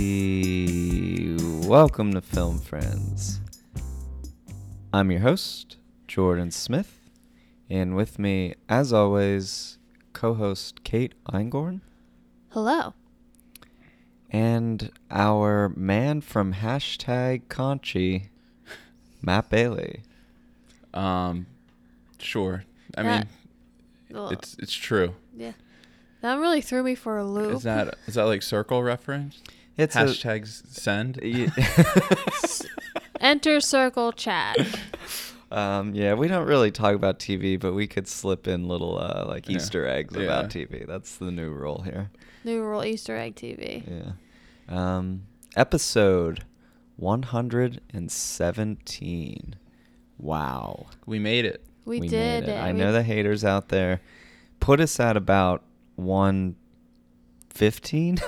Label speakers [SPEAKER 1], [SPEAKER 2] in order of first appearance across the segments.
[SPEAKER 1] Hey, welcome to Film Friends. I'm your host, Jordan Smith, and with me, as always, co host Kate Eingorn
[SPEAKER 2] Hello.
[SPEAKER 1] and our man from hashtag Conchi, Matt Bailey.
[SPEAKER 3] Um, sure. I
[SPEAKER 2] That-
[SPEAKER 3] mean,
[SPEAKER 2] Well,
[SPEAKER 3] it's it's true.
[SPEAKER 2] yeah. That really threw me for a loop.
[SPEAKER 3] Is that is that like circle reference?
[SPEAKER 1] It's a-
[SPEAKER 3] hashtags send.
[SPEAKER 1] Ye-
[SPEAKER 2] Enter circle chat.
[SPEAKER 1] Um, yeah, we don't really talk about TV, but we could slip in little uh, like
[SPEAKER 3] Yeah.
[SPEAKER 1] Easter eggs
[SPEAKER 3] Yeah.
[SPEAKER 1] about TV. That's the new rule here.
[SPEAKER 2] New rule Easter egg TV.
[SPEAKER 1] Yeah. Um, episode 117. Wow.
[SPEAKER 3] We made it.
[SPEAKER 2] We,
[SPEAKER 1] made
[SPEAKER 2] did it.
[SPEAKER 1] I
[SPEAKER 2] We-
[SPEAKER 1] know the haters out there put us at about 115.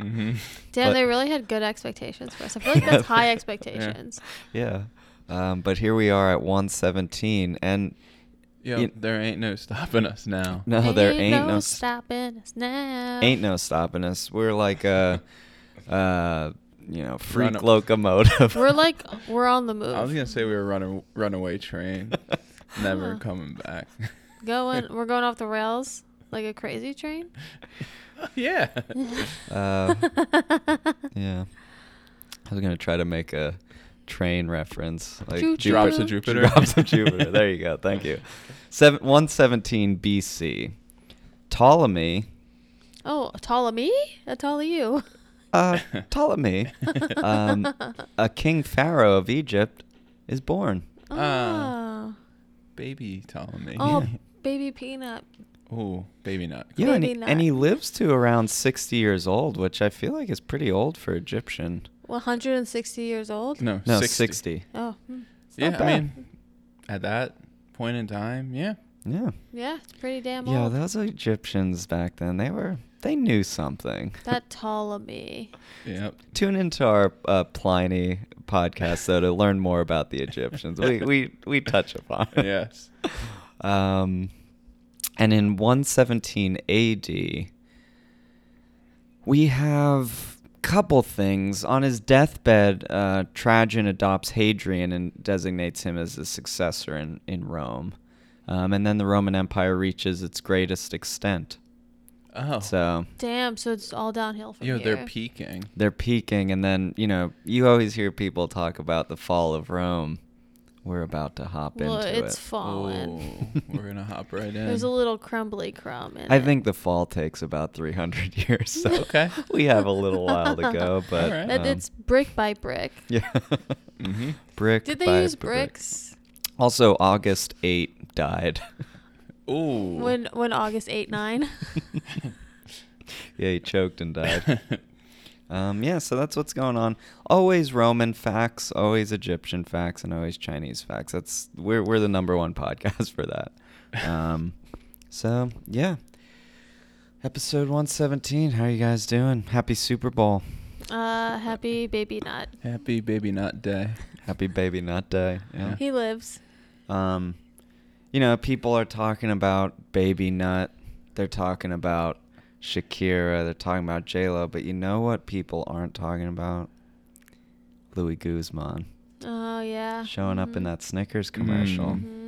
[SPEAKER 3] Mm-hmm.
[SPEAKER 2] Damn,
[SPEAKER 1] but-
[SPEAKER 2] they really had good expectations for us. I feel like that's high
[SPEAKER 1] Yeah.
[SPEAKER 2] expectations.
[SPEAKER 1] yeah. Um, but here we are at 117 and
[SPEAKER 3] Yeah,
[SPEAKER 1] You-
[SPEAKER 3] there ain't no stopping us now.
[SPEAKER 1] No, there ain't
[SPEAKER 2] no,
[SPEAKER 1] no st-
[SPEAKER 2] stopping us now.
[SPEAKER 1] ain't no stopping us. We're like a, uh, you know, freak
[SPEAKER 3] Run-
[SPEAKER 1] locomotive.
[SPEAKER 2] We're like we're on the move.
[SPEAKER 3] I was gonna say we were running runaway train, never
[SPEAKER 2] Huh.
[SPEAKER 3] coming back.
[SPEAKER 2] going. We're going off the rails like a crazy train.
[SPEAKER 3] yeah.
[SPEAKER 1] Uh, yeah. I was gonna try to make a train reference, like
[SPEAKER 2] Choo choo. Drops of
[SPEAKER 3] Jupiter.
[SPEAKER 1] Drops of Jupiter. There you go. Thank you. Seven, 117 BC. Ptolemy,
[SPEAKER 2] Oh, a tall of me? A tall of you?
[SPEAKER 1] uh, Ptolemy, um, a king pharaoh of Egypt, is born.
[SPEAKER 2] Ah.
[SPEAKER 3] Baby Ptolemy.
[SPEAKER 2] oh,
[SPEAKER 1] uh, yeah.
[SPEAKER 2] baby peanut.
[SPEAKER 3] Ooh, baby nut.
[SPEAKER 1] Yeah, and he,
[SPEAKER 2] Maybe not.
[SPEAKER 1] and he lives to around 60 years old, which I feel like is pretty old for Egyptian.
[SPEAKER 2] 160 years old?
[SPEAKER 3] No,
[SPEAKER 1] No,
[SPEAKER 3] 60.
[SPEAKER 1] 60.
[SPEAKER 2] Oh, hmm.
[SPEAKER 3] Yeah,
[SPEAKER 1] not
[SPEAKER 3] I
[SPEAKER 1] bad.
[SPEAKER 3] mean, at that point in time, yeah.
[SPEAKER 1] Yeah.
[SPEAKER 2] yeah, it's pretty damn
[SPEAKER 1] Yeah,
[SPEAKER 2] old.
[SPEAKER 1] those Egyptians back then, they were, they knew something.
[SPEAKER 2] that Ptolemy.
[SPEAKER 3] Yep.
[SPEAKER 1] Tune into our uh, Pliny podcast though to learn more about the Egyptians. We we we touch upon it.
[SPEAKER 3] yes.
[SPEAKER 1] Um, and in 117 AD, we have couple things on his deathbed. Uh, Trajan adopts Hadrian and designates him as his successor in in Rome, um, and then the Roman Empire reaches its greatest extent.
[SPEAKER 3] Oh.
[SPEAKER 1] So
[SPEAKER 2] Damn, so it's all downhill from
[SPEAKER 3] Yo,
[SPEAKER 2] here.
[SPEAKER 3] they're peaking.
[SPEAKER 1] they're peaking and then you know you always hear people talk about the fall of rome we're about to hop
[SPEAKER 2] Well,
[SPEAKER 1] into
[SPEAKER 2] it's
[SPEAKER 1] it
[SPEAKER 2] fallen.
[SPEAKER 3] Oh, we're gonna hop right in.
[SPEAKER 2] There's a little crumbly crumb in
[SPEAKER 1] i
[SPEAKER 2] it.
[SPEAKER 1] think the fall takes about 300 years so
[SPEAKER 3] Okay.
[SPEAKER 1] we have a little while to go but
[SPEAKER 3] Alright.
[SPEAKER 2] That-
[SPEAKER 1] um,
[SPEAKER 2] it's brick by brick.
[SPEAKER 1] yeah
[SPEAKER 3] Mm-hmm.
[SPEAKER 1] brick
[SPEAKER 2] Did they
[SPEAKER 1] by
[SPEAKER 2] use
[SPEAKER 1] brick.
[SPEAKER 2] bricks?
[SPEAKER 1] also august 8 died
[SPEAKER 3] Ooh.
[SPEAKER 2] When when August 8, 9?
[SPEAKER 1] yeah he choked and died um, yeah so that's what's going on always roman facts always egyptian facts and always chinese facts that's we're, we're the number one podcast for that Um, so yeah, episode one seventeen. How are you guys doing? Happy Super Bowl.
[SPEAKER 2] uh, happy baby nut.
[SPEAKER 3] Happy baby nut day.
[SPEAKER 1] Happy Baby Nut Day. Yeah.
[SPEAKER 2] He lives.
[SPEAKER 1] Um, you know, people are talking about Baby Nut. They're talking about Shakira. They're talking about J Lo. But you know what? People aren't talking about Louis Guzman
[SPEAKER 2] Oh, yeah.
[SPEAKER 1] showing up in
[SPEAKER 2] Mhm.
[SPEAKER 1] that Snickers commercial.
[SPEAKER 3] Mm.
[SPEAKER 2] Mhm.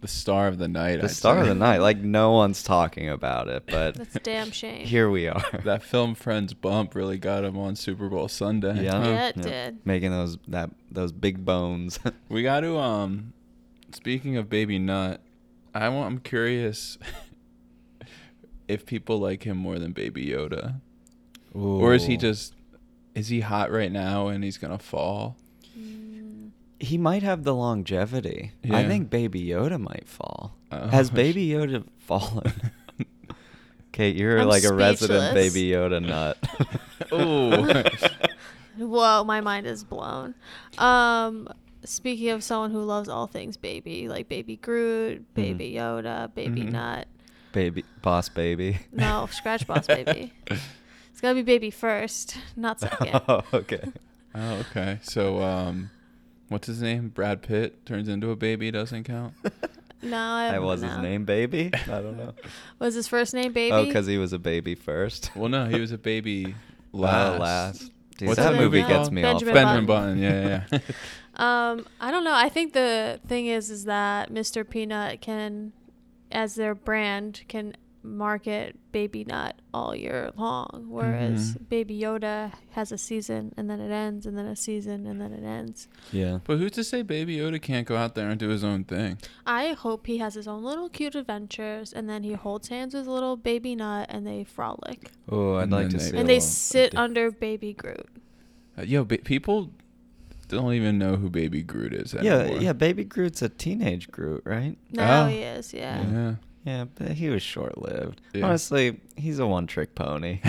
[SPEAKER 3] The star of the night.
[SPEAKER 1] The
[SPEAKER 3] I'd
[SPEAKER 1] star of
[SPEAKER 3] say.
[SPEAKER 1] the night. Like no one's talking about it, but
[SPEAKER 2] That's a damn shame.
[SPEAKER 1] here we are.
[SPEAKER 3] That film Friends bump really got him on Super Bowl Sunday. Um,
[SPEAKER 1] Yeah.
[SPEAKER 3] huh?
[SPEAKER 2] Yeah, it did.
[SPEAKER 1] Making those that those big bones.
[SPEAKER 3] We got to um. Speaking of baby nut, I want, I'm curious if people like him more than Baby Yoda, or is he
[SPEAKER 1] Ooh.
[SPEAKER 3] just is he hot right now and he's gonna fall?
[SPEAKER 2] Mm.
[SPEAKER 1] He might have the longevity. I
[SPEAKER 3] Yeah.
[SPEAKER 1] think Baby Yoda might fall.
[SPEAKER 3] Oh.
[SPEAKER 1] Has Baby Yoda fallen? Kate, you're
[SPEAKER 2] I'm
[SPEAKER 1] like a resident
[SPEAKER 2] speechless.
[SPEAKER 1] Baby Yoda nut.
[SPEAKER 3] Ooh.
[SPEAKER 2] Whoa, my mind is blown. Um, speaking of someone who loves all things baby, like Baby
[SPEAKER 1] Mm-hmm.
[SPEAKER 2] Groot, Baby Yoda, Baby
[SPEAKER 3] Mhm.
[SPEAKER 2] Nut.
[SPEAKER 1] baby Boss Baby.
[SPEAKER 2] No, Scratch Boss Baby. It's gotta be Baby first, not second.
[SPEAKER 1] oh, okay.
[SPEAKER 3] Oh, um, okay. So, um, what's his name? Brad Pitt turns into a baby. Doesn't count.
[SPEAKER 2] No, I
[SPEAKER 1] I
[SPEAKER 2] don't
[SPEAKER 1] was his
[SPEAKER 2] know.
[SPEAKER 1] name baby. I don't know.
[SPEAKER 2] Was his first name Baby?
[SPEAKER 1] Oh, because he was a baby first.
[SPEAKER 3] Well, no, he was a baby
[SPEAKER 1] Oh,
[SPEAKER 3] last.
[SPEAKER 1] last. Dude,
[SPEAKER 3] What's
[SPEAKER 1] that
[SPEAKER 3] that
[SPEAKER 1] movie
[SPEAKER 3] movie
[SPEAKER 1] gets
[SPEAKER 3] called?
[SPEAKER 1] me
[SPEAKER 2] Benjamin
[SPEAKER 1] off.
[SPEAKER 3] Benjamin
[SPEAKER 2] Button.
[SPEAKER 3] Button. Yeah, yeah. yeah.
[SPEAKER 2] Um, I don't know. I think the thing is, is that Mr. Peanut can, as their brand, can market Baby Nut all year long, whereas
[SPEAKER 3] Mhm.
[SPEAKER 2] Baby Yoda has a season and then it ends, and then a season and then it ends.
[SPEAKER 1] Yeah.
[SPEAKER 3] but who's to say Baby Yoda can't go out there and do his own thing?
[SPEAKER 2] I hope he has his own little cute adventures, and then he holds hands with little Baby Nut, and they frolic,
[SPEAKER 1] Oh, I'd
[SPEAKER 3] And
[SPEAKER 1] like
[SPEAKER 3] then
[SPEAKER 1] to
[SPEAKER 3] they
[SPEAKER 1] see.
[SPEAKER 3] go
[SPEAKER 1] a
[SPEAKER 2] and they
[SPEAKER 1] little-
[SPEAKER 2] sit
[SPEAKER 1] diff-
[SPEAKER 2] under Baby Groot.
[SPEAKER 3] Uh, yo, ba- people don't even know who Baby Groot is
[SPEAKER 1] Yeah,
[SPEAKER 3] anymore.
[SPEAKER 1] yeah. Baby Groot's a teenage Groot, right?
[SPEAKER 2] Now
[SPEAKER 3] Oh.
[SPEAKER 2] he is, yeah.
[SPEAKER 3] Yeah.
[SPEAKER 1] Yeah, but he was short-lived.
[SPEAKER 3] Yeah.
[SPEAKER 1] Honestly, he's a one-trick pony.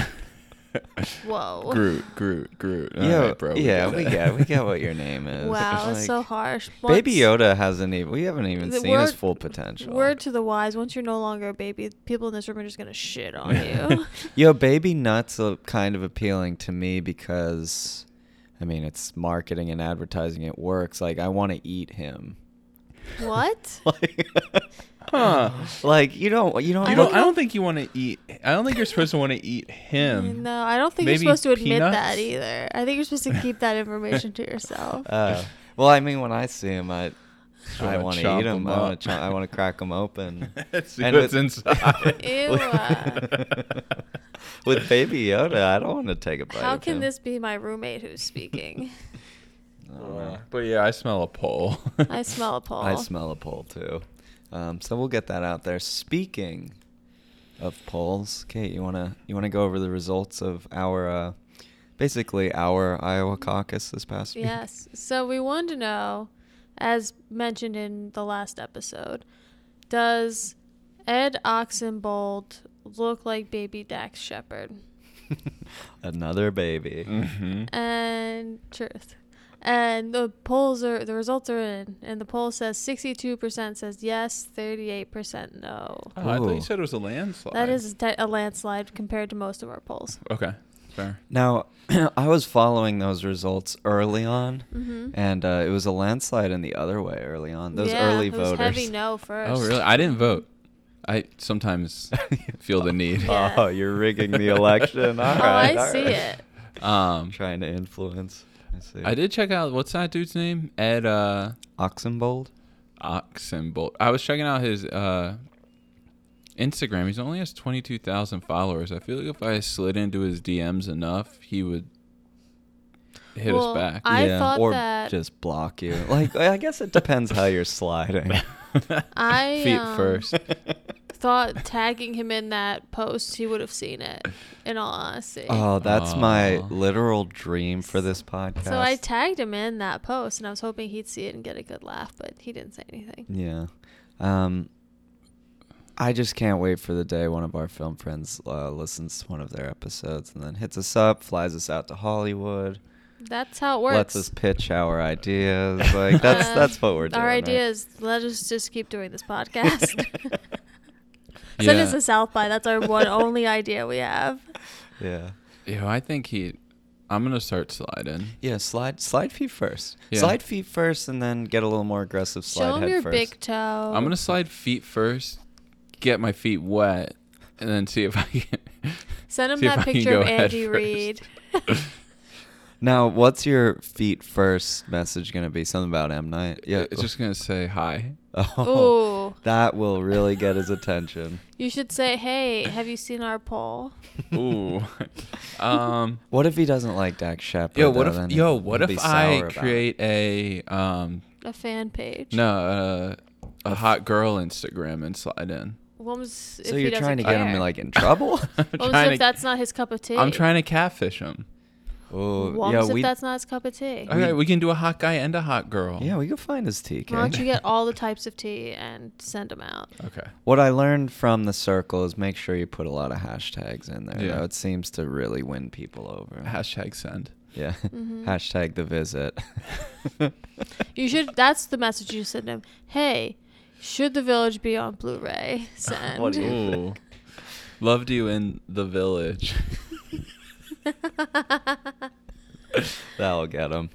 [SPEAKER 2] Whoa.
[SPEAKER 3] Groot, Groot, Groot. All
[SPEAKER 1] yeah,
[SPEAKER 3] right, bro.
[SPEAKER 1] yeah,
[SPEAKER 3] get
[SPEAKER 1] we
[SPEAKER 3] it.
[SPEAKER 1] get we get what your name is.
[SPEAKER 2] Wow, it's
[SPEAKER 1] Like,
[SPEAKER 2] so harsh.
[SPEAKER 1] Baby
[SPEAKER 2] Once-
[SPEAKER 1] Yoda hasn't even we haven't even
[SPEAKER 2] The
[SPEAKER 1] seen his
[SPEAKER 2] word-
[SPEAKER 1] full potential.
[SPEAKER 2] Word to the wise: Once you're no longer a baby, people in this room are just gonna shit on you.
[SPEAKER 1] Yo, Baby Nuts are kind of appealing to me because, I mean, it's marketing and advertising. It works. Like I want to eat him.
[SPEAKER 2] what?
[SPEAKER 1] Like,
[SPEAKER 3] Huh.
[SPEAKER 1] like you don't you don't.
[SPEAKER 2] I
[SPEAKER 3] You
[SPEAKER 2] don't
[SPEAKER 3] don't, I don't think you want to eat. I don't think you're supposed to want to eat him.
[SPEAKER 2] No, I don't think
[SPEAKER 3] Maybe
[SPEAKER 2] you're supposed to admit
[SPEAKER 3] peanuts?
[SPEAKER 2] that either. I think you're supposed to keep that information to yourself.
[SPEAKER 1] Uh, well, I mean, when I see him, I
[SPEAKER 3] Just
[SPEAKER 1] I
[SPEAKER 3] wanna
[SPEAKER 1] want to
[SPEAKER 3] chop
[SPEAKER 1] eat him.
[SPEAKER 3] him
[SPEAKER 1] I want
[SPEAKER 3] up.
[SPEAKER 1] to I want to crack him open.
[SPEAKER 3] See
[SPEAKER 1] And with-
[SPEAKER 3] what's inside.
[SPEAKER 1] Ew. With Baby Yoda, I don't want to take a bite.
[SPEAKER 2] uh. How
[SPEAKER 1] of
[SPEAKER 2] can
[SPEAKER 1] him.
[SPEAKER 2] this be my roommate who's speaking?
[SPEAKER 1] I don't know.
[SPEAKER 3] Uh, But yeah, I smell a pole.
[SPEAKER 2] I smell a pole.
[SPEAKER 1] I smell a poll too. Um, so we'll get that out there. Speaking of polls, Kate, you wanna you wanna go over the results of our uh, basically our Iowa caucus this past week?
[SPEAKER 2] Yes. So we wanted to know, as mentioned in the last episode, does Ed Oxenbold look like baby Dax Shepard?
[SPEAKER 1] Another baby.
[SPEAKER 3] mm-hmm.
[SPEAKER 2] Uh, and truth. And the polls are the results are in, and the poll says 62% says yes, 38% no.
[SPEAKER 3] Oh, I thought
[SPEAKER 1] Ooh.
[SPEAKER 3] you said it was a landslide.
[SPEAKER 2] That is te- a landslide compared to most of our polls.
[SPEAKER 3] okay. Fair.
[SPEAKER 1] Now, I was following those results early on,
[SPEAKER 2] Mhm.
[SPEAKER 1] and uh, it was a landslide in the other way early on. Those
[SPEAKER 2] Yeah,
[SPEAKER 1] early
[SPEAKER 2] it was
[SPEAKER 1] voters.
[SPEAKER 2] Heavy no first.
[SPEAKER 3] Oh, really? I didn't vote. I sometimes feel the need.
[SPEAKER 2] Yeah.
[SPEAKER 1] Oh, you're rigging the election. All
[SPEAKER 2] oh,
[SPEAKER 1] right,
[SPEAKER 2] I
[SPEAKER 1] all
[SPEAKER 2] see
[SPEAKER 1] right.
[SPEAKER 2] it.
[SPEAKER 3] Um,
[SPEAKER 1] Trying to influence. I see.
[SPEAKER 3] I did check out what's that dude's name? Ed uh,
[SPEAKER 1] Oxenbold.
[SPEAKER 3] Oxenbolt. I was checking out his uh, Instagram. He's only has twenty two thousand followers. I feel like if I slid into his DMs enough, he would hit
[SPEAKER 2] Well,
[SPEAKER 3] us back.
[SPEAKER 2] I thought
[SPEAKER 1] or
[SPEAKER 2] that-
[SPEAKER 1] just block you. Like I guess it depends how you're sliding.
[SPEAKER 2] I
[SPEAKER 3] Feet
[SPEAKER 2] um,
[SPEAKER 3] first.
[SPEAKER 2] thought tagging him in that post, he would have seen it. In all honesty.
[SPEAKER 1] Oh, that's my
[SPEAKER 3] Aw.
[SPEAKER 1] literal dream for this podcast.
[SPEAKER 2] so I tagged him in that post, and I was hoping he'd see it and get a good laugh, but he didn't say anything.
[SPEAKER 1] yeah. Um I just can't wait for the day one of our film friends uh, listens to one of their episodes and then hits us up, flies us out to Hollywood,
[SPEAKER 2] That's how it works.
[SPEAKER 1] lets us pitch our ideas. Like that's
[SPEAKER 2] Uh,
[SPEAKER 1] that's what we're doing.
[SPEAKER 2] Our
[SPEAKER 1] right?
[SPEAKER 2] ideas. Let us just keep doing this podcast. Send
[SPEAKER 3] Yeah.
[SPEAKER 2] us to South by. That's our one only idea we have.
[SPEAKER 1] Yeah.
[SPEAKER 3] Yo, I think he. I'm gonna start sliding.
[SPEAKER 1] Yeah, slide slide feet first.
[SPEAKER 3] Yeah.
[SPEAKER 1] Slide feet first and then get a little more aggressive slide
[SPEAKER 2] Show
[SPEAKER 1] head
[SPEAKER 2] them your
[SPEAKER 1] first.
[SPEAKER 2] big toe.
[SPEAKER 3] I'm gonna slide feet first, get my feet wet, and then see if I can.
[SPEAKER 2] send him
[SPEAKER 3] see if
[SPEAKER 2] that
[SPEAKER 3] I can
[SPEAKER 2] picture of
[SPEAKER 3] go head
[SPEAKER 2] Andy
[SPEAKER 3] first.
[SPEAKER 2] Reid.
[SPEAKER 1] Now, what's your feet first message gonna be? Something about M Night? Yeah,
[SPEAKER 3] it's just gonna say hi.
[SPEAKER 1] Oh,
[SPEAKER 2] Ooh,
[SPEAKER 1] that will really get his attention.
[SPEAKER 2] you should say, "Hey, have you seen our poll?"
[SPEAKER 3] Ooh. um.
[SPEAKER 1] What if he doesn't like Dax Shepard?
[SPEAKER 3] Yo, what
[SPEAKER 1] though?
[SPEAKER 3] if
[SPEAKER 1] Then
[SPEAKER 3] yo,
[SPEAKER 1] he'll
[SPEAKER 3] what
[SPEAKER 1] be
[SPEAKER 3] if
[SPEAKER 1] sour
[SPEAKER 3] I
[SPEAKER 1] about it.
[SPEAKER 3] create a um
[SPEAKER 2] A fan page.
[SPEAKER 3] no uh, a hot girl Instagram and slide in?
[SPEAKER 2] What was if
[SPEAKER 1] So
[SPEAKER 2] he
[SPEAKER 1] you're
[SPEAKER 2] doesn't
[SPEAKER 1] trying to
[SPEAKER 2] care?
[SPEAKER 1] get him like in trouble?
[SPEAKER 3] I'm
[SPEAKER 2] What was
[SPEAKER 3] trying
[SPEAKER 2] if
[SPEAKER 3] to,
[SPEAKER 2] that's not his cup of tea?
[SPEAKER 3] I'm trying to catfish him.
[SPEAKER 1] oh,
[SPEAKER 2] What
[SPEAKER 1] yeah,
[SPEAKER 2] was if
[SPEAKER 1] we
[SPEAKER 2] that's not his cup of tea?
[SPEAKER 3] Okay, we can do a hot guy and a hot girl.
[SPEAKER 1] yeah we could find his TK.
[SPEAKER 2] Why don't you get all the types of tea and send them out?
[SPEAKER 3] Okay.
[SPEAKER 1] what I learned from the circle is make sure you put a lot of hashtags in there.
[SPEAKER 3] Yeah.
[SPEAKER 1] though. It seems to really win people over.
[SPEAKER 3] Hashtag send.
[SPEAKER 1] yeah.
[SPEAKER 2] Mhm.
[SPEAKER 1] Hashtag the visit.
[SPEAKER 2] You should. That's the message you send him. Hey, should the village be on Blu-ray? Send.
[SPEAKER 1] What do you-
[SPEAKER 3] Ooh. Loved you in the village.
[SPEAKER 1] That'll get him.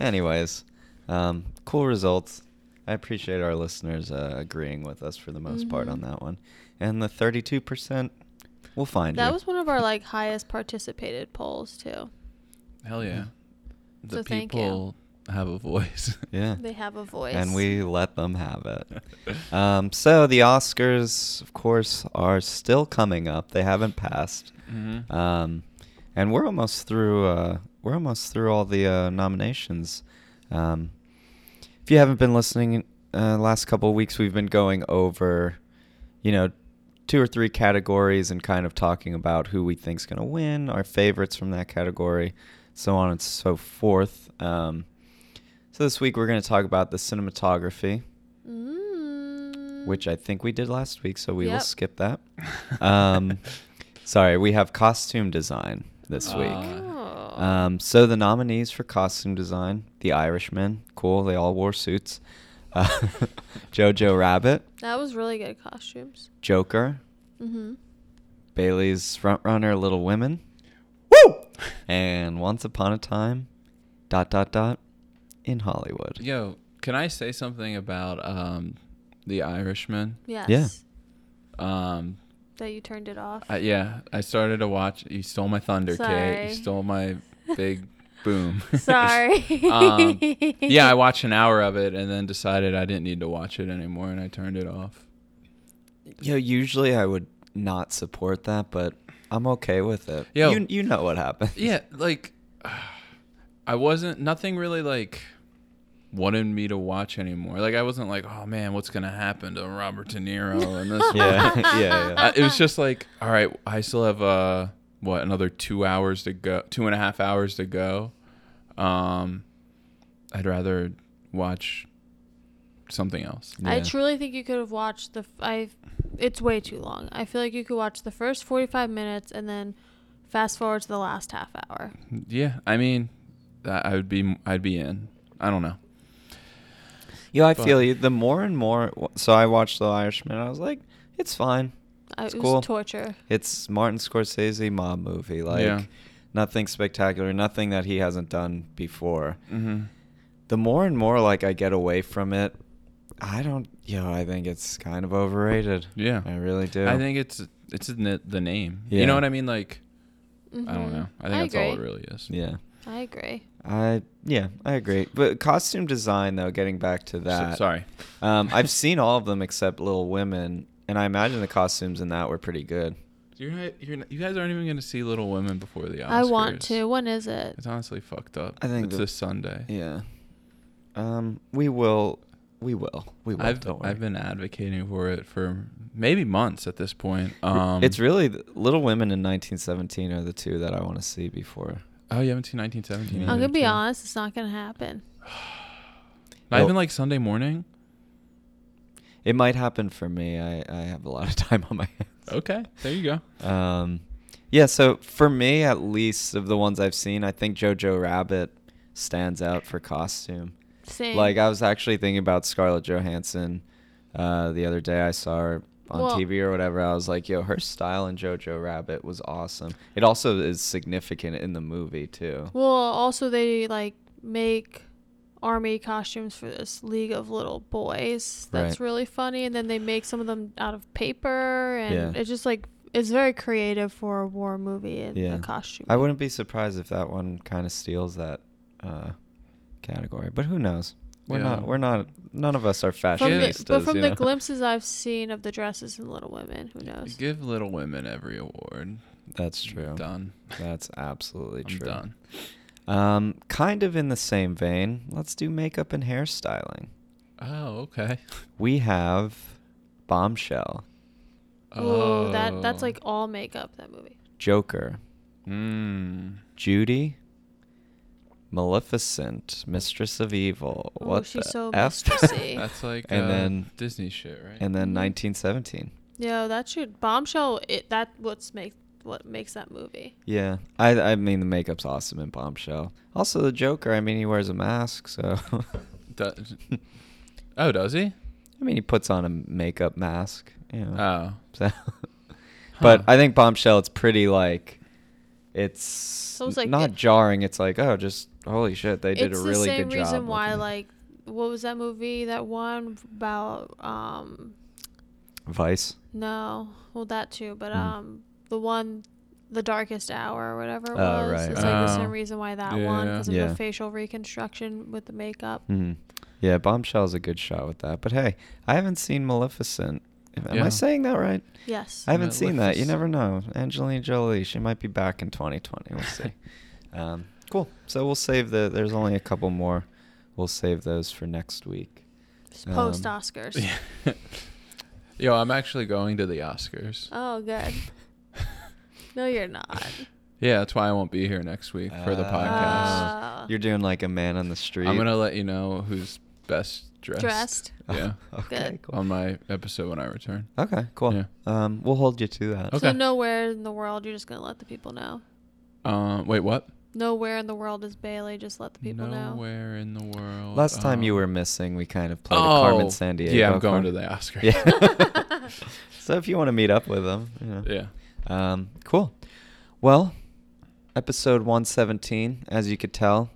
[SPEAKER 1] Anyways, um, cool results. I appreciate our listeners uh, agreeing with us for the most part
[SPEAKER 2] Mhm.
[SPEAKER 1] on that one. And the 32%, we'll find
[SPEAKER 2] That
[SPEAKER 1] you.
[SPEAKER 2] was one of our like highest participated polls too.
[SPEAKER 3] Hell yeah. The
[SPEAKER 2] So thank you.
[SPEAKER 3] people have a voice.
[SPEAKER 1] yeah.
[SPEAKER 2] They have a voice.
[SPEAKER 1] And we let them have it. um, so the Oscars, of course, are still coming up. They haven't passed.
[SPEAKER 3] Mhm.
[SPEAKER 1] Um, and we're almost through. Uh, we're almost through all the uh, nominations. Um, if you haven't been listening, uh, last couple of weeks we've been going over, you know, two or three categories and kind of talking about who we think's going to win, our favorites from that category, so on and so forth. Um, so this week we're going to talk about the cinematography,
[SPEAKER 2] Mm.
[SPEAKER 1] which I think we did last week, so we will
[SPEAKER 2] Yep.
[SPEAKER 1] skip that. Um, sorry, we have costume design this week.
[SPEAKER 2] Oh.
[SPEAKER 3] Uh,
[SPEAKER 1] Um, so the nominees for costume design: The Irishman, cool. They all wore suits. Uh, Jojo Rabbit,
[SPEAKER 2] that was really good costumes.
[SPEAKER 1] Joker,
[SPEAKER 2] Mm-hmm.
[SPEAKER 1] Bailey's frontrunner, Little Women,
[SPEAKER 3] Woo!
[SPEAKER 1] and Once Upon a Time, dot dot dot, in Hollywood.
[SPEAKER 3] Yo, can I say something about um, the Irishman?
[SPEAKER 2] Yes.
[SPEAKER 3] Um,
[SPEAKER 2] That you turned it off.
[SPEAKER 3] I, yeah, I started to watch. You stole my thunder, Kate.
[SPEAKER 2] Sorry.
[SPEAKER 3] You stole my big boom.
[SPEAKER 2] Sorry.
[SPEAKER 3] um, yeah, I watched an hour of it and then decided I didn't need to watch it anymore, and I turned it off.
[SPEAKER 1] Yo, usually I would not support that, but I'm okay with it.
[SPEAKER 3] Yo.
[SPEAKER 1] you you know what happened.
[SPEAKER 3] Yeah, like I wasn't nothing really like wanted me to watch anymore. Like I wasn't like, oh man, what's gonna happen to Robert De Niro and this?
[SPEAKER 1] yeah, yeah, yeah.
[SPEAKER 3] I, it
[SPEAKER 2] Uh-huh.
[SPEAKER 3] was just like, all right, I still have uh what another two hours to go, two and a half hours to go. Um, I'd rather watch something else.
[SPEAKER 2] I
[SPEAKER 1] Yeah.
[SPEAKER 2] truly think you could have watched the. f- I. It's way too long. I feel like you could watch the first forty-five minutes and then fast forward to the last half hour.
[SPEAKER 3] Yeah, I mean, that I would be, I'd be in. I don't know.
[SPEAKER 1] Yeah, I
[SPEAKER 3] But-
[SPEAKER 1] feel you. The more and more, so I watched The Irishman. I was like, it's fine.
[SPEAKER 2] I,
[SPEAKER 1] It's
[SPEAKER 2] it
[SPEAKER 1] cool.
[SPEAKER 2] was torture.
[SPEAKER 1] It's Martin Scorsese mob movie. Like
[SPEAKER 3] Yeah.
[SPEAKER 1] nothing spectacular, nothing that he hasn't done before.
[SPEAKER 3] Mm-hmm.
[SPEAKER 1] The more and more like I get away from it, I don't. You know, I think it's kind of overrated.
[SPEAKER 3] Yeah.
[SPEAKER 1] I really do.
[SPEAKER 3] I think it's it's in the, the name.
[SPEAKER 1] Yeah.
[SPEAKER 3] You know what I mean? Like I
[SPEAKER 2] Mhm.
[SPEAKER 3] don't know. I think that's all it
[SPEAKER 2] agree.
[SPEAKER 3] really is.
[SPEAKER 1] Yeah.
[SPEAKER 2] I agree.
[SPEAKER 1] I yeah, I agree. But costume design though, getting back to
[SPEAKER 3] So-
[SPEAKER 1] that.
[SPEAKER 3] sorry.
[SPEAKER 1] Um, I've seen all of them except Little Women, and I imagine the costumes in that were pretty good.
[SPEAKER 3] You're not, you're not, you guys aren't even going to see Little Women before the Oscars.
[SPEAKER 2] I want to. When is it?
[SPEAKER 3] It's honestly fucked up.
[SPEAKER 1] I think
[SPEAKER 3] it's
[SPEAKER 1] the-
[SPEAKER 3] this Sunday.
[SPEAKER 1] Yeah. Um, we will. We will. We will.
[SPEAKER 3] I've
[SPEAKER 1] don't worry.
[SPEAKER 3] I've been advocating for it for maybe months at this point.
[SPEAKER 1] R-
[SPEAKER 3] Um,
[SPEAKER 1] it's really th- Little Women in 1917 are the two that I want to see before.
[SPEAKER 3] oh you haven't seen 1917.
[SPEAKER 1] Yeah,
[SPEAKER 2] I'm
[SPEAKER 3] either,
[SPEAKER 2] gonna be
[SPEAKER 3] too.
[SPEAKER 2] honest. It's not gonna happen.
[SPEAKER 3] Not
[SPEAKER 1] Well-
[SPEAKER 3] even like Sunday morning.
[SPEAKER 1] It might happen for me. I, I have a lot of time on my hands.
[SPEAKER 3] Okay, there you go.
[SPEAKER 1] Um, yeah. So for me, at least of the ones I've seen, I think Jojo Rabbit stands out for costume.
[SPEAKER 2] Same.
[SPEAKER 1] Like I was actually thinking about Scarlett Johansson uh, the other day. I saw her on
[SPEAKER 2] Well-
[SPEAKER 1] TV or whatever. I was like, yo, her style in Jojo Rabbit was awesome. It also is significant in the movie too.
[SPEAKER 2] Well, also they like make army costumes for this League of Little Boys. That's
[SPEAKER 1] Right.
[SPEAKER 2] really funny, and then they make some of them out of paper, and
[SPEAKER 1] Yeah.
[SPEAKER 2] it's just like it's very creative for a war movie and
[SPEAKER 1] Yeah.
[SPEAKER 2] a costume.
[SPEAKER 1] I wouldn't be surprised if that one kind of steals that uh, category, but who knows? We're
[SPEAKER 3] Yeah.
[SPEAKER 1] not. We're not. None of us are
[SPEAKER 2] From the-
[SPEAKER 1] fashionistas.
[SPEAKER 2] but from
[SPEAKER 1] you
[SPEAKER 2] the
[SPEAKER 1] know?
[SPEAKER 2] glimpses I've seen of the dresses in Little Women, who knows?
[SPEAKER 3] Give Little Women every award.
[SPEAKER 1] that's true.
[SPEAKER 3] Done.
[SPEAKER 1] That's absolutely
[SPEAKER 3] I'm
[SPEAKER 1] true.
[SPEAKER 3] done.
[SPEAKER 1] Um, kind of in the same vein, let's do makeup and hairstyling.
[SPEAKER 3] Oh, okay.
[SPEAKER 1] We have Bombshell,
[SPEAKER 2] Oh, that that's
[SPEAKER 3] Oh.
[SPEAKER 2] like all makeup. That movie.
[SPEAKER 1] Joker,
[SPEAKER 3] Mm.
[SPEAKER 1] Judy, Maleficent, Mistress of Evil.
[SPEAKER 2] Oh,
[SPEAKER 1] what
[SPEAKER 2] she's
[SPEAKER 1] the
[SPEAKER 2] so
[SPEAKER 1] F?
[SPEAKER 2] mistressy.
[SPEAKER 3] That's like
[SPEAKER 1] And
[SPEAKER 3] uh,
[SPEAKER 1] then-
[SPEAKER 3] Disney shit, right?
[SPEAKER 1] and then
[SPEAKER 2] Mhm.
[SPEAKER 1] 1917.
[SPEAKER 2] Yeah, that should bombshell. It that what's make what makes that movie.
[SPEAKER 1] Yeah, I I mean the makeup's awesome in Bombshell. Also the Joker. I mean he wears a mask, so.
[SPEAKER 3] Does- oh, does he?
[SPEAKER 1] I mean he puts on a makeup mask. You know.
[SPEAKER 3] Oh.
[SPEAKER 1] So, but
[SPEAKER 3] Huh.
[SPEAKER 1] I think Bombshell, it's pretty like, it's
[SPEAKER 2] it's like
[SPEAKER 1] not
[SPEAKER 2] it-
[SPEAKER 1] jarring. It's like, oh, just holy shit, they did
[SPEAKER 2] it's
[SPEAKER 1] a really
[SPEAKER 2] the same
[SPEAKER 1] good job.
[SPEAKER 2] reason
[SPEAKER 1] looking
[SPEAKER 2] why
[SPEAKER 1] at-
[SPEAKER 2] like what was that movie? That one about um
[SPEAKER 1] Vice.
[SPEAKER 2] no, well that too, but
[SPEAKER 1] Mm.
[SPEAKER 2] um the one the darkest hour or whatever it
[SPEAKER 1] Oh,
[SPEAKER 2] was.
[SPEAKER 1] right,
[SPEAKER 2] It's like the
[SPEAKER 3] Oh.
[SPEAKER 2] same reason why that one
[SPEAKER 3] Yeah.
[SPEAKER 2] because of
[SPEAKER 1] Yeah.
[SPEAKER 2] the facial reconstruction with the makeup.
[SPEAKER 1] Hmm. Yeah, Bombshell's a good shot with that. But hey, I haven't seen Maleficent. Am am
[SPEAKER 3] Yeah.
[SPEAKER 1] I saying that right?
[SPEAKER 2] Yes.
[SPEAKER 1] I haven't seen that. You
[SPEAKER 3] Maleficent.
[SPEAKER 1] never know. Angelina Jolie, she might be back in 2020. We'll see. um, cool. So we'll save the. There's only a couple more. We'll save those for next week. um,
[SPEAKER 2] Post Oscars.
[SPEAKER 3] Yo, I'm actually going to the Oscars.
[SPEAKER 2] Oh, good. no, you're not.
[SPEAKER 3] Yeah, that's why I won't be here next week for the
[SPEAKER 1] Uh,
[SPEAKER 3] podcast.
[SPEAKER 2] Ah.
[SPEAKER 1] You're doing like a man on the street.
[SPEAKER 3] I'm gonna let you know who's best dressed.
[SPEAKER 2] Dressed.
[SPEAKER 3] Yeah.
[SPEAKER 1] okay.
[SPEAKER 2] Good.
[SPEAKER 1] Cool.
[SPEAKER 3] on my episode when I return.
[SPEAKER 1] okay. Cool.
[SPEAKER 3] Oh. Yeah.
[SPEAKER 1] Um, we'll hold you to that.
[SPEAKER 3] Okay.
[SPEAKER 2] So nowhere in the world you're just gonna let the people know.
[SPEAKER 3] Um, wait, what?
[SPEAKER 2] Nowhere in the world is Bailey. Just let the people know.
[SPEAKER 3] Nowhere in the world.
[SPEAKER 1] Last time you
[SPEAKER 3] um,
[SPEAKER 1] were missing, we kind of played a Carmen
[SPEAKER 3] oh,
[SPEAKER 1] San Diego.
[SPEAKER 3] Yeah, I'm going to the Oscars.
[SPEAKER 1] Yeah. so if you want to meet up with them, you know.
[SPEAKER 3] yeah.
[SPEAKER 1] Um, cool. Well, episode 117, as you could tell,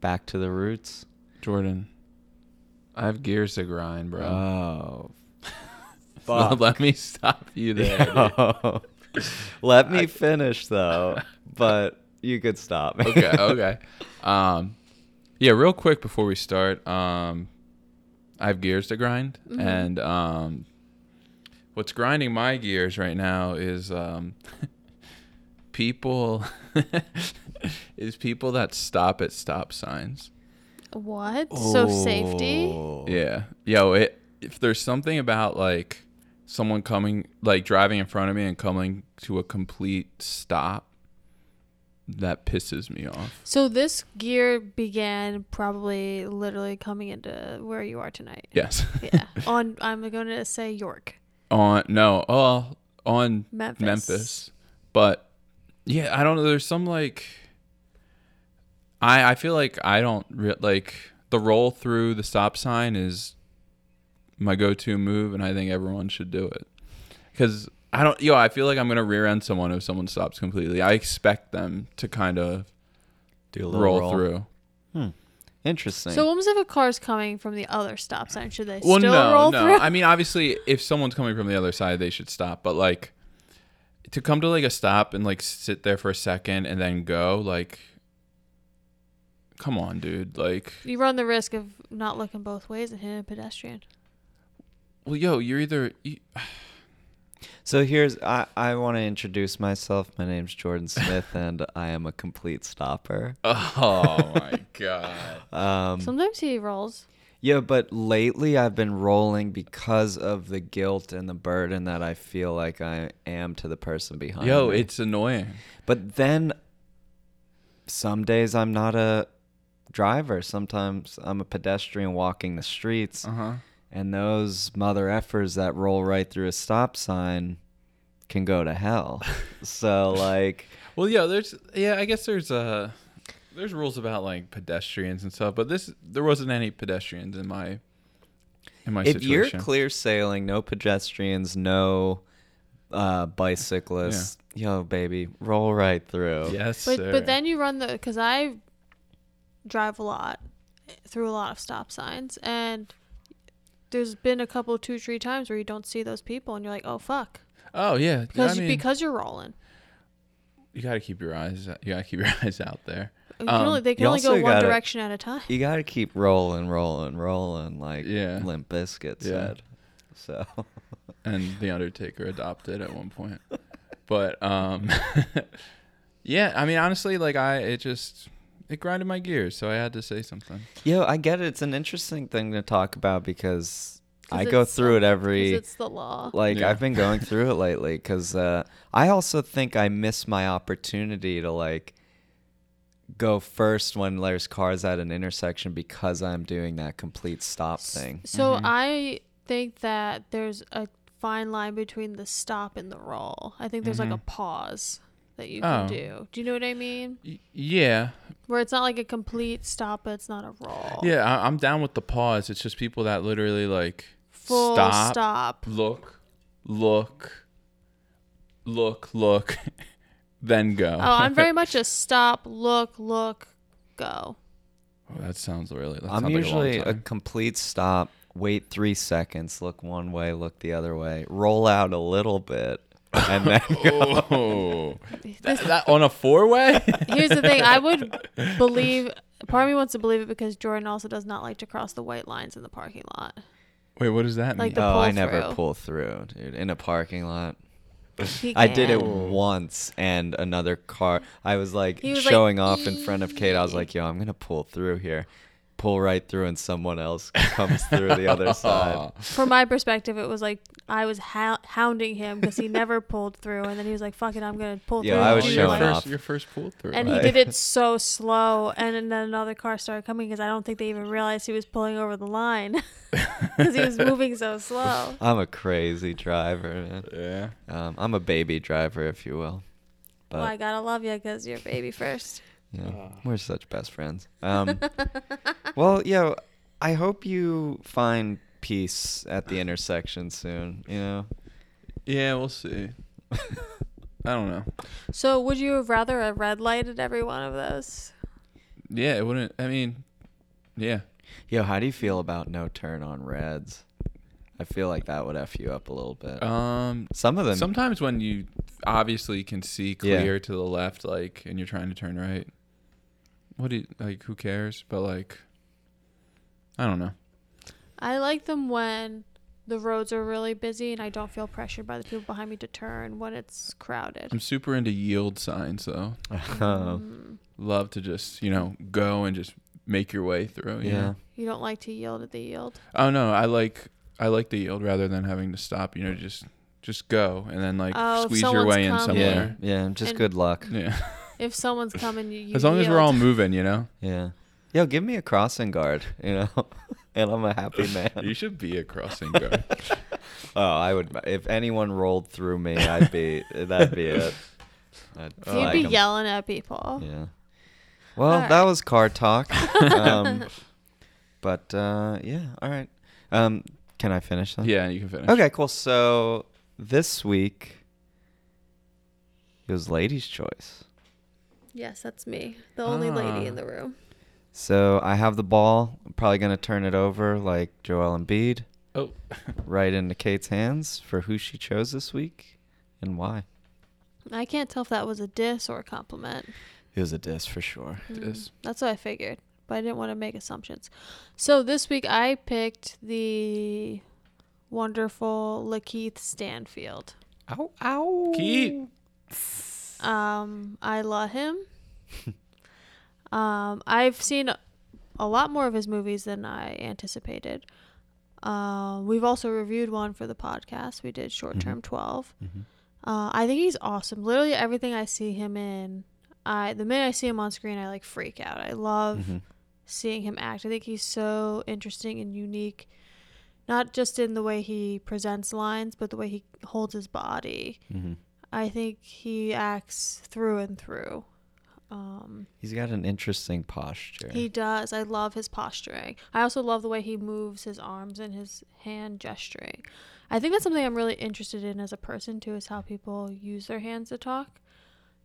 [SPEAKER 1] back to the roots.
[SPEAKER 3] Jordan, I have gears to grind, bro.
[SPEAKER 1] Oh.
[SPEAKER 3] Well,
[SPEAKER 1] fuck.
[SPEAKER 3] let me stop you there.
[SPEAKER 1] No. Let me
[SPEAKER 3] I-
[SPEAKER 1] finish though, but you could stop.
[SPEAKER 3] dude. okay, okay. Um, yeah, real quick before we start, um, I have gears to grind,
[SPEAKER 2] Mhm.
[SPEAKER 3] and um, what's grinding my gears right now is um, people is people that stop at stop signs.
[SPEAKER 2] What? So
[SPEAKER 1] Oh.
[SPEAKER 2] safety?
[SPEAKER 3] Yeah. Yo, it if there's something about like someone coming like driving in front of me and coming to a complete stop that pisses me off.
[SPEAKER 2] So this gear began probably literally coming into where you are tonight.
[SPEAKER 3] Yes.
[SPEAKER 2] Yeah. On I'm gonna say York,
[SPEAKER 3] on no, oh on
[SPEAKER 2] Memphis.
[SPEAKER 3] Memphis. But yeah, I don't know. There's some like I I feel like I don't re- like the roll through the stop sign is my go-to move, and I think everyone should do it because I don't. Yo, I feel like I'm gonna rear end someone if someone stops completely. I expect them to kind of
[SPEAKER 1] Do a little
[SPEAKER 3] roll, through.
[SPEAKER 1] Interesting.
[SPEAKER 2] So what happens if a car's coming from the other stop sign? Should they
[SPEAKER 3] Well,
[SPEAKER 2] still
[SPEAKER 3] no,
[SPEAKER 2] roll
[SPEAKER 3] no.
[SPEAKER 2] through?
[SPEAKER 3] I mean, obviously, if someone's coming from the other side, they should stop. But like, to come to like a stop and like sit there for a second and then go, like, come on, dude. Like,
[SPEAKER 2] you run the risk of not looking both ways and hitting a pedestrian.
[SPEAKER 3] well, yo, you're either. You,
[SPEAKER 1] So here's I, I want to introduce myself. My name's Jordan Smith, and I am a complete stopper.
[SPEAKER 3] oh my god.
[SPEAKER 1] Um,
[SPEAKER 2] Sometimes he rolls.
[SPEAKER 1] Yeah, but lately I've been rolling because of the guilt and the burden that I feel like I am to the person behind.
[SPEAKER 3] Yo,
[SPEAKER 1] me.
[SPEAKER 3] it's annoying.
[SPEAKER 1] But then, some days I'm not a driver. Sometimes I'm a pedestrian walking the streets,
[SPEAKER 3] Uh huh.
[SPEAKER 1] and those mother effers that roll right through a stop sign can go to hell. so like,
[SPEAKER 3] Well, yeah, there's yeah, I guess there's uh there's rules about like pedestrians and stuff, but this there wasn't any pedestrians in my in my
[SPEAKER 1] if
[SPEAKER 3] situation.
[SPEAKER 1] you're clear sailing, no pedestrians, no uh, bicyclists. Yo, baby, roll right through.
[SPEAKER 3] yes,
[SPEAKER 2] But
[SPEAKER 3] sir.
[SPEAKER 2] but then you run the because I drive a lot through a lot of stop signs, and there's been a couple two three times where you don't see those people, and you're like, oh fuck,
[SPEAKER 3] oh yeah,
[SPEAKER 2] because
[SPEAKER 3] I mean,
[SPEAKER 2] because you're rolling.
[SPEAKER 3] you gotta keep your eyes you gotta keep your eyes out there.
[SPEAKER 2] You can
[SPEAKER 3] Um,
[SPEAKER 2] only, they can
[SPEAKER 1] you
[SPEAKER 2] only go
[SPEAKER 1] also
[SPEAKER 2] one
[SPEAKER 1] gotta-
[SPEAKER 2] direction at a time.
[SPEAKER 1] You gotta keep rolling, rolling, rolling, like
[SPEAKER 3] Yeah.
[SPEAKER 1] Limp Bizkit
[SPEAKER 3] Yeah.
[SPEAKER 1] said. So
[SPEAKER 3] and the undertaker adopted at one point but um yeah i mean honestly like i it just it grinded my gears so i had to say something
[SPEAKER 1] Yo, I get it. It's an interesting thing to talk about because
[SPEAKER 2] 'Cause
[SPEAKER 1] I go
[SPEAKER 2] it's
[SPEAKER 1] through it
[SPEAKER 2] something- 'cause
[SPEAKER 1] every
[SPEAKER 2] It's the law.
[SPEAKER 1] like
[SPEAKER 3] Yeah.
[SPEAKER 1] I've been going through it lately because uh, I also think I miss my opportunity to like go first when there's cars at an intersection because I'm doing that complete stop thing.
[SPEAKER 2] So I think that there's a fine line between the stop and the roll. I think there's like
[SPEAKER 1] Mm-hmm.
[SPEAKER 2] a pause that you can
[SPEAKER 3] Oh.
[SPEAKER 2] do. Do you know what I mean?
[SPEAKER 3] Y- yeah
[SPEAKER 2] Where it's not like a complete stop, but it's not a roll.
[SPEAKER 3] yeah I- i'm down with the pause it's just people that literally like
[SPEAKER 2] Full
[SPEAKER 3] stop,
[SPEAKER 2] stop.
[SPEAKER 3] look look look look then go
[SPEAKER 2] Oh, I'm very much a stop, look, look, go.
[SPEAKER 3] Oh, that sounds really. That
[SPEAKER 1] I'm
[SPEAKER 3] sounds like
[SPEAKER 1] usually
[SPEAKER 3] a, long
[SPEAKER 1] a,
[SPEAKER 3] time.
[SPEAKER 1] complete stop, wait three seconds, look one way, look the other way, roll out a little bit, and then go.
[SPEAKER 3] Oh, that,
[SPEAKER 2] This-
[SPEAKER 3] that on a four way?
[SPEAKER 2] Here's the thing. I would believe. Part of me wants to believe it because Jordan also does not like to cross the white lines in the parking lot.
[SPEAKER 3] Wait, what does that
[SPEAKER 2] Like
[SPEAKER 3] mean?
[SPEAKER 2] the
[SPEAKER 1] oh, I
[SPEAKER 2] pull
[SPEAKER 1] never
[SPEAKER 2] through.
[SPEAKER 1] pull through, dude, in a parking lot.
[SPEAKER 2] He
[SPEAKER 1] I did it
[SPEAKER 2] can't.
[SPEAKER 1] once, and another car. I was like
[SPEAKER 2] He was like,
[SPEAKER 1] showing off in front of Kate. I was like, "Yo, I'm gonna pull through here, pull right through, and someone else comes through the other side."
[SPEAKER 2] From my perspective, it was like I was hou- hounding him because he never pulled through, and then he was like, "Fuck it, I'm gonna pull
[SPEAKER 1] Yeah,
[SPEAKER 2] through."
[SPEAKER 1] I
[SPEAKER 2] and
[SPEAKER 1] was
[SPEAKER 2] he
[SPEAKER 3] your
[SPEAKER 1] showing
[SPEAKER 2] like-
[SPEAKER 1] off.
[SPEAKER 3] first, Your first pull through.
[SPEAKER 2] And he did it so slow, and then another car started coming because I don't think they even realized he was pulling over the line because he was moving so slow.
[SPEAKER 1] I'm a crazy driver, man.
[SPEAKER 3] Yeah.
[SPEAKER 1] Um, I'm a baby driver, if you will. But
[SPEAKER 2] well, I gotta love you because you're baby first.
[SPEAKER 1] yeah,
[SPEAKER 3] Ah.
[SPEAKER 1] we're such best friends. Um, well, yeah, I hope you find peace at the intersection soon. You know,
[SPEAKER 3] Yeah, we'll see. I don't know.
[SPEAKER 2] So, would you have rather a red light at every one of those?
[SPEAKER 3] Yeah, it wouldn't. I mean, yeah.
[SPEAKER 1] yo, how do you feel about no turn on reds? I feel like that would f you up a little bit.
[SPEAKER 3] Um,
[SPEAKER 1] Uh, Some of them.
[SPEAKER 3] sometimes when you obviously can see
[SPEAKER 1] Yeah.
[SPEAKER 3] clear to the left, like, and you're trying to turn right, what do you, like? Who cares? But like, I don't know.
[SPEAKER 2] I like them when the roads are really busy and I don't feel pressured by the people behind me to turn when it's crowded.
[SPEAKER 3] I'm super into yield signs, though.
[SPEAKER 1] Oh,
[SPEAKER 2] Mm,
[SPEAKER 3] Love to just you know go and just make your way through. you
[SPEAKER 1] Mm, yeah.
[SPEAKER 3] know?
[SPEAKER 2] you don't like to yield at the yield.
[SPEAKER 3] Oh no, I like I like the yield rather than having to stop. You know, just just go and then like
[SPEAKER 2] Oh, if
[SPEAKER 3] squeeze your
[SPEAKER 2] someone's
[SPEAKER 3] way in
[SPEAKER 2] coming.
[SPEAKER 1] Yeah.
[SPEAKER 3] somewhere.
[SPEAKER 1] Yeah. Just
[SPEAKER 2] And-
[SPEAKER 1] good luck.
[SPEAKER 3] Yeah.
[SPEAKER 2] If someone's coming, you, you
[SPEAKER 3] As long as we're all
[SPEAKER 2] yield.
[SPEAKER 3] moving, you know.
[SPEAKER 1] Yeah. Yo, give me a crossing guard, you know, and I'm a happy man.
[SPEAKER 3] should be a crossing guard.
[SPEAKER 1] Oh, I would. If anyone rolled through me, I'd be. that'd be it. I'd
[SPEAKER 2] So
[SPEAKER 3] uh,
[SPEAKER 2] you'd
[SPEAKER 1] flag
[SPEAKER 2] be
[SPEAKER 1] 'em.
[SPEAKER 2] yelling at people.
[SPEAKER 1] Yeah. Well,
[SPEAKER 2] All
[SPEAKER 1] that
[SPEAKER 2] right.
[SPEAKER 1] was car talk. um, but uh, yeah, all right. Um, can I finish that?
[SPEAKER 3] yeah, you can finish.
[SPEAKER 1] Okay, cool. So this week it was ladies' choice.
[SPEAKER 2] Yes, that's me, the only lady in
[SPEAKER 3] Ah.
[SPEAKER 2] the room.
[SPEAKER 1] So I have the ball. I'm probably gonna turn it over like Joel Embiid.
[SPEAKER 3] Oh.
[SPEAKER 1] right into Kate's hands for who she chose this week and why.
[SPEAKER 2] Ah. I can't tell if that was a diss or a compliment.
[SPEAKER 1] It was a diss for sure.
[SPEAKER 2] Mm.
[SPEAKER 3] Diss.
[SPEAKER 2] That's what I figured, but I didn't want to make assumptions. So this week I picked the wonderful Lakeith Stanfield.
[SPEAKER 1] Ow, ow.
[SPEAKER 3] Keith.
[SPEAKER 2] Um, I love him. um, I've seen a lot more of his movies than I anticipated. Uh, we've also reviewed one for the podcast. We did Short Term 12.
[SPEAKER 1] Mm-hmm.
[SPEAKER 2] Uh, I think he's awesome. Literally everything I see him in, I the minute I see him on screen, I like freak out. I love
[SPEAKER 1] Mm-hmm.
[SPEAKER 2] seeing him act. I think he's so interesting and unique, not just in the way he presents lines, but the way he holds his body.
[SPEAKER 1] Mm-hmm.
[SPEAKER 2] I think he acts through and through. Um,
[SPEAKER 1] He's got an interesting posture.
[SPEAKER 2] He does. I love his posturing. I also love the way he moves his arms and his hand gesturing. I think that's something I'm really interested in as a person too, is how people use their hands to talk,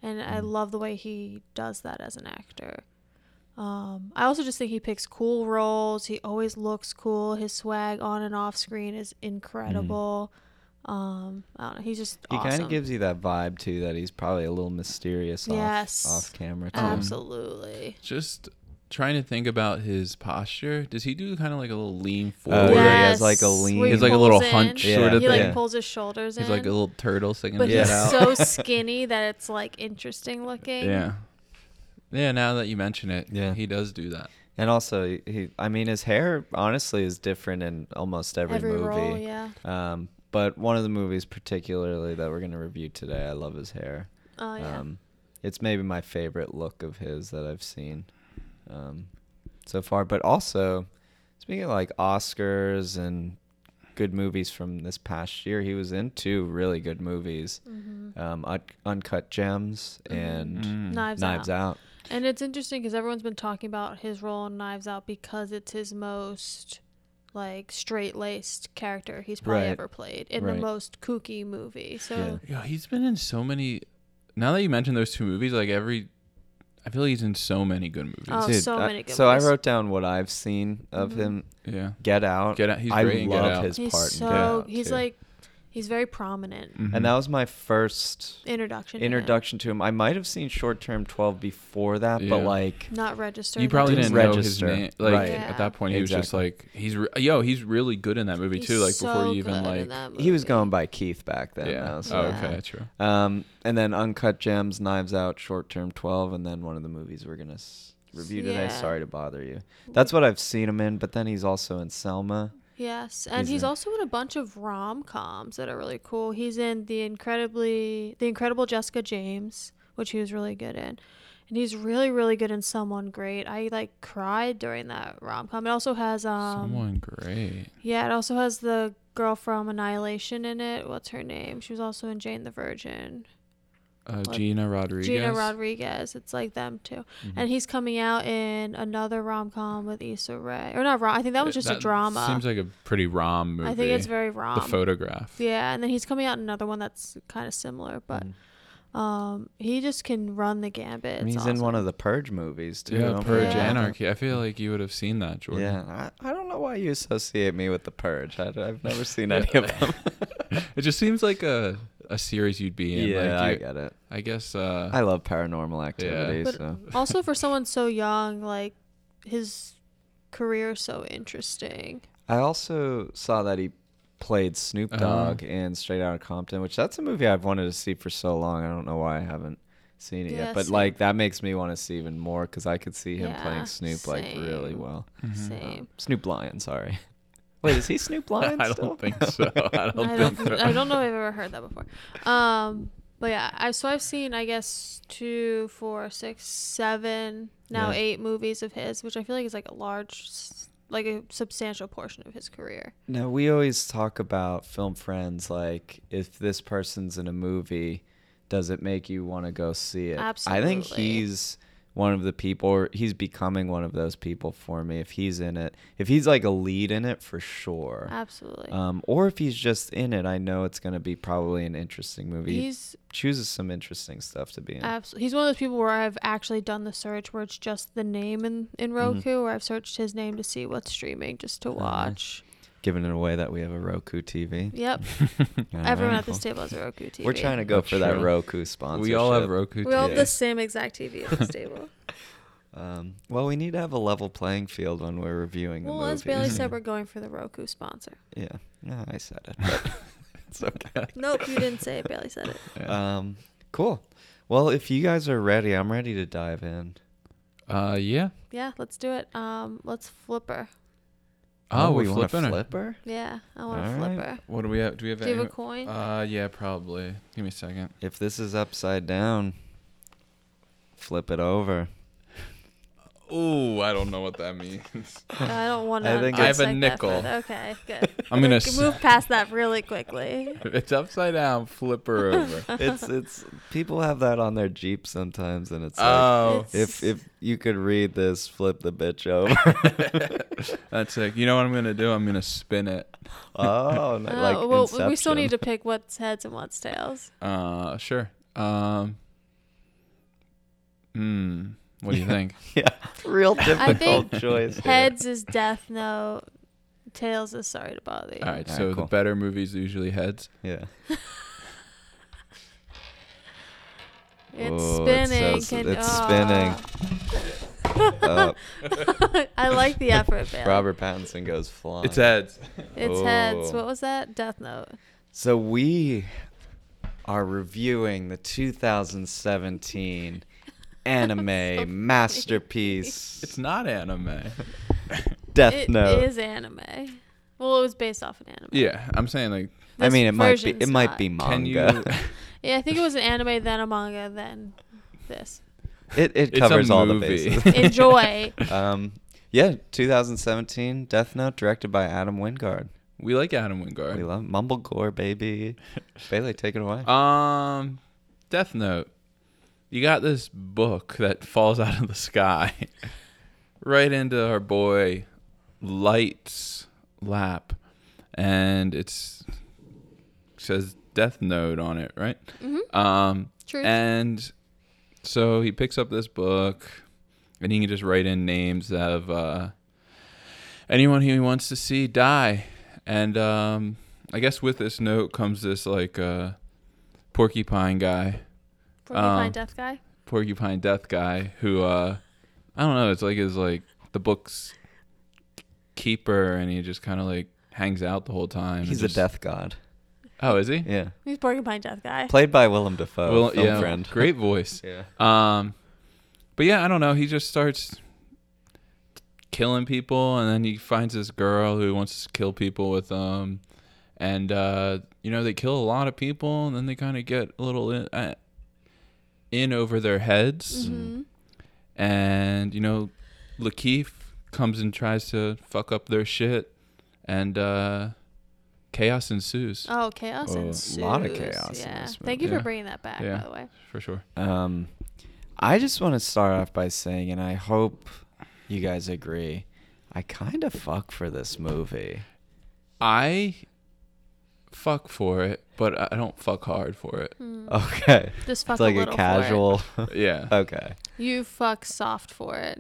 [SPEAKER 2] and I
[SPEAKER 1] Mm.
[SPEAKER 2] love the way he does that as an actor. Um, I also just think he picks cool roles. He always looks cool. His swag on and off screen is incredible. Um, I don't know. He's just
[SPEAKER 1] Mm. he
[SPEAKER 2] awesome.
[SPEAKER 1] kind of gives you that vibe too that he's probably a little mysterious
[SPEAKER 2] Yes. Um,
[SPEAKER 1] off, off camera too.
[SPEAKER 2] absolutely.
[SPEAKER 3] Just trying to think about his posture. Does he do kind of like a little lean
[SPEAKER 1] Oh,
[SPEAKER 3] forward?
[SPEAKER 1] yeah, he has, like, a
[SPEAKER 2] Yes,
[SPEAKER 1] lean-
[SPEAKER 2] where he
[SPEAKER 1] He's
[SPEAKER 3] like a little
[SPEAKER 2] pulls in.
[SPEAKER 3] hunch
[SPEAKER 1] Yeah. sort of
[SPEAKER 2] He like
[SPEAKER 1] thing.
[SPEAKER 2] pulls his shoulders
[SPEAKER 3] He's
[SPEAKER 2] in.
[SPEAKER 3] like a little turtle sticking
[SPEAKER 2] but
[SPEAKER 3] his head
[SPEAKER 2] he's
[SPEAKER 1] Yeah.
[SPEAKER 3] out.
[SPEAKER 2] so skinny that it's like interesting looking.
[SPEAKER 3] yeah. Yeah, now that you mention it,
[SPEAKER 1] Yeah.
[SPEAKER 3] he does do that.
[SPEAKER 1] And also, he- he, I mean, his hair honestly is different in almost every,
[SPEAKER 2] Every
[SPEAKER 1] movie.
[SPEAKER 2] role, yeah.
[SPEAKER 1] Um, but one of the movies, particularly that we're gonna review today, I love his hair.
[SPEAKER 2] Oh yeah.
[SPEAKER 1] Um, it's maybe my favorite look of his that I've seen um, so far. But also, speaking of like Oscars and good movies from this past year, he was in two really good movies
[SPEAKER 2] Mhm.
[SPEAKER 1] um, Un- Uncut Gems and
[SPEAKER 3] Mm.
[SPEAKER 2] Mm-hmm. Knives,
[SPEAKER 1] hmm, Knives
[SPEAKER 2] out.
[SPEAKER 1] Out.
[SPEAKER 2] And it's interesting because everyone's been talking about his role in Knives Out because it's his most like straight laced character he's probably
[SPEAKER 1] Right.
[SPEAKER 2] ever played in
[SPEAKER 1] Right.
[SPEAKER 2] the most kooky movie. So
[SPEAKER 1] Yeah.
[SPEAKER 3] Yo, he's been in so many. Now that you mentioned those two movies, like every, I feel like he's in so many good movies.
[SPEAKER 2] Oh,
[SPEAKER 1] Dude,
[SPEAKER 2] so
[SPEAKER 1] I-
[SPEAKER 2] many good
[SPEAKER 1] so I
[SPEAKER 2] movies.
[SPEAKER 1] wrote down what I've seen of
[SPEAKER 2] Mhm.
[SPEAKER 1] him.
[SPEAKER 3] yeah.
[SPEAKER 1] Get Out.
[SPEAKER 3] Get Out- he's
[SPEAKER 1] I
[SPEAKER 3] great in Get
[SPEAKER 1] love
[SPEAKER 3] Out.
[SPEAKER 1] his
[SPEAKER 2] he's
[SPEAKER 1] part. in Get
[SPEAKER 2] so
[SPEAKER 1] Out,
[SPEAKER 2] he's
[SPEAKER 1] too.
[SPEAKER 2] like he's very prominent.
[SPEAKER 3] Mm-hmm.
[SPEAKER 1] and that was my first
[SPEAKER 2] Introduction. to him.
[SPEAKER 1] introduction to him. I might have seen Short Term 12 before that,
[SPEAKER 3] Yeah.
[SPEAKER 1] but like,
[SPEAKER 2] Not registered.
[SPEAKER 3] You probably
[SPEAKER 1] didn't
[SPEAKER 3] didn't know his
[SPEAKER 1] register.
[SPEAKER 3] name. Like
[SPEAKER 1] Right.
[SPEAKER 3] at that point, he was just
[SPEAKER 1] Exactly.
[SPEAKER 3] like he's re- yo, he's really good in that movie too. Like before you even like
[SPEAKER 1] he was going by Keith back then.
[SPEAKER 3] yeah.
[SPEAKER 1] though,
[SPEAKER 3] Oh,
[SPEAKER 1] so-
[SPEAKER 2] Yeah.
[SPEAKER 3] okay, true.
[SPEAKER 1] Um, and then Uncut Gems, Knives Out, Short Term 12, and then one of the movies we're going to s- review today.
[SPEAKER 2] Yeah.
[SPEAKER 1] Sorry to bother you. That's what I've seen him in, but then he's also in Selma.
[SPEAKER 2] Yes, and
[SPEAKER 1] He's
[SPEAKER 2] he's,
[SPEAKER 1] in-
[SPEAKER 2] also in a bunch of rom coms that are really cool. He's in the incredibly the incredible Jessica James, which he was really good in, and he's really really good in Someone Great. I like cried during that rom com. It also has um
[SPEAKER 3] Someone great.
[SPEAKER 2] yeah, it also has the girl from Annihilation in it. What's her name? She was also in Jane the Virgin.
[SPEAKER 3] Uh,
[SPEAKER 2] what-
[SPEAKER 3] Gina Rodriguez. Mm-hmm.
[SPEAKER 2] Gina Rodriguez. It's like them too, and he's coming out in another rom com with Issa Rae, or not rom. I think that was just a drama.
[SPEAKER 3] Seems like a pretty rom movie.
[SPEAKER 2] I think it's very
[SPEAKER 3] the
[SPEAKER 2] rom.
[SPEAKER 3] photograph.
[SPEAKER 2] Yeah, and then he's coming out in another one that's kind of similar, but um, he just can run the gambit.
[SPEAKER 1] And
[SPEAKER 2] It's
[SPEAKER 1] he's in one
[SPEAKER 2] awesome.
[SPEAKER 1] of the Purge movies, too.
[SPEAKER 3] Yeah,
[SPEAKER 1] Don't
[SPEAKER 3] Purge
[SPEAKER 1] forget
[SPEAKER 2] Yeah.
[SPEAKER 1] that.
[SPEAKER 3] Anarchy. I feel like you would have seen that, Jordan.
[SPEAKER 1] Yeah, I, I don't know why you associate me with the Purge. I, have never seen any of them.
[SPEAKER 3] It just seems like a a series you'd be in.
[SPEAKER 1] yeah, I
[SPEAKER 3] like you,
[SPEAKER 1] get it.
[SPEAKER 3] I, guess. Uh,
[SPEAKER 1] I love paranormal activity,
[SPEAKER 2] But
[SPEAKER 1] so
[SPEAKER 2] also for someone so young, like his career is so interesting.
[SPEAKER 1] I also saw that he played Snoop
[SPEAKER 3] Uh-huh.
[SPEAKER 1] Dogg in Straight Outta Compton, which that's a movie I've wanted to see for so long. I don't know why I haven't seen it
[SPEAKER 2] Yeah,
[SPEAKER 1] yet, but
[SPEAKER 2] same.
[SPEAKER 1] like that makes me want to see even more because I could see him
[SPEAKER 2] Yeah,
[SPEAKER 1] playing Snoop like really
[SPEAKER 2] same.
[SPEAKER 1] well.
[SPEAKER 3] Mm-hmm.
[SPEAKER 2] Same.
[SPEAKER 1] Snoop Lion, sorry. Wait, is he Snoop Lion?
[SPEAKER 3] I
[SPEAKER 1] still?
[SPEAKER 3] don't think so. I don't,
[SPEAKER 2] I don't,
[SPEAKER 3] think so.
[SPEAKER 2] I don't know if I've ever heard that before. Um, but yeah, I so I've seen I guess two, four, six, seven, now
[SPEAKER 1] Yeah.
[SPEAKER 2] eight movies of his, which I feel like is like a large, s- like a substantial portion of his career.
[SPEAKER 1] Now we always talk about film friends like if this person's in a movie, does it make you want to go see it? I think
[SPEAKER 2] Absolutely.
[SPEAKER 1] he's one of the people or he's becoming one of those people for me if he's in it. If he's like a lead in it for sure.
[SPEAKER 2] Absolutely.
[SPEAKER 1] Um, or if he's just in it, I know it's going to be probably an interesting movie. He
[SPEAKER 2] He's
[SPEAKER 1] chooses some interesting stuff to be in.
[SPEAKER 2] Absolutely. He's one of those people where I've actually done the search where it's just the name in, in Roku, where I've searched his name to see what's streaming just to
[SPEAKER 1] nice.
[SPEAKER 2] watch.
[SPEAKER 1] Given it away that we have a Roku TV.
[SPEAKER 2] Yep.
[SPEAKER 1] All
[SPEAKER 2] Everyone
[SPEAKER 1] right.
[SPEAKER 2] at this table has a Roku TV.
[SPEAKER 1] We're trying to go
[SPEAKER 3] That's
[SPEAKER 1] for that
[SPEAKER 3] true.
[SPEAKER 1] Roku sponsorship.
[SPEAKER 3] We all have Roku.
[SPEAKER 2] We all have
[SPEAKER 3] TVs.
[SPEAKER 2] the same exact TV at this table.
[SPEAKER 1] Um, well, we need to have a level playing field when we're reviewing the
[SPEAKER 2] well,
[SPEAKER 1] movies.
[SPEAKER 2] as Bailey said, we're going for the Roku sponsor.
[SPEAKER 1] yeah, yeah, I said it. but it's okay.
[SPEAKER 2] Nope, you didn't say it. Bailey said it.
[SPEAKER 3] Yeah.
[SPEAKER 1] Um, cool. Well, if you guys are ready, I'm ready to dive in.
[SPEAKER 3] Uh, yeah.
[SPEAKER 2] Yeah, let's do it. Um, let's flipper.
[SPEAKER 3] Oh,
[SPEAKER 1] we
[SPEAKER 3] we're
[SPEAKER 1] want a
[SPEAKER 3] flipping it.
[SPEAKER 1] flipper.
[SPEAKER 2] Yeah, I want a
[SPEAKER 1] All right.
[SPEAKER 2] flipper.
[SPEAKER 3] What do we have? Do we have?
[SPEAKER 2] Do you have
[SPEAKER 3] any-
[SPEAKER 2] a coin?
[SPEAKER 3] Uh, yeah, probably. Give me a second.
[SPEAKER 1] If this is upside down, flip it over.
[SPEAKER 3] Oh, I don't know what that means.
[SPEAKER 2] I don't want to.
[SPEAKER 1] I think
[SPEAKER 3] I have a
[SPEAKER 2] dissect that
[SPEAKER 3] nickel.
[SPEAKER 2] further. Okay, good.
[SPEAKER 3] I'm gonna
[SPEAKER 2] Like,
[SPEAKER 3] s-
[SPEAKER 2] move past that really quickly.
[SPEAKER 3] it's upside down. Flipper over.
[SPEAKER 1] It's it's people have that on their jeep sometimes, and it's like
[SPEAKER 3] oh,
[SPEAKER 2] It's-
[SPEAKER 1] if if you could read this, flip the bitch over.
[SPEAKER 3] that's sick. You know what I'm gonna do? I'm gonna spin it.
[SPEAKER 1] oh,
[SPEAKER 2] Oh,
[SPEAKER 1] like
[SPEAKER 2] well, we still
[SPEAKER 1] Inception.
[SPEAKER 2] need to pick what's heads and what's tails.
[SPEAKER 3] Uh, sure. Um. Hmm. What do you think?
[SPEAKER 1] yeah, real
[SPEAKER 2] I
[SPEAKER 1] difficult
[SPEAKER 2] think
[SPEAKER 1] choice. here.
[SPEAKER 2] Heads is Death Note. Tails is Sorry to Bother You.
[SPEAKER 3] All
[SPEAKER 1] All
[SPEAKER 3] right.
[SPEAKER 1] right,
[SPEAKER 3] so
[SPEAKER 1] cool.
[SPEAKER 3] the better movies are usually heads.
[SPEAKER 1] Yeah.
[SPEAKER 2] It's
[SPEAKER 1] Oh, it
[SPEAKER 2] spinning. ah.
[SPEAKER 1] says
[SPEAKER 2] Can-
[SPEAKER 1] it's
[SPEAKER 2] Aw.
[SPEAKER 1] Uh,
[SPEAKER 2] I like the effort, Bailey.
[SPEAKER 1] Robert Pattinson goes flying.
[SPEAKER 3] It's heads.
[SPEAKER 2] It's heads.
[SPEAKER 1] Oh.
[SPEAKER 2] What was that? Death Note.
[SPEAKER 1] so we are reviewing the 2017 anime masterpiece
[SPEAKER 3] It's not anime.
[SPEAKER 1] Death
[SPEAKER 2] It is
[SPEAKER 1] Note.
[SPEAKER 2] anime. Well, it was based off an anime.
[SPEAKER 3] Yeah, I'm saying like,
[SPEAKER 1] I
[SPEAKER 2] This
[SPEAKER 1] mean, it might be
[SPEAKER 2] version's
[SPEAKER 1] it might
[SPEAKER 2] not.
[SPEAKER 1] be
[SPEAKER 3] can
[SPEAKER 1] manga.
[SPEAKER 3] you?
[SPEAKER 2] Yeah, I think it was an anime, then a manga, then this.
[SPEAKER 1] it it
[SPEAKER 3] It's a
[SPEAKER 1] covers all the
[SPEAKER 3] movie.
[SPEAKER 1] bases.
[SPEAKER 2] Enjoy.
[SPEAKER 1] um, yeah, 2017 Death Note, directed by Adam Wingard.
[SPEAKER 3] we like Adam
[SPEAKER 1] We
[SPEAKER 3] Wingard.
[SPEAKER 1] love mumble gore, baby. Bailey, take it away.
[SPEAKER 3] Um, Death Note. You got this book that falls out of the sky, right into our boy Light's lap, and it's says Death Note on it, right?
[SPEAKER 2] Mhm.
[SPEAKER 3] Um,
[SPEAKER 2] True.
[SPEAKER 3] and So he picks up this book, and he can just write in names of uh, anyone he wants to see die. And um, I guess with this note comes this like uh, porcupine guy,
[SPEAKER 2] Porcupine
[SPEAKER 3] Um,
[SPEAKER 2] Death Guy.
[SPEAKER 3] porcupine death guy who uh, I don't know. It's like is like the book's keeper, and he just kind of like hangs out the whole time. and
[SPEAKER 1] He's a
[SPEAKER 3] just-
[SPEAKER 1] death god.
[SPEAKER 3] Oh, is he?
[SPEAKER 1] Yeah.
[SPEAKER 2] He's Porcupine Death Guy.
[SPEAKER 1] Played by Willem Dafoe,
[SPEAKER 3] Well,
[SPEAKER 1] film
[SPEAKER 3] yeah,
[SPEAKER 1] friend.
[SPEAKER 3] great voice.
[SPEAKER 1] Yeah.
[SPEAKER 3] Um, but yeah, I don't know. He just starts killing people, and then he finds this girl who wants to kill people with um, and uh, you know they kill a lot of people, and then they kind of get a little in, uh, in over their heads,
[SPEAKER 2] hmm
[SPEAKER 3] and you know, Lakeith comes and tries to fuck up their shit, and uh, chaos ensues
[SPEAKER 2] Oh, chaos
[SPEAKER 1] Oh,
[SPEAKER 2] and
[SPEAKER 1] a lot of chaos in
[SPEAKER 2] Yeah.
[SPEAKER 1] this
[SPEAKER 2] Thank you
[SPEAKER 3] movie.
[SPEAKER 2] for bringing that back,
[SPEAKER 3] Yeah.
[SPEAKER 2] by the way.
[SPEAKER 3] for sure.
[SPEAKER 1] Um, I just want to start off by saying, and I hope you guys agree, I kind of fuck for this movie.
[SPEAKER 3] I fuck for it, but I don't fuck hard for it.
[SPEAKER 2] Hmm.
[SPEAKER 1] Okay.
[SPEAKER 2] Just fuck
[SPEAKER 1] Uh, It's like
[SPEAKER 2] a
[SPEAKER 1] a,
[SPEAKER 2] little
[SPEAKER 1] casual.
[SPEAKER 3] Yeah.
[SPEAKER 1] okay.
[SPEAKER 2] You fuck soft for it.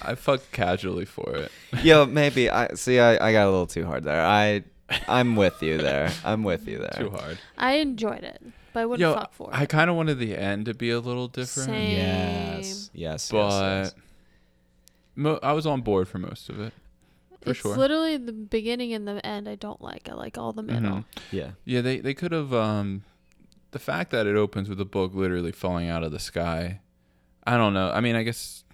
[SPEAKER 3] I fuck casually for it.
[SPEAKER 1] Yo, maybe I see. I, I got a little too hard there. I I'm with you there. I'm with you there.
[SPEAKER 3] Too hard.
[SPEAKER 2] I enjoyed it, but I wouldn't
[SPEAKER 3] Yo,
[SPEAKER 2] fuck for it.
[SPEAKER 3] I kind of wanted the end to be a little different,
[SPEAKER 2] Same.
[SPEAKER 1] Yes. Yes.
[SPEAKER 3] but
[SPEAKER 1] yes, yes.
[SPEAKER 3] mo- I was on board for most of it. for
[SPEAKER 2] it's
[SPEAKER 3] sure.
[SPEAKER 2] literally the beginning and the end I don't like. I like all the middle.
[SPEAKER 1] Mm-hmm.
[SPEAKER 3] Mhm.
[SPEAKER 1] yeah.
[SPEAKER 3] Yeah, they they could have um the fact that it opens with a book literally falling out of the sky. I don't know. I mean, I guess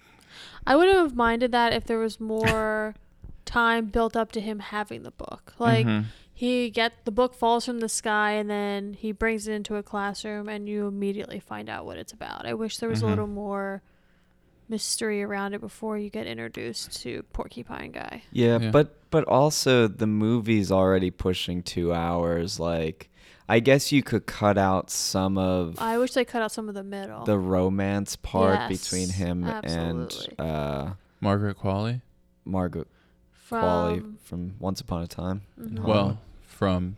[SPEAKER 2] I wouldn't have minded that if there was more time built up to him having the book.
[SPEAKER 1] Mm-hmm.
[SPEAKER 2] Like
[SPEAKER 3] Mhm.
[SPEAKER 2] he get the book falls from the sky and then he brings it into a classroom and you immediately find out what it's about. I wish there was
[SPEAKER 3] Mhm.
[SPEAKER 2] a little more mystery around it before you get introduced to Porcupine Guy.
[SPEAKER 1] Yeah,
[SPEAKER 3] Yeah.
[SPEAKER 1] but but also the movie's already pushing two hours. Like, I guess you could cut out some of
[SPEAKER 2] I wish they cut out some of the middle.
[SPEAKER 1] the romance part
[SPEAKER 2] Yes,
[SPEAKER 1] between him
[SPEAKER 2] absolutely.
[SPEAKER 1] and uh,
[SPEAKER 3] Margaret Qualley.
[SPEAKER 1] Margaret Qualley
[SPEAKER 2] from
[SPEAKER 1] from Once Upon a Time. in
[SPEAKER 2] Mhm.
[SPEAKER 1] Hollywood.
[SPEAKER 3] Well, from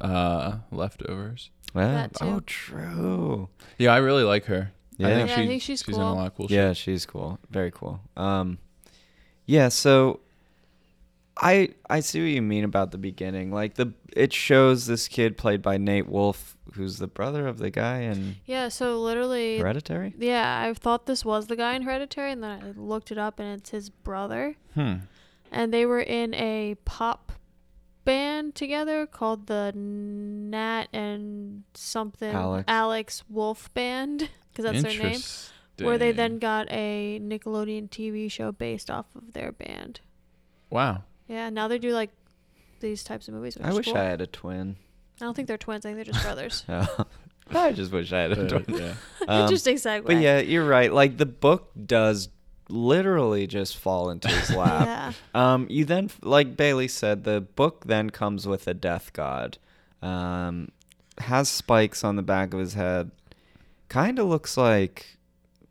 [SPEAKER 3] uh leftovers.
[SPEAKER 1] Yeah.
[SPEAKER 2] that too.
[SPEAKER 1] oh, true.
[SPEAKER 3] Yeah, I really like her. I
[SPEAKER 1] Yeah.
[SPEAKER 3] think,
[SPEAKER 2] Yeah, I
[SPEAKER 3] she-
[SPEAKER 2] think she's
[SPEAKER 3] she's in a
[SPEAKER 2] cool.
[SPEAKER 3] lot of cool shit.
[SPEAKER 1] Yeah, she's cool. Very cool. Um, yeah. So, I I see what you mean about the beginning. Like the it shows this kid played by Nate Wolf, who's the brother of the guy in
[SPEAKER 2] yeah, so literally
[SPEAKER 1] Hereditary.
[SPEAKER 2] Yeah, I thought this was the guy in Hereditary, and then I looked it up, and it's his brother.
[SPEAKER 3] Hmm.
[SPEAKER 2] And they were in a pop band together called the Nat and something
[SPEAKER 1] Alex.
[SPEAKER 2] Wolf Band, because that's their name. Where they then got a Nickelodeon TV show based off of their band.
[SPEAKER 3] wow.
[SPEAKER 2] Yeah, now they do like these types of movies. Which
[SPEAKER 1] I
[SPEAKER 2] is
[SPEAKER 1] wish
[SPEAKER 2] cool.
[SPEAKER 1] I had a twin.
[SPEAKER 2] I don't think they're twins. I think they're just brothers.
[SPEAKER 1] I just wish I had a
[SPEAKER 3] Uh,
[SPEAKER 1] twin.
[SPEAKER 3] yeah.
[SPEAKER 1] Um,
[SPEAKER 2] Interesting segue.
[SPEAKER 1] But yeah, you're right. Like the book does literally just fall into his lap.
[SPEAKER 2] Yeah.
[SPEAKER 1] Um, you then, like Bailey said, the book then comes with a death god. Um, has spikes on the back of his head. Kind of looks like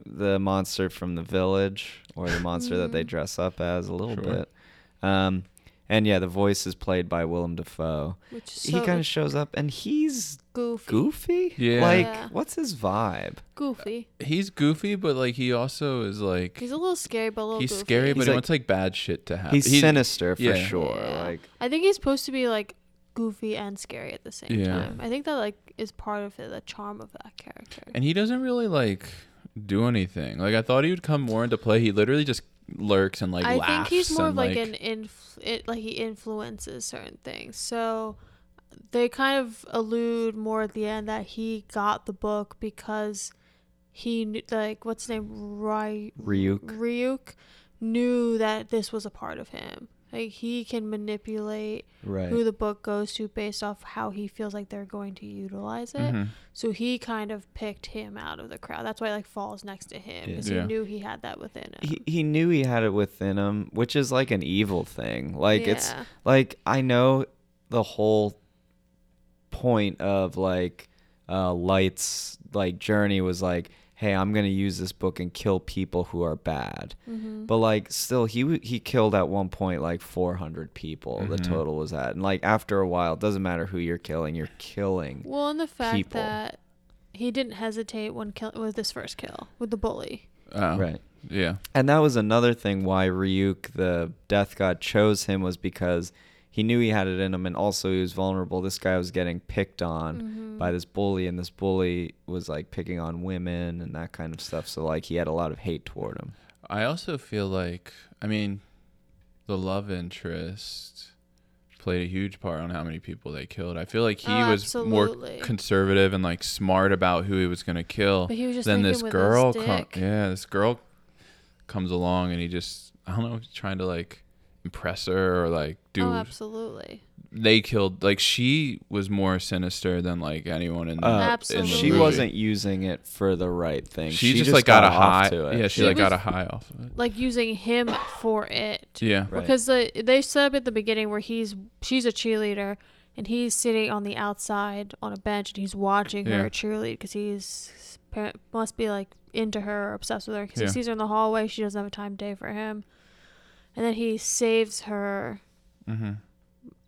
[SPEAKER 1] the monster from the village or the monster that they
[SPEAKER 2] Mm.
[SPEAKER 1] dress up as a little
[SPEAKER 3] Sure.
[SPEAKER 1] bit. Um, and yeah, the voice is played by Willem Dafoe.
[SPEAKER 2] Which is
[SPEAKER 1] he
[SPEAKER 2] so
[SPEAKER 1] kind of shows up and he's
[SPEAKER 2] goofy.
[SPEAKER 1] goofy.
[SPEAKER 3] Yeah.
[SPEAKER 1] Like,
[SPEAKER 2] Yeah.
[SPEAKER 1] what's his vibe?
[SPEAKER 2] goofy.
[SPEAKER 3] He's goofy, but like he also is like
[SPEAKER 2] He's
[SPEAKER 3] he's,
[SPEAKER 2] a little scary, but a little goofy.
[SPEAKER 3] scary, but
[SPEAKER 1] He's
[SPEAKER 3] he
[SPEAKER 1] like-
[SPEAKER 3] wants like bad shit to happen.
[SPEAKER 1] He's, sinister for
[SPEAKER 3] yeah.
[SPEAKER 1] sure.
[SPEAKER 2] Yeah.
[SPEAKER 1] Like,
[SPEAKER 2] I think he's supposed to be like goofy and scary at the same
[SPEAKER 3] Yeah.
[SPEAKER 2] time. I think that like is part of the charm of that character.
[SPEAKER 3] and he doesn't really like do anything. Like I thought he would come more into play. He literally just lurks and like
[SPEAKER 2] I think
[SPEAKER 3] laughs.
[SPEAKER 2] he's more
[SPEAKER 3] and,
[SPEAKER 2] of like, an inf- it, like he influences certain things. So they kind of allude more at the end that he got the book because he knew, like what's his name Ry-
[SPEAKER 1] Ryuk.
[SPEAKER 2] Ryuk knew that this was a part of him. Like he can manipulate
[SPEAKER 1] Right.
[SPEAKER 2] who the book goes to based off how he feels like they're going to utilize it.
[SPEAKER 3] Mhm.
[SPEAKER 2] So he kind of picked him out of the crowd. That's why like falls next to him
[SPEAKER 1] Yeah.
[SPEAKER 2] because
[SPEAKER 3] Yeah.
[SPEAKER 2] he knew he had that within him.
[SPEAKER 1] he, he knew he had it within him, which is like an evil thing. Like it's like I know the whole point of like uh, Light's like journey was like, hey, I'm gonna use this book and kill people who are bad.
[SPEAKER 2] hmm
[SPEAKER 1] But like still, he w- he killed at one point like 400 people. The
[SPEAKER 3] Mhm.
[SPEAKER 1] total was at, and like after a while, it doesn't matter who you're killing, you're killing.
[SPEAKER 2] well, and the fact
[SPEAKER 1] people.
[SPEAKER 2] that he didn't hesitate when kill with his first kill with the bully.
[SPEAKER 3] Oh,
[SPEAKER 1] Right.
[SPEAKER 3] Yeah.
[SPEAKER 1] And that was another thing why Ryuk, the death god, chose him was because he knew he had it in him and also he was vulnerable. This guy was getting picked on by this bully, and this bully was like picking on women and that kind of stuff. So, like, he had a lot of hate toward him.
[SPEAKER 3] I also feel like, I mean, the love interest played a huge part on how many people they killed. I feel like he
[SPEAKER 2] Oh,
[SPEAKER 3] was
[SPEAKER 2] absolutely.
[SPEAKER 3] more conservative and like smart about who he was going to kill.
[SPEAKER 2] But he was just
[SPEAKER 3] Oh, then
[SPEAKER 2] thinking
[SPEAKER 3] this
[SPEAKER 2] with Oh,
[SPEAKER 3] girl,
[SPEAKER 2] his
[SPEAKER 3] com-
[SPEAKER 2] dick.
[SPEAKER 3] yeah, this girl comes along and he just, I don't know, he's trying to like impress her or like do.
[SPEAKER 2] Oh, absolutely.
[SPEAKER 3] they killed like she was more sinister than like anyone in the
[SPEAKER 1] Uh,
[SPEAKER 3] in
[SPEAKER 2] Absolutely.
[SPEAKER 3] the
[SPEAKER 1] She
[SPEAKER 3] movie.
[SPEAKER 1] wasn't using it for the right thing.
[SPEAKER 3] She, just, like got, a
[SPEAKER 1] off
[SPEAKER 3] high.
[SPEAKER 1] to it.
[SPEAKER 3] Yeah, she,
[SPEAKER 2] She
[SPEAKER 3] like got a
[SPEAKER 2] was-
[SPEAKER 3] high off of it.
[SPEAKER 2] Like using him for it.
[SPEAKER 3] Yeah.
[SPEAKER 1] Right.
[SPEAKER 2] Because the, they set up at the beginning where he's she's a cheerleader and he's sitting on the outside on a bench and he's watching
[SPEAKER 3] Yeah.
[SPEAKER 2] her cheerlead because he's par- must be like into her or obsessed with her because
[SPEAKER 3] Yeah.
[SPEAKER 2] he sees her in the hallway. She doesn't have a time of day for him, and then he saves her
[SPEAKER 3] Mm-hmm.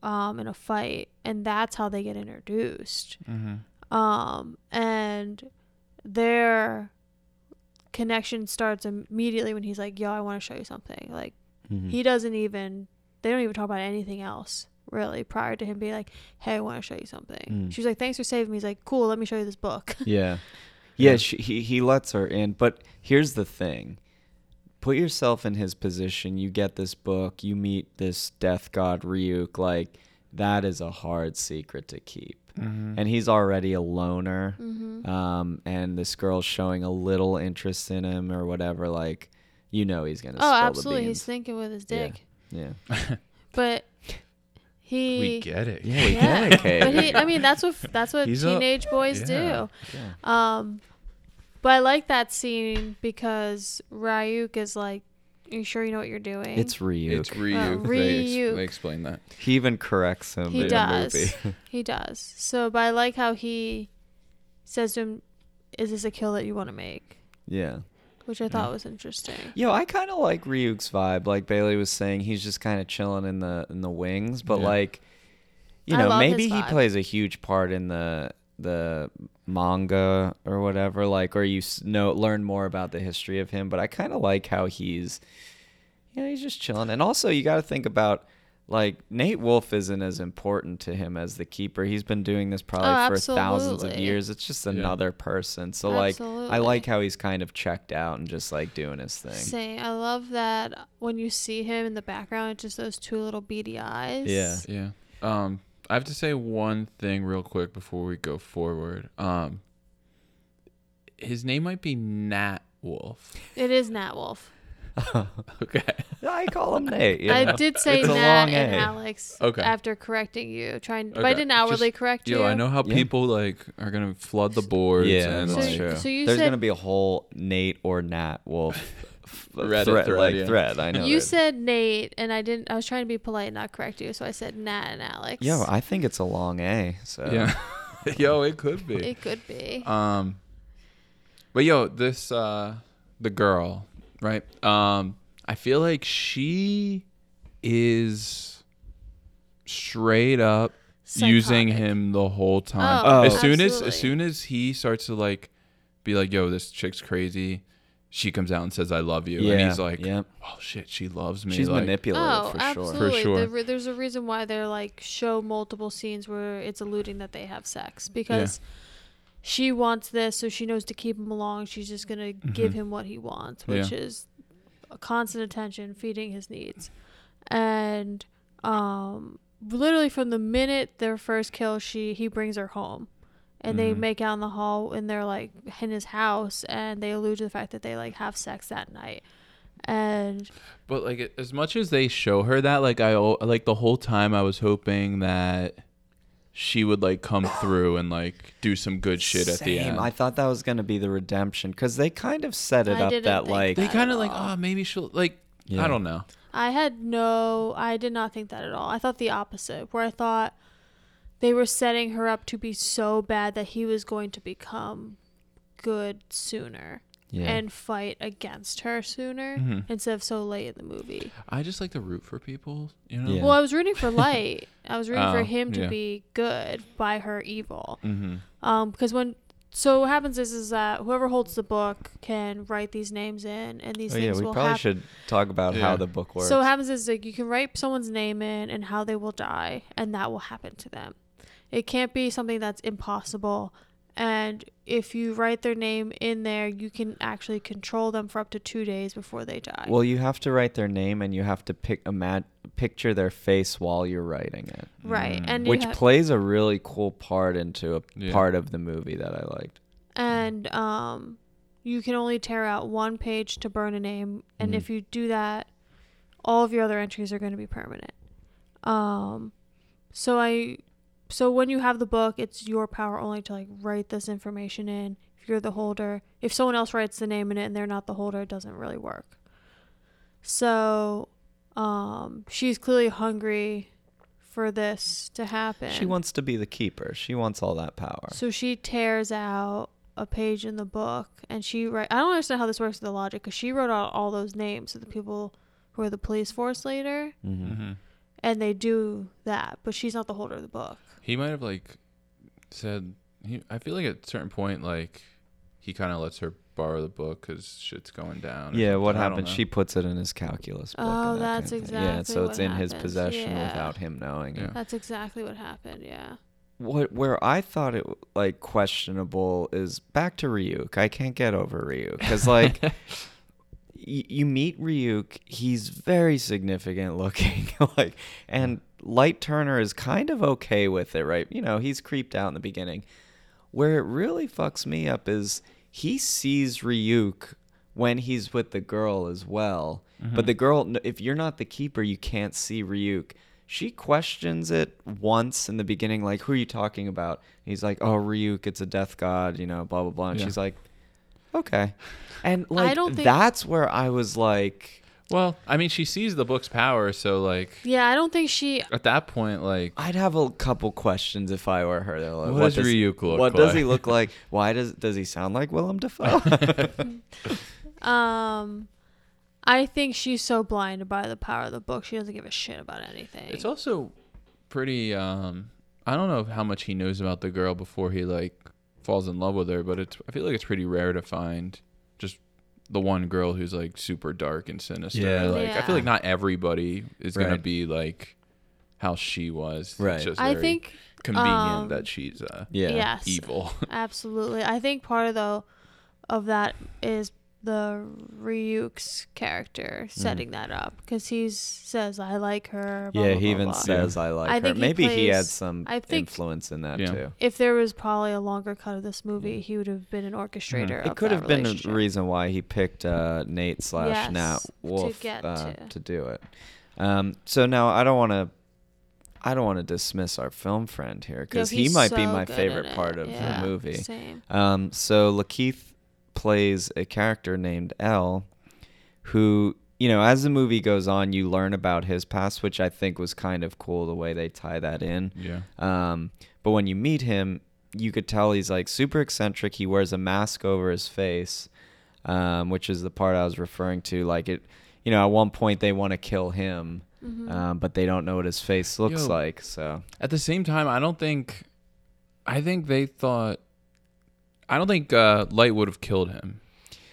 [SPEAKER 2] um, in a fight, and that's how they get introduced.
[SPEAKER 3] Mm-hmm.
[SPEAKER 2] um, and their connection starts immediately when he's like, "Yo, I want to show you something." Like
[SPEAKER 1] Mhm.
[SPEAKER 3] Mm-hmm.
[SPEAKER 2] he doesn't even they don't even talk about anything else really prior to him being like, "Hey, I want to show you something."
[SPEAKER 1] Mm.
[SPEAKER 2] She's like, "Thanks for saving me." He's like, "Cool, let me show you this book."
[SPEAKER 1] Yeah.
[SPEAKER 3] Yeah.
[SPEAKER 1] Yeah, she, he, he lets her in. But here's the thing put yourself in his position. You get this book, you meet this death god Ryuk. Like, that is a hard secret to keep.
[SPEAKER 3] Mm-hmm.
[SPEAKER 1] And he's already a loner.
[SPEAKER 2] mm-hmm.
[SPEAKER 1] Um, and this girl's showing a little interest in him or whatever. Like, you know he's going to
[SPEAKER 2] Oh,
[SPEAKER 1] spill
[SPEAKER 2] absolutely.
[SPEAKER 1] the
[SPEAKER 2] He's
[SPEAKER 1] beans.
[SPEAKER 2] thinking with his
[SPEAKER 1] Yeah.
[SPEAKER 2] dick,
[SPEAKER 1] yeah.
[SPEAKER 2] but he.
[SPEAKER 3] Mm-hmm. we get it.
[SPEAKER 1] Yeah, we
[SPEAKER 2] yeah,
[SPEAKER 1] get it,
[SPEAKER 2] but
[SPEAKER 1] Kate.
[SPEAKER 2] he, I mean that's what that's what
[SPEAKER 3] He's a-
[SPEAKER 2] teenage boys
[SPEAKER 3] yeah.
[SPEAKER 2] do.
[SPEAKER 1] yeah.
[SPEAKER 2] Um, but I like that scene because Ryuk is like, "Are you sure you know what you're doing?"
[SPEAKER 1] It's Ryuk.
[SPEAKER 3] It's Ryuk.
[SPEAKER 2] Oh,
[SPEAKER 3] they,
[SPEAKER 2] Ryuk.
[SPEAKER 3] ex- they explain that.
[SPEAKER 1] he even corrects him.
[SPEAKER 2] he
[SPEAKER 1] in
[SPEAKER 2] does.
[SPEAKER 1] The movie.
[SPEAKER 2] he does. So, but I like how he says to him, "Is this a kill that you want to make?"
[SPEAKER 1] yeah.
[SPEAKER 2] Which I thought was interesting.
[SPEAKER 1] Yo, I kind of like Ryuk's vibe. Like Bailey was saying, he's just kind of chilling in the in the wings. But
[SPEAKER 3] Yeah.
[SPEAKER 1] like, you
[SPEAKER 2] I
[SPEAKER 1] know,
[SPEAKER 2] love
[SPEAKER 1] maybe
[SPEAKER 2] his
[SPEAKER 1] he
[SPEAKER 2] vibe.
[SPEAKER 1] plays a huge part in the the manga or whatever. Like, or you s- know, learn more about the history of him. But I kind of like how he's, you know, he's just chilling. And also, you got to think about. Like Nate Wolf isn't as important to him as the keeper. He's been doing this probably
[SPEAKER 2] Oh,
[SPEAKER 1] for thousands of
[SPEAKER 2] absolutely.
[SPEAKER 1] years. It's just
[SPEAKER 3] Yeah.
[SPEAKER 1] another person. So like I
[SPEAKER 2] Absolutely.
[SPEAKER 1] like how he's kind of checked out and just like doing his thing.
[SPEAKER 2] Saying, I love that when you see him in the background, it's just those two little beady eyes.
[SPEAKER 1] Yeah.
[SPEAKER 3] Yeah. Um, I have to say one thing real quick before we go forward. Um, his name might be Nat Wolf.
[SPEAKER 2] it is Nat Wolf.
[SPEAKER 3] Okay.
[SPEAKER 1] I call him Nate. You
[SPEAKER 2] I
[SPEAKER 1] know?
[SPEAKER 2] did say
[SPEAKER 1] It's a
[SPEAKER 2] Nat
[SPEAKER 1] long
[SPEAKER 2] and
[SPEAKER 1] A.
[SPEAKER 2] Alex
[SPEAKER 3] Okay.
[SPEAKER 2] after correcting you, trying, but I
[SPEAKER 3] Okay.
[SPEAKER 2] didn't outwardly
[SPEAKER 3] Just-
[SPEAKER 2] correct you.
[SPEAKER 3] Yo, I know how
[SPEAKER 1] Yeah.
[SPEAKER 3] people like are gonna flood the boards.
[SPEAKER 1] Yeah,
[SPEAKER 3] and,
[SPEAKER 1] that's
[SPEAKER 3] like,
[SPEAKER 1] true.
[SPEAKER 2] So, so you
[SPEAKER 1] There's
[SPEAKER 2] said
[SPEAKER 1] gonna be a whole Nate or Nat Wolf f-
[SPEAKER 3] Reddit
[SPEAKER 1] thread,
[SPEAKER 3] thread,
[SPEAKER 1] like
[SPEAKER 3] yeah.
[SPEAKER 1] thread. I know.
[SPEAKER 2] You
[SPEAKER 1] that.
[SPEAKER 2] said Nate, and I didn't. I was trying to be polite and not correct you, so I said Nat and Alex.
[SPEAKER 1] Yo, I think it's a long A. So
[SPEAKER 3] yeah. yo, it could be.
[SPEAKER 2] it could be.
[SPEAKER 3] Um, but yo, this uh, the girl, right? Um, I feel like she is straight up using
[SPEAKER 2] Psychotic.
[SPEAKER 3] him the whole time.
[SPEAKER 2] Oh,
[SPEAKER 1] Oh.
[SPEAKER 3] as soon as
[SPEAKER 2] absolutely.
[SPEAKER 3] as soon as he starts to like be like, "Yo, this chick's crazy," she comes out and says, "I love you," and
[SPEAKER 1] Yeah,
[SPEAKER 3] he's like,
[SPEAKER 1] yep.
[SPEAKER 3] "Oh shit, she loves me."
[SPEAKER 1] she's
[SPEAKER 3] like,
[SPEAKER 1] manipulative
[SPEAKER 2] Oh,
[SPEAKER 1] for sure.
[SPEAKER 2] absolutely.
[SPEAKER 3] sure.
[SPEAKER 2] The re- there's a reason why they're like show multiple scenes where it's alluding that they have sex because she wants this, so she knows to keep him along. She's just gonna give him what he wants, which
[SPEAKER 3] Mm-hmm. Yeah.
[SPEAKER 2] is a constant attention, feeding his needs, and um, literally from the minute their first kill, she he brings her home. And they
[SPEAKER 3] Mhm.
[SPEAKER 2] make out in the hall, and they're like in his house, and they allude to the fact that they like have sex that night, and
[SPEAKER 3] But like as much as they show her that, like I al- like the whole time I was hoping that she would like come through and like do some good shit at the
[SPEAKER 1] Same.
[SPEAKER 3] end.
[SPEAKER 1] I thought that was gonna be the redemption because they kind of set it
[SPEAKER 2] I
[SPEAKER 1] up
[SPEAKER 2] didn't
[SPEAKER 1] that
[SPEAKER 2] think
[SPEAKER 1] like
[SPEAKER 3] they
[SPEAKER 2] that.
[SPEAKER 3] kind
[SPEAKER 2] at
[SPEAKER 3] of like
[SPEAKER 2] all.
[SPEAKER 3] oh maybe she'll like
[SPEAKER 1] Yeah.
[SPEAKER 3] I don't know.
[SPEAKER 2] I had no, I did not think that at all. I thought the opposite, where I thought they were setting her up to be so bad that he was going to become good sooner
[SPEAKER 1] yeah. Mm-hmm.
[SPEAKER 2] and fight against her sooner
[SPEAKER 3] Mhm.
[SPEAKER 2] instead of so late in the movie.
[SPEAKER 3] I just like to root for people, you know.
[SPEAKER 1] Yeah.
[SPEAKER 2] Well, I was rooting for Light. I was rooting
[SPEAKER 3] Oh,
[SPEAKER 2] for him to
[SPEAKER 3] yeah.
[SPEAKER 2] be good by her evil.
[SPEAKER 3] Mm-hmm.
[SPEAKER 2] Um, because when so what happens is is that whoever holds the book can write these names in, and these
[SPEAKER 1] Oh, yeah,
[SPEAKER 2] things
[SPEAKER 1] we
[SPEAKER 2] will
[SPEAKER 1] probably
[SPEAKER 2] happen.
[SPEAKER 1] should talk about how
[SPEAKER 3] Yeah.
[SPEAKER 1] the book works.
[SPEAKER 2] So what happens is like you can write someone's name in and how they will die, and that will happen to them. It can't be something that's impossible. And if you write their name in there, you can actually control them for up to two days before they die.
[SPEAKER 1] well, you have to write their name and you have to pick a mat- picture their face while you're writing it,
[SPEAKER 2] Mm-hmm. right,
[SPEAKER 3] Mm.
[SPEAKER 2] and you
[SPEAKER 1] which
[SPEAKER 2] ha-
[SPEAKER 1] plays a really cool part into a
[SPEAKER 3] Yeah.
[SPEAKER 1] part of the movie that I liked.
[SPEAKER 2] and um, you can only tear out one page to burn a name, and
[SPEAKER 1] Mhm.
[SPEAKER 2] if you do that, all of your other entries are going to be permanent. Um, so I, so when you have the book, it's your power only to like write this information in. If you're the holder, if someone else writes the name in it and they're not the holder, it doesn't really work. So, um, she's clearly hungry for this to happen.
[SPEAKER 1] She wants to be the keeper. She wants all that power.
[SPEAKER 2] So she tears out a page in the book, and she write. I don't understand how this works with the logic, because she wrote out all those names of the people who are the police force later,
[SPEAKER 1] hmm
[SPEAKER 3] Mm-hmm.
[SPEAKER 2] and they do that, but she's not the holder of the book.
[SPEAKER 3] He might have like said. He, I feel like at a certain point, like he kind of lets her borrow the book because shit's going down. or
[SPEAKER 1] Yeah,
[SPEAKER 3] something.
[SPEAKER 1] what
[SPEAKER 3] I don't
[SPEAKER 1] happened?
[SPEAKER 3] know.
[SPEAKER 1] She puts it in his calculus book.
[SPEAKER 2] Oh,
[SPEAKER 1] and that
[SPEAKER 2] that's
[SPEAKER 1] kind of thing. Yeah,
[SPEAKER 2] exactly
[SPEAKER 1] so it's
[SPEAKER 2] what
[SPEAKER 1] in his
[SPEAKER 2] happens.
[SPEAKER 1] possession
[SPEAKER 2] Yeah.
[SPEAKER 1] without him knowing. it.
[SPEAKER 3] Yeah.
[SPEAKER 2] That's exactly what happened. Yeah.
[SPEAKER 1] What where I thought it like questionable is back to Ryuk. I can't get over Ryuk because like. y- You meet Ryuk, he's very significant looking, like, and Light Turner is kind of okay with it, right? You know, he's creeped out in the beginning. Where it really fucks me up is he sees Ryuk when he's with the girl as well. But the girl, n- if you're not the keeper, you can't see Ryuk. She questions it once in the beginning, like, who are you talking about? He's like, oh, Ryuk, it's a death god, you know, blah, blah, blah. And
[SPEAKER 3] Yeah.
[SPEAKER 1] she's like, okay. And like,
[SPEAKER 2] don't think-
[SPEAKER 1] that's where I was like,
[SPEAKER 3] Well, I mean, she sees the book's power, so like
[SPEAKER 2] Yeah, I don't think she.
[SPEAKER 3] at that point, like
[SPEAKER 1] I'd have a couple questions if I were her. They're Like,
[SPEAKER 3] What does Ryuk look
[SPEAKER 1] What does he
[SPEAKER 3] like?
[SPEAKER 1] look like? Why does does he sound like Willem Dafoe?
[SPEAKER 2] Um, I think she's so blinded by the power of the book, she doesn't give a shit about anything.
[SPEAKER 3] it's also pretty. um I don't know how much he knows about the girl before he like falls in love with her, but it's. I feel like it's pretty rare to find just the one girl who's like super dark and sinister.
[SPEAKER 1] Yeah.
[SPEAKER 3] Like I
[SPEAKER 2] Yeah.
[SPEAKER 3] feel like not everybody is gonna
[SPEAKER 1] Right.
[SPEAKER 3] be like how she was.
[SPEAKER 1] Right.
[SPEAKER 3] It's just
[SPEAKER 2] I
[SPEAKER 3] very
[SPEAKER 2] think.
[SPEAKER 3] convenient
[SPEAKER 2] um,
[SPEAKER 3] that she's uh,
[SPEAKER 1] yeah.
[SPEAKER 2] Yes.
[SPEAKER 3] evil.
[SPEAKER 2] Absolutely. I think part of though of that is the Ryuk's
[SPEAKER 1] Mm.
[SPEAKER 2] character setting that up because he says I like her. blah,
[SPEAKER 1] Yeah,
[SPEAKER 2] blah,
[SPEAKER 1] he
[SPEAKER 2] blah,
[SPEAKER 1] even
[SPEAKER 2] blah."
[SPEAKER 1] says I like
[SPEAKER 2] I
[SPEAKER 1] her.
[SPEAKER 2] think he
[SPEAKER 1] Maybe he had
[SPEAKER 2] plays-
[SPEAKER 1] some
[SPEAKER 2] I think-
[SPEAKER 1] influence in that
[SPEAKER 3] Yeah.
[SPEAKER 1] too.
[SPEAKER 2] if there was probably a longer cut of this movie, he would have been an orchestrator. of
[SPEAKER 1] Mm. It could
[SPEAKER 2] that
[SPEAKER 1] have been a
[SPEAKER 2] relationship.
[SPEAKER 1] reason why he picked uh, Nate slash Nat
[SPEAKER 2] Yes, to
[SPEAKER 1] Wolf
[SPEAKER 2] get
[SPEAKER 1] uh,
[SPEAKER 2] to.
[SPEAKER 1] to do it. Um, so now I don't want to, I don't want to dismiss our film friend here
[SPEAKER 2] Yo,
[SPEAKER 1] because he
[SPEAKER 2] he's
[SPEAKER 1] might be
[SPEAKER 2] so
[SPEAKER 1] my
[SPEAKER 2] good at
[SPEAKER 1] favorite
[SPEAKER 2] it.
[SPEAKER 1] part of
[SPEAKER 2] Yeah,
[SPEAKER 1] the movie.
[SPEAKER 2] Same.
[SPEAKER 1] Um, so Lakeith plays a character named L, who you know, as the movie goes on, you learn about his past, which I think was kind of cool the way they tie that in.
[SPEAKER 3] yeah.
[SPEAKER 1] Um, but when you meet him, you could tell he's like super eccentric. He wears a mask over his face, um, which is the part I was referring to. Like it, you know, at one point they want to kill him,
[SPEAKER 2] Mm-hmm.
[SPEAKER 1] um, but they don't know what his face looks
[SPEAKER 3] Yo.
[SPEAKER 1] like. So
[SPEAKER 3] At the same time, I don't think. I think they thought. I don't think uh, Light would have killed him,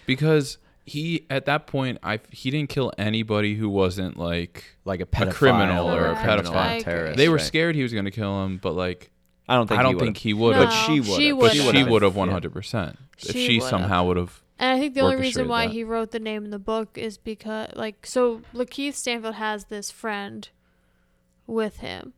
[SPEAKER 3] because he at that point I he didn't kill anybody who wasn't like
[SPEAKER 1] like a pedophile
[SPEAKER 3] criminal
[SPEAKER 1] or a
[SPEAKER 2] Correct.
[SPEAKER 1] criminal
[SPEAKER 2] I agree.
[SPEAKER 1] terrorist.
[SPEAKER 3] they were
[SPEAKER 1] right?
[SPEAKER 3] scared he was going to kill him, but like
[SPEAKER 1] I don't think he
[SPEAKER 3] I don't
[SPEAKER 1] would've.
[SPEAKER 3] think he would
[SPEAKER 2] No,
[SPEAKER 3] have.
[SPEAKER 1] But she would.
[SPEAKER 2] she
[SPEAKER 3] But
[SPEAKER 2] would've.
[SPEAKER 3] she would have one hundred percent if
[SPEAKER 2] She
[SPEAKER 3] she
[SPEAKER 2] would've.
[SPEAKER 3] somehow would have.
[SPEAKER 2] And I think the only reason
[SPEAKER 3] orchestrated
[SPEAKER 2] why
[SPEAKER 3] that.
[SPEAKER 2] he wrote the name in the book is because, like, so Lakeith Stanfield has this friend with him.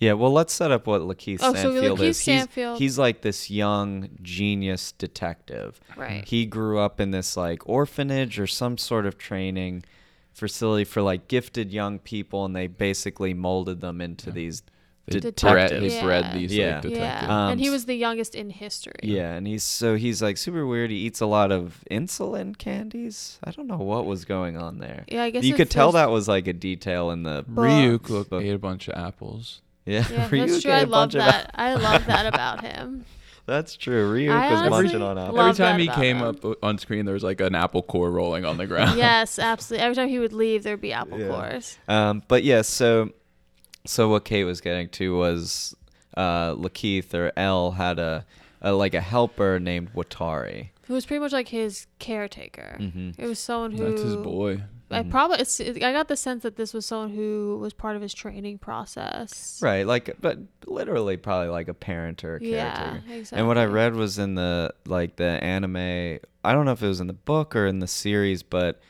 [SPEAKER 1] Yeah, well, let's set up what Lakeith
[SPEAKER 2] Oh, so
[SPEAKER 1] Stanfield
[SPEAKER 2] Lakeith
[SPEAKER 1] is. He's-
[SPEAKER 2] Stanfield-
[SPEAKER 1] He's, like this young genius detective.
[SPEAKER 2] Right.
[SPEAKER 1] Mm-hmm. He grew up in this like orphanage or some sort of training facility for like gifted young people, and they basically molded them into these
[SPEAKER 3] They bred,
[SPEAKER 1] detectives.
[SPEAKER 3] they bred
[SPEAKER 2] Yeah.
[SPEAKER 3] these
[SPEAKER 1] Yeah.
[SPEAKER 3] like
[SPEAKER 1] Um,
[SPEAKER 3] detectives.
[SPEAKER 2] Yeah. and he
[SPEAKER 1] s-
[SPEAKER 2] was the youngest in history.
[SPEAKER 1] Yeah, and he's so he's like super weird. He eats a lot of insulin candies. I don't know what was going on there.
[SPEAKER 2] Yeah, I guess
[SPEAKER 1] you
[SPEAKER 2] it
[SPEAKER 1] could tell
[SPEAKER 2] feels-
[SPEAKER 1] that was like a detail in the
[SPEAKER 2] But-
[SPEAKER 3] Ryuk
[SPEAKER 1] Book.
[SPEAKER 3] look, ate a bunch of apples.
[SPEAKER 1] yeah.
[SPEAKER 2] Yeah,
[SPEAKER 1] Ryuk
[SPEAKER 2] that's true.
[SPEAKER 1] ate a
[SPEAKER 2] I love
[SPEAKER 1] bunch of app-
[SPEAKER 2] that. I love that about him.
[SPEAKER 1] That's true. Ryuk
[SPEAKER 2] I
[SPEAKER 1] was
[SPEAKER 2] honestly
[SPEAKER 1] munching on apples.
[SPEAKER 2] Love
[SPEAKER 3] Every time
[SPEAKER 2] that
[SPEAKER 3] he
[SPEAKER 2] about
[SPEAKER 3] came
[SPEAKER 2] him.
[SPEAKER 3] up o- on screen, there was like an apple core rolling on the ground.
[SPEAKER 2] Yes, absolutely. Every time he would leave, there'd be apple
[SPEAKER 1] Yeah.
[SPEAKER 2] cores.
[SPEAKER 1] Um, but yeah, so so what Kate was getting to was uh, Lakeith or L had a, uh, like a helper named Watari.
[SPEAKER 2] Who was pretty much like his caretaker.
[SPEAKER 1] Mm-hmm.
[SPEAKER 2] It was someone who
[SPEAKER 3] That's his boy.
[SPEAKER 2] I
[SPEAKER 1] Mhm.
[SPEAKER 2] probably it's, I got the sense that this was someone who was part of his training process.
[SPEAKER 1] Right, like, but literally probably like a parent or a
[SPEAKER 2] Yeah,
[SPEAKER 1] caretaker.
[SPEAKER 2] exactly.
[SPEAKER 1] And what I read was in the like the anime. I don't know if it was in the book or in the series, but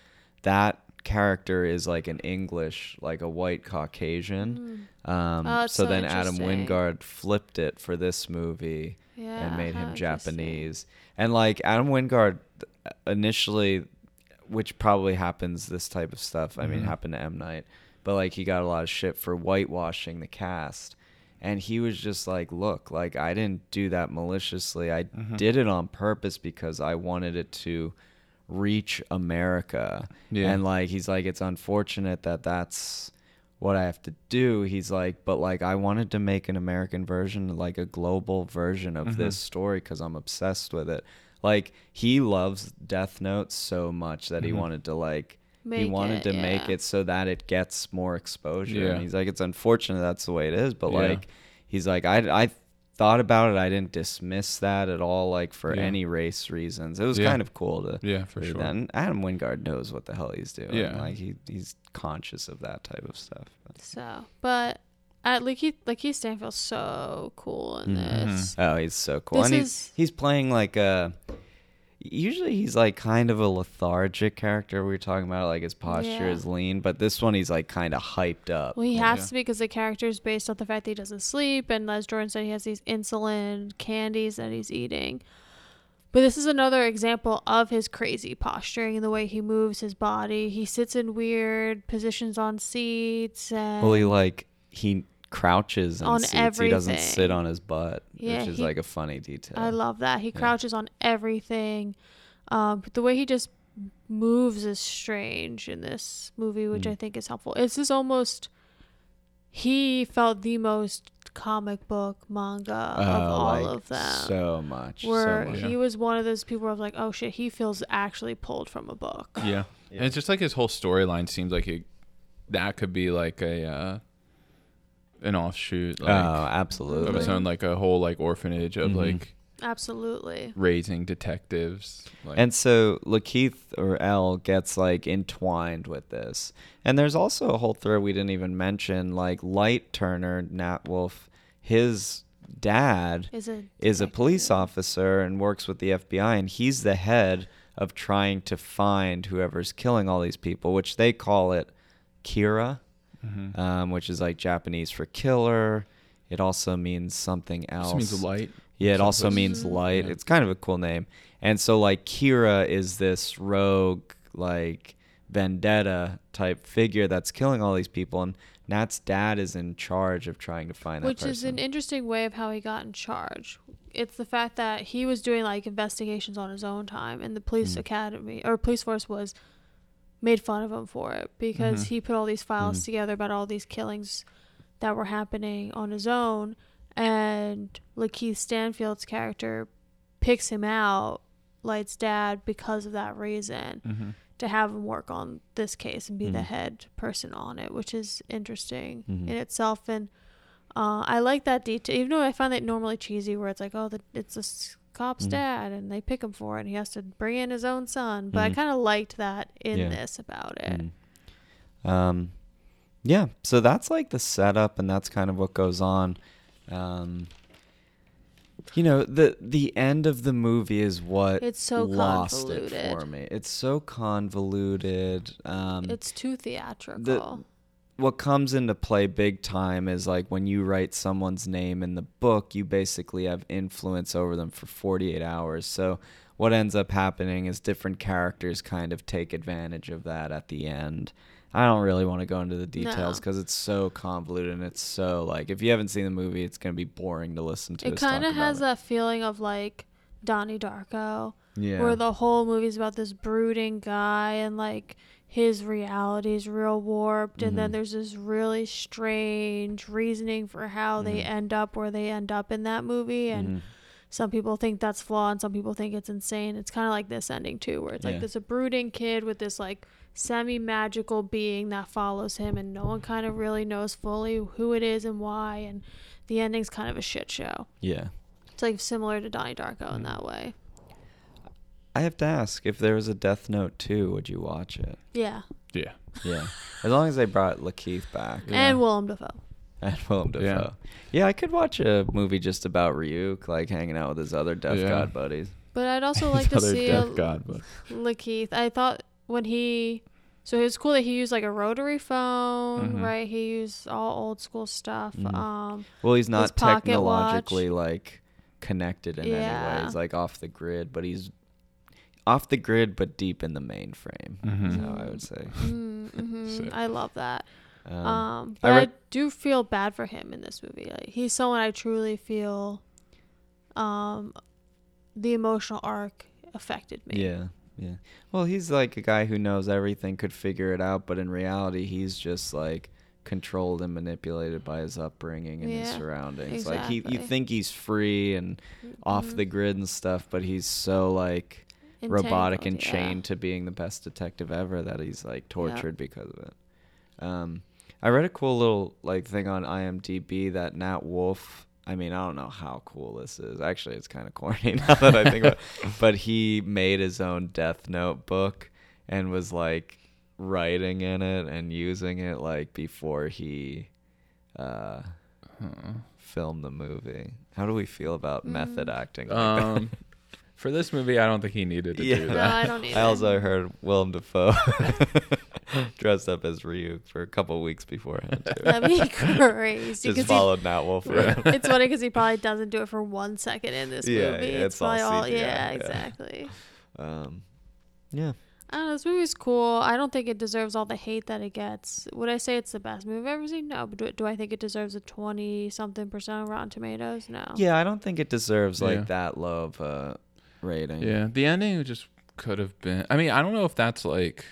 [SPEAKER 1] that character is like an English, like a white Caucasian.
[SPEAKER 2] Mm.
[SPEAKER 1] Um,
[SPEAKER 2] Oh, that's
[SPEAKER 1] so
[SPEAKER 2] so
[SPEAKER 1] then Adam
[SPEAKER 2] interesting.
[SPEAKER 1] Wingard flipped it for this movie
[SPEAKER 2] yeah,
[SPEAKER 1] and made
[SPEAKER 2] how
[SPEAKER 1] him
[SPEAKER 2] interesting.
[SPEAKER 1] Japanese. And like Adam Wingard uh, initially, which probably happens this type of stuff. I mean,
[SPEAKER 2] Mm-hmm.
[SPEAKER 3] Mhm.
[SPEAKER 1] happened to M Night, but like he got a lot of shit for whitewashing the cast. And he was just like, look, like I didn't do that maliciously. I
[SPEAKER 2] Mm-hmm.
[SPEAKER 3] Mhm.
[SPEAKER 1] did it on purpose because I wanted it to reach America.
[SPEAKER 3] Yeah.
[SPEAKER 1] And like he's like, it's unfortunate that that's what I have to do. He's like, but like I wanted to make an American version, like a global version of
[SPEAKER 3] Mhm.
[SPEAKER 1] this story because I'm obsessed with it. Like he loves Death Note so much that he
[SPEAKER 3] Mhm.
[SPEAKER 1] wanted to like he
[SPEAKER 2] Make
[SPEAKER 1] wanted to
[SPEAKER 2] it,
[SPEAKER 1] make
[SPEAKER 2] yeah.
[SPEAKER 1] it so that it gets more exposure.
[SPEAKER 3] Yeah.
[SPEAKER 1] And he's like, it's unfortunate that's the way it is, but
[SPEAKER 3] Yeah.
[SPEAKER 1] like he's like, I I thought about it. I didn't dismiss that at all, like for
[SPEAKER 3] Yeah.
[SPEAKER 1] any race reasons. It was
[SPEAKER 3] Yeah.
[SPEAKER 1] kind of cool to
[SPEAKER 3] Yeah, for
[SPEAKER 1] do
[SPEAKER 3] sure.
[SPEAKER 1] that. And Adam Wingard knows what the hell he's doing.
[SPEAKER 3] Yeah.
[SPEAKER 1] Like he, he's conscious of that type of stuff. But-
[SPEAKER 2] So, but at Lakeith, Lakeith Stanfield's so cool in
[SPEAKER 3] Mhm.
[SPEAKER 2] this.
[SPEAKER 1] Oh, he's so cool.
[SPEAKER 2] This
[SPEAKER 1] and he's
[SPEAKER 2] is-
[SPEAKER 1] he's playing like a usually he's like kind of a lethargic character we were talking about like his posture
[SPEAKER 2] Yeah.
[SPEAKER 1] is lean, but this one he's like kind of hyped up.
[SPEAKER 2] Well, he
[SPEAKER 3] Yeah.
[SPEAKER 2] has to be because the character is based on the fact that he doesn't sleep, and as Jordan said, he has these insulin candies that he's eating. But this is another example of his crazy posturing and the way he moves his body. He sits in weird positions on seats, and
[SPEAKER 1] Well, he like he crouches and
[SPEAKER 2] On
[SPEAKER 1] seats. He doesn't sit
[SPEAKER 2] everything.
[SPEAKER 1] on his butt,
[SPEAKER 2] Yeah,
[SPEAKER 1] which is
[SPEAKER 2] he-
[SPEAKER 1] like a funny detail.
[SPEAKER 2] I love that he
[SPEAKER 1] Yeah.
[SPEAKER 2] crouches on everything. Um, but the way he just moves is strange in this movie, which
[SPEAKER 1] Mm.
[SPEAKER 2] I think is helpful. This is almost he felt the most comic book manga of
[SPEAKER 1] Oh,
[SPEAKER 2] all
[SPEAKER 1] like,
[SPEAKER 2] of them.
[SPEAKER 1] So much. so
[SPEAKER 2] where
[SPEAKER 1] much.
[SPEAKER 3] Yeah.
[SPEAKER 2] he was one of those people where I was like, oh shit, he feels actually pulled from a book.
[SPEAKER 3] Yeah. And it's just like his whole storyline seems like it, that could be like a uh, an offshoot like
[SPEAKER 1] oh,
[SPEAKER 3] of
[SPEAKER 1] absolutely.
[SPEAKER 3] its own like a whole like orphanage of
[SPEAKER 1] Mhm.
[SPEAKER 3] like
[SPEAKER 2] Absolutely.
[SPEAKER 3] raising detectives. Like
[SPEAKER 1] And so Lakeith or L gets like entwined with this. And there's also a whole thread we didn't even mention, like Light Turner, Nat Wolf, his dad
[SPEAKER 2] Is a
[SPEAKER 1] is a
[SPEAKER 2] detective.
[SPEAKER 1] police officer and works with the FBI, and he's the head of trying to find whoever's killing all these people, which they call it Kira,
[SPEAKER 3] Mhm.
[SPEAKER 1] um, which is like Japanese for killer. It also means something else.
[SPEAKER 3] This means light.
[SPEAKER 1] Yeah, it also
[SPEAKER 3] Someplace-
[SPEAKER 1] means
[SPEAKER 2] Mhm.
[SPEAKER 1] light.
[SPEAKER 3] Yeah.
[SPEAKER 1] It's kind of a cool name. And so like Kira is this rogue like vendetta type figure that's killing all these people and Nat's dad is in charge of trying to find
[SPEAKER 2] Which
[SPEAKER 1] that person.
[SPEAKER 2] is an interesting way of how he got in charge. It's the fact that he was doing like investigations on his own time, and the police
[SPEAKER 1] Mm.
[SPEAKER 2] academy or police force was made fun of him for it
[SPEAKER 1] Mm-hmm.
[SPEAKER 2] because
[SPEAKER 3] Mhm.
[SPEAKER 2] he put all these files
[SPEAKER 1] Mhm.
[SPEAKER 2] together about all these killings that were happening on his own, and Lakeith Stanfield's character picks him out, Light's dad, because of that reason
[SPEAKER 3] Mm-hmm.
[SPEAKER 2] to have him work on this case and be the
[SPEAKER 1] Mhm.
[SPEAKER 2] head person on it, which is interesting
[SPEAKER 1] Mhm.
[SPEAKER 2] in itself. And uh, I like that detail, even though I find that normally cheesy, where it's like, oh, the, it's this cop's
[SPEAKER 1] Mhm.
[SPEAKER 2] dad, and they pick him for it, and he has to bring in his own son. But
[SPEAKER 1] Mhm.
[SPEAKER 2] I kind of liked that in
[SPEAKER 1] Yeah. Mm-hmm.
[SPEAKER 2] this about it.
[SPEAKER 1] Mm. Um yeah, so that's like the setup and that's kind of what goes on. Um you know, the the end of the movie is what
[SPEAKER 2] It's so
[SPEAKER 1] lost it
[SPEAKER 2] convoluted.
[SPEAKER 1] for me. It's so convoluted. Um
[SPEAKER 2] It's too theatrical.
[SPEAKER 1] what comes into play big time is like when you write someone's name in the book, you basically have influence over them for 48 hours. So what ends up happening is different characters kind of take advantage of that at the end. I don't really want to go into the details
[SPEAKER 2] No.
[SPEAKER 1] because it's so convoluted and it's so like if you haven't seen the movie, it's gonna be boring to listen to.
[SPEAKER 2] it
[SPEAKER 1] us talk
[SPEAKER 2] kind of
[SPEAKER 1] about
[SPEAKER 2] has
[SPEAKER 1] it.
[SPEAKER 2] that feeling of like Donnie Darko.
[SPEAKER 1] yeah.
[SPEAKER 2] where the whole movie's about this brooding guy and like his reality is real warped and then
[SPEAKER 1] Mhm.
[SPEAKER 2] there's this really strange reasoning for how they
[SPEAKER 1] Mhm.
[SPEAKER 2] end up where they end up in that movie and
[SPEAKER 1] Mhm.
[SPEAKER 2] some people think that's flawed and some people think it's insane it's kind of like this ending too where it's
[SPEAKER 1] Yeah.
[SPEAKER 2] like there's a brooding kid with this like semi-magical being that follows him and no one kind of really knows fully who it is and why and the ending's kind of a shit show
[SPEAKER 1] yeah.
[SPEAKER 2] It's like similar to Donnie
[SPEAKER 1] Mm-hmm.
[SPEAKER 2] Darko in that way.
[SPEAKER 1] I have to ask if there was a Death Note 2, would you watch it?
[SPEAKER 2] Yeah.
[SPEAKER 3] Yeah.
[SPEAKER 1] Yeah. as long as they brought Lakeith back
[SPEAKER 2] And Willem Dafoe.
[SPEAKER 1] and Willem Dafoe.
[SPEAKER 3] Yeah.
[SPEAKER 1] Yeah. I could watch a movie just about Ryuk, like hanging out with his other Death
[SPEAKER 3] Yeah.
[SPEAKER 1] God buddies.
[SPEAKER 2] But I'd also like to
[SPEAKER 3] Other
[SPEAKER 2] see uh,
[SPEAKER 3] Death
[SPEAKER 2] a
[SPEAKER 3] God, but
[SPEAKER 2] Lakeith. I thought when he, so it was cool that he used like a rotary phone,
[SPEAKER 3] Mhm.
[SPEAKER 2] right? He used all old school stuff.
[SPEAKER 1] Mhm.
[SPEAKER 2] Um,
[SPEAKER 1] Well, he's not
[SPEAKER 2] pocket
[SPEAKER 1] technologically like connected in any way.
[SPEAKER 2] Yeah.
[SPEAKER 1] He's like off the grid, but he's off the grid, but deep in the mainframe. Is
[SPEAKER 3] Mhm.
[SPEAKER 1] how I would say.
[SPEAKER 2] mm, mhm.
[SPEAKER 3] Sick.
[SPEAKER 2] I love that.
[SPEAKER 1] Um,
[SPEAKER 2] Um,
[SPEAKER 1] I
[SPEAKER 2] but I,
[SPEAKER 1] re-
[SPEAKER 2] do feel bad for him in this movie. Like he's someone I truly feel, um, the emotional arc affected me.
[SPEAKER 1] yeah, yeah. Well, he's like a guy who knows everything, could figure it out, but in reality, he's just like controlled and manipulated by his upbringing and his
[SPEAKER 2] Yeah,
[SPEAKER 1] surroundings. Like he, you
[SPEAKER 2] exactly.
[SPEAKER 1] think he's free and off
[SPEAKER 2] Mhm.
[SPEAKER 1] the grid and stuff, but he's so like robotic and
[SPEAKER 2] Entangled, yeah.
[SPEAKER 1] chained to being the best detective ever that he's like tortured because of it. Um, I read a cool little like thing on IMDb that Nat Wolf. I mean, I don't know how cool this is. Actually, it's kind of corny now that I think about it. But he made his own Death Note book and was like writing in it and using it like before he uh, filmed the movie. How do we feel about method
[SPEAKER 2] Mm.
[SPEAKER 1] acting? like that?
[SPEAKER 3] um, for this movie, I don't think he needed to
[SPEAKER 1] Yeah.
[SPEAKER 3] do
[SPEAKER 2] No,
[SPEAKER 3] that.
[SPEAKER 2] I don't need
[SPEAKER 1] I also heard Willem Dafoe dressed up as Ryuk for a couple weeks beforehand. Too.
[SPEAKER 2] That'd be crazy.
[SPEAKER 1] Just
[SPEAKER 2] 'cause he-
[SPEAKER 1] followed Nat Wolf around.
[SPEAKER 2] it's funny because he probably doesn't do it for one second in this
[SPEAKER 1] Yeah,
[SPEAKER 2] movie.
[SPEAKER 1] yeah,
[SPEAKER 2] it's,
[SPEAKER 1] it's all
[SPEAKER 2] probably all,
[SPEAKER 1] CGI,
[SPEAKER 2] yeah,
[SPEAKER 1] yeah.
[SPEAKER 2] exactly.
[SPEAKER 1] Um, yeah,
[SPEAKER 2] I don't know. This movie's cool. I don't think it deserves all the hate that it gets. Would I say it's the best movie I've ever seen? No. But do, do I think it deserves a twenty something percent on Rotten Tomatoes? No.
[SPEAKER 1] yeah. I don't think it deserves like
[SPEAKER 3] Yeah.
[SPEAKER 1] that low of a rating.
[SPEAKER 3] Yeah, the ending just could have been. I mean, I don't know if that's like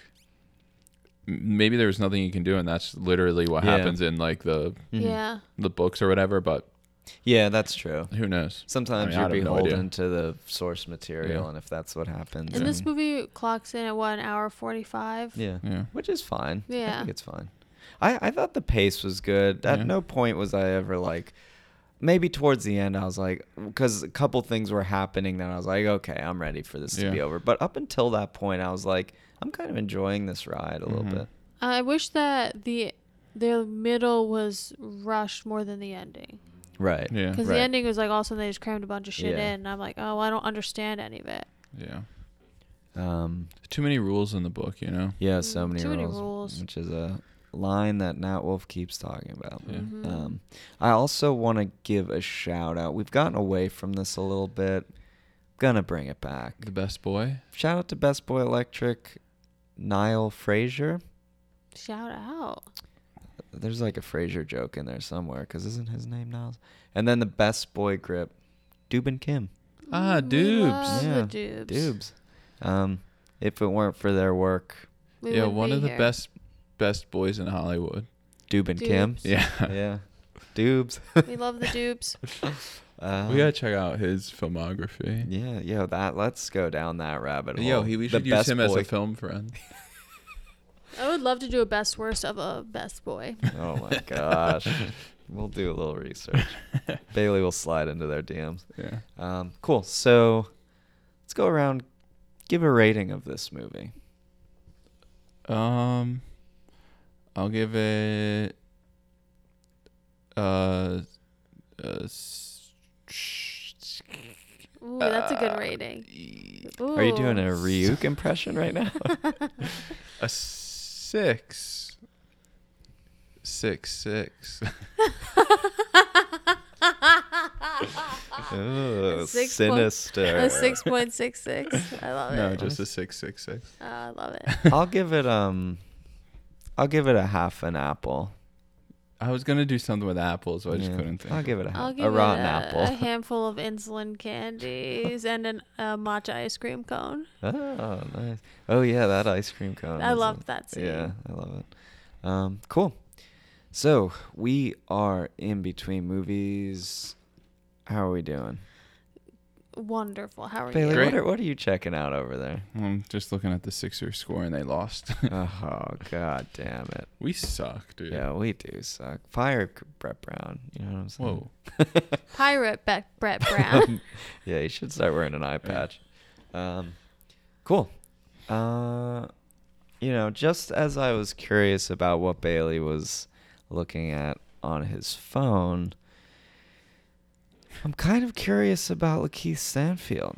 [SPEAKER 3] m- maybe there was nothing you can do, and that's literally what
[SPEAKER 1] Yeah.
[SPEAKER 3] happens in like the
[SPEAKER 1] Mhm.
[SPEAKER 2] Yeah.
[SPEAKER 3] the books or whatever. But
[SPEAKER 1] yeah, that's true.
[SPEAKER 3] who knows?
[SPEAKER 1] Sometimes
[SPEAKER 3] I mean, I'd
[SPEAKER 1] you're
[SPEAKER 3] have no idea.
[SPEAKER 1] beholden to the source material,
[SPEAKER 3] Yeah.
[SPEAKER 1] and if that's what happens,
[SPEAKER 2] And this
[SPEAKER 1] then-
[SPEAKER 2] movie clocks in at what an hour forty five.
[SPEAKER 1] yeah,
[SPEAKER 3] Yeah.
[SPEAKER 1] which is fine. I
[SPEAKER 2] Yeah.
[SPEAKER 1] think it's fine. I, I thought the pace was good. At
[SPEAKER 3] Yeah.
[SPEAKER 1] no point was I ever like, maybe towards the end, I was like, because a couple things were happening that I was like, okay, I'm ready for this to
[SPEAKER 3] Yeah.
[SPEAKER 1] be over. But up until that point, I was like, I'm kind of enjoying this ride a little
[SPEAKER 3] Mhm.
[SPEAKER 1] bit.
[SPEAKER 2] Uh, I wish that the the middle was rushed more than the ending.
[SPEAKER 1] Right.
[SPEAKER 3] Yeah.
[SPEAKER 2] Because
[SPEAKER 1] Right.
[SPEAKER 2] the ending was like all of a sudden they just crammed a bunch of shit
[SPEAKER 1] Yeah.
[SPEAKER 2] in, and I'm like, oh, I don't understand any of it.
[SPEAKER 3] Yeah.
[SPEAKER 1] Um,
[SPEAKER 3] Too many rules in the book, you know.
[SPEAKER 1] yeah, so many,
[SPEAKER 2] Mm, too
[SPEAKER 1] rules,
[SPEAKER 2] many rules.
[SPEAKER 1] Which is a line that Nat Wolf keeps talking about.
[SPEAKER 3] Yeah.
[SPEAKER 2] Mhm.
[SPEAKER 1] Um, I also want to give a shout out. We've gotten away from this a little bit. Gonna bring it back.
[SPEAKER 3] The best boy.
[SPEAKER 1] Shout out to Best Boy Electric, Niall Frazier.
[SPEAKER 2] Shout out.
[SPEAKER 1] There's like a Frazier joke in there somewhere because isn't his name Niles? And then the Best Boy Grip, Dubin Kim.
[SPEAKER 3] Ah,
[SPEAKER 2] Mm, we
[SPEAKER 3] Dubes.
[SPEAKER 2] love
[SPEAKER 1] Yeah,
[SPEAKER 2] the Dubes.
[SPEAKER 1] Dubes. Um, if it weren't for their work,
[SPEAKER 2] We
[SPEAKER 3] yeah,
[SPEAKER 2] wouldn't
[SPEAKER 3] one
[SPEAKER 2] be
[SPEAKER 3] of the
[SPEAKER 2] here.
[SPEAKER 3] best best boys in Hollywood.
[SPEAKER 1] Dubin Kim.
[SPEAKER 2] Dubes.
[SPEAKER 3] Yeah.
[SPEAKER 1] Yeah. Dubes.
[SPEAKER 2] We love the Dubes.
[SPEAKER 1] Um,
[SPEAKER 3] we gotta check out his filmography.
[SPEAKER 1] yeah, yo, that let's go down that rabbit hole.
[SPEAKER 3] Yo, he, we
[SPEAKER 1] The
[SPEAKER 3] should use
[SPEAKER 1] Best
[SPEAKER 3] him as
[SPEAKER 1] Boy-
[SPEAKER 3] a film friend.
[SPEAKER 2] I would love to do a best worst of a best boy.
[SPEAKER 1] Oh my gosh. we'll do a little research. Bailey will slide into their DMs.
[SPEAKER 3] Yeah.
[SPEAKER 1] Um, cool. So let's go around, give a rating of this movie.
[SPEAKER 3] Um, I'll give it uh, uh s-
[SPEAKER 2] Ooh, that's a good
[SPEAKER 3] Uh,
[SPEAKER 2] rating.
[SPEAKER 3] e-
[SPEAKER 2] Ooh.
[SPEAKER 1] Are you doing a Ryuk impression right now?
[SPEAKER 3] a six, six, six.
[SPEAKER 1] Ooh,
[SPEAKER 2] six point-
[SPEAKER 1] sinister.
[SPEAKER 2] a six point six six? I love
[SPEAKER 3] no,
[SPEAKER 2] it.
[SPEAKER 3] just a six, six, six.
[SPEAKER 2] Oh, I love it.
[SPEAKER 1] I'll give it um, I'll give it a half an apple.
[SPEAKER 3] I was gonna do something with apples, but I just
[SPEAKER 1] Yeah,
[SPEAKER 3] couldn't think.
[SPEAKER 1] I'll give it a,
[SPEAKER 2] I'll
[SPEAKER 1] half,
[SPEAKER 2] give
[SPEAKER 1] a rotten
[SPEAKER 2] it a,
[SPEAKER 1] apple.
[SPEAKER 2] a handful of insulin candies and an, a matcha ice cream cone.
[SPEAKER 1] oh, nice. Oh yeah, that ice cream cone.
[SPEAKER 2] I
[SPEAKER 1] is
[SPEAKER 2] love
[SPEAKER 1] a-
[SPEAKER 2] that scene.
[SPEAKER 1] Yeah, I love it. Um, cool. So we are in between movies. How are we doing?
[SPEAKER 2] Wonderful. How are
[SPEAKER 1] Bailey,
[SPEAKER 2] you?
[SPEAKER 1] what are, what are you checking out over there?
[SPEAKER 3] I'm just looking at the Sixers score and they lost.
[SPEAKER 1] oh, god damn it.
[SPEAKER 3] we suck, dude.
[SPEAKER 1] Yeah, we do suck. Fire C- Brett Brown. You know what I'm saying?
[SPEAKER 3] Whoa.
[SPEAKER 2] Pirate Be- Brett Brown.
[SPEAKER 1] Yeah, you should start wearing an eye patch. Um, cool. Uh, you know, just as I was curious about what Bailey was looking at on his phone, I'm kind of curious about Lakeith Stanfield.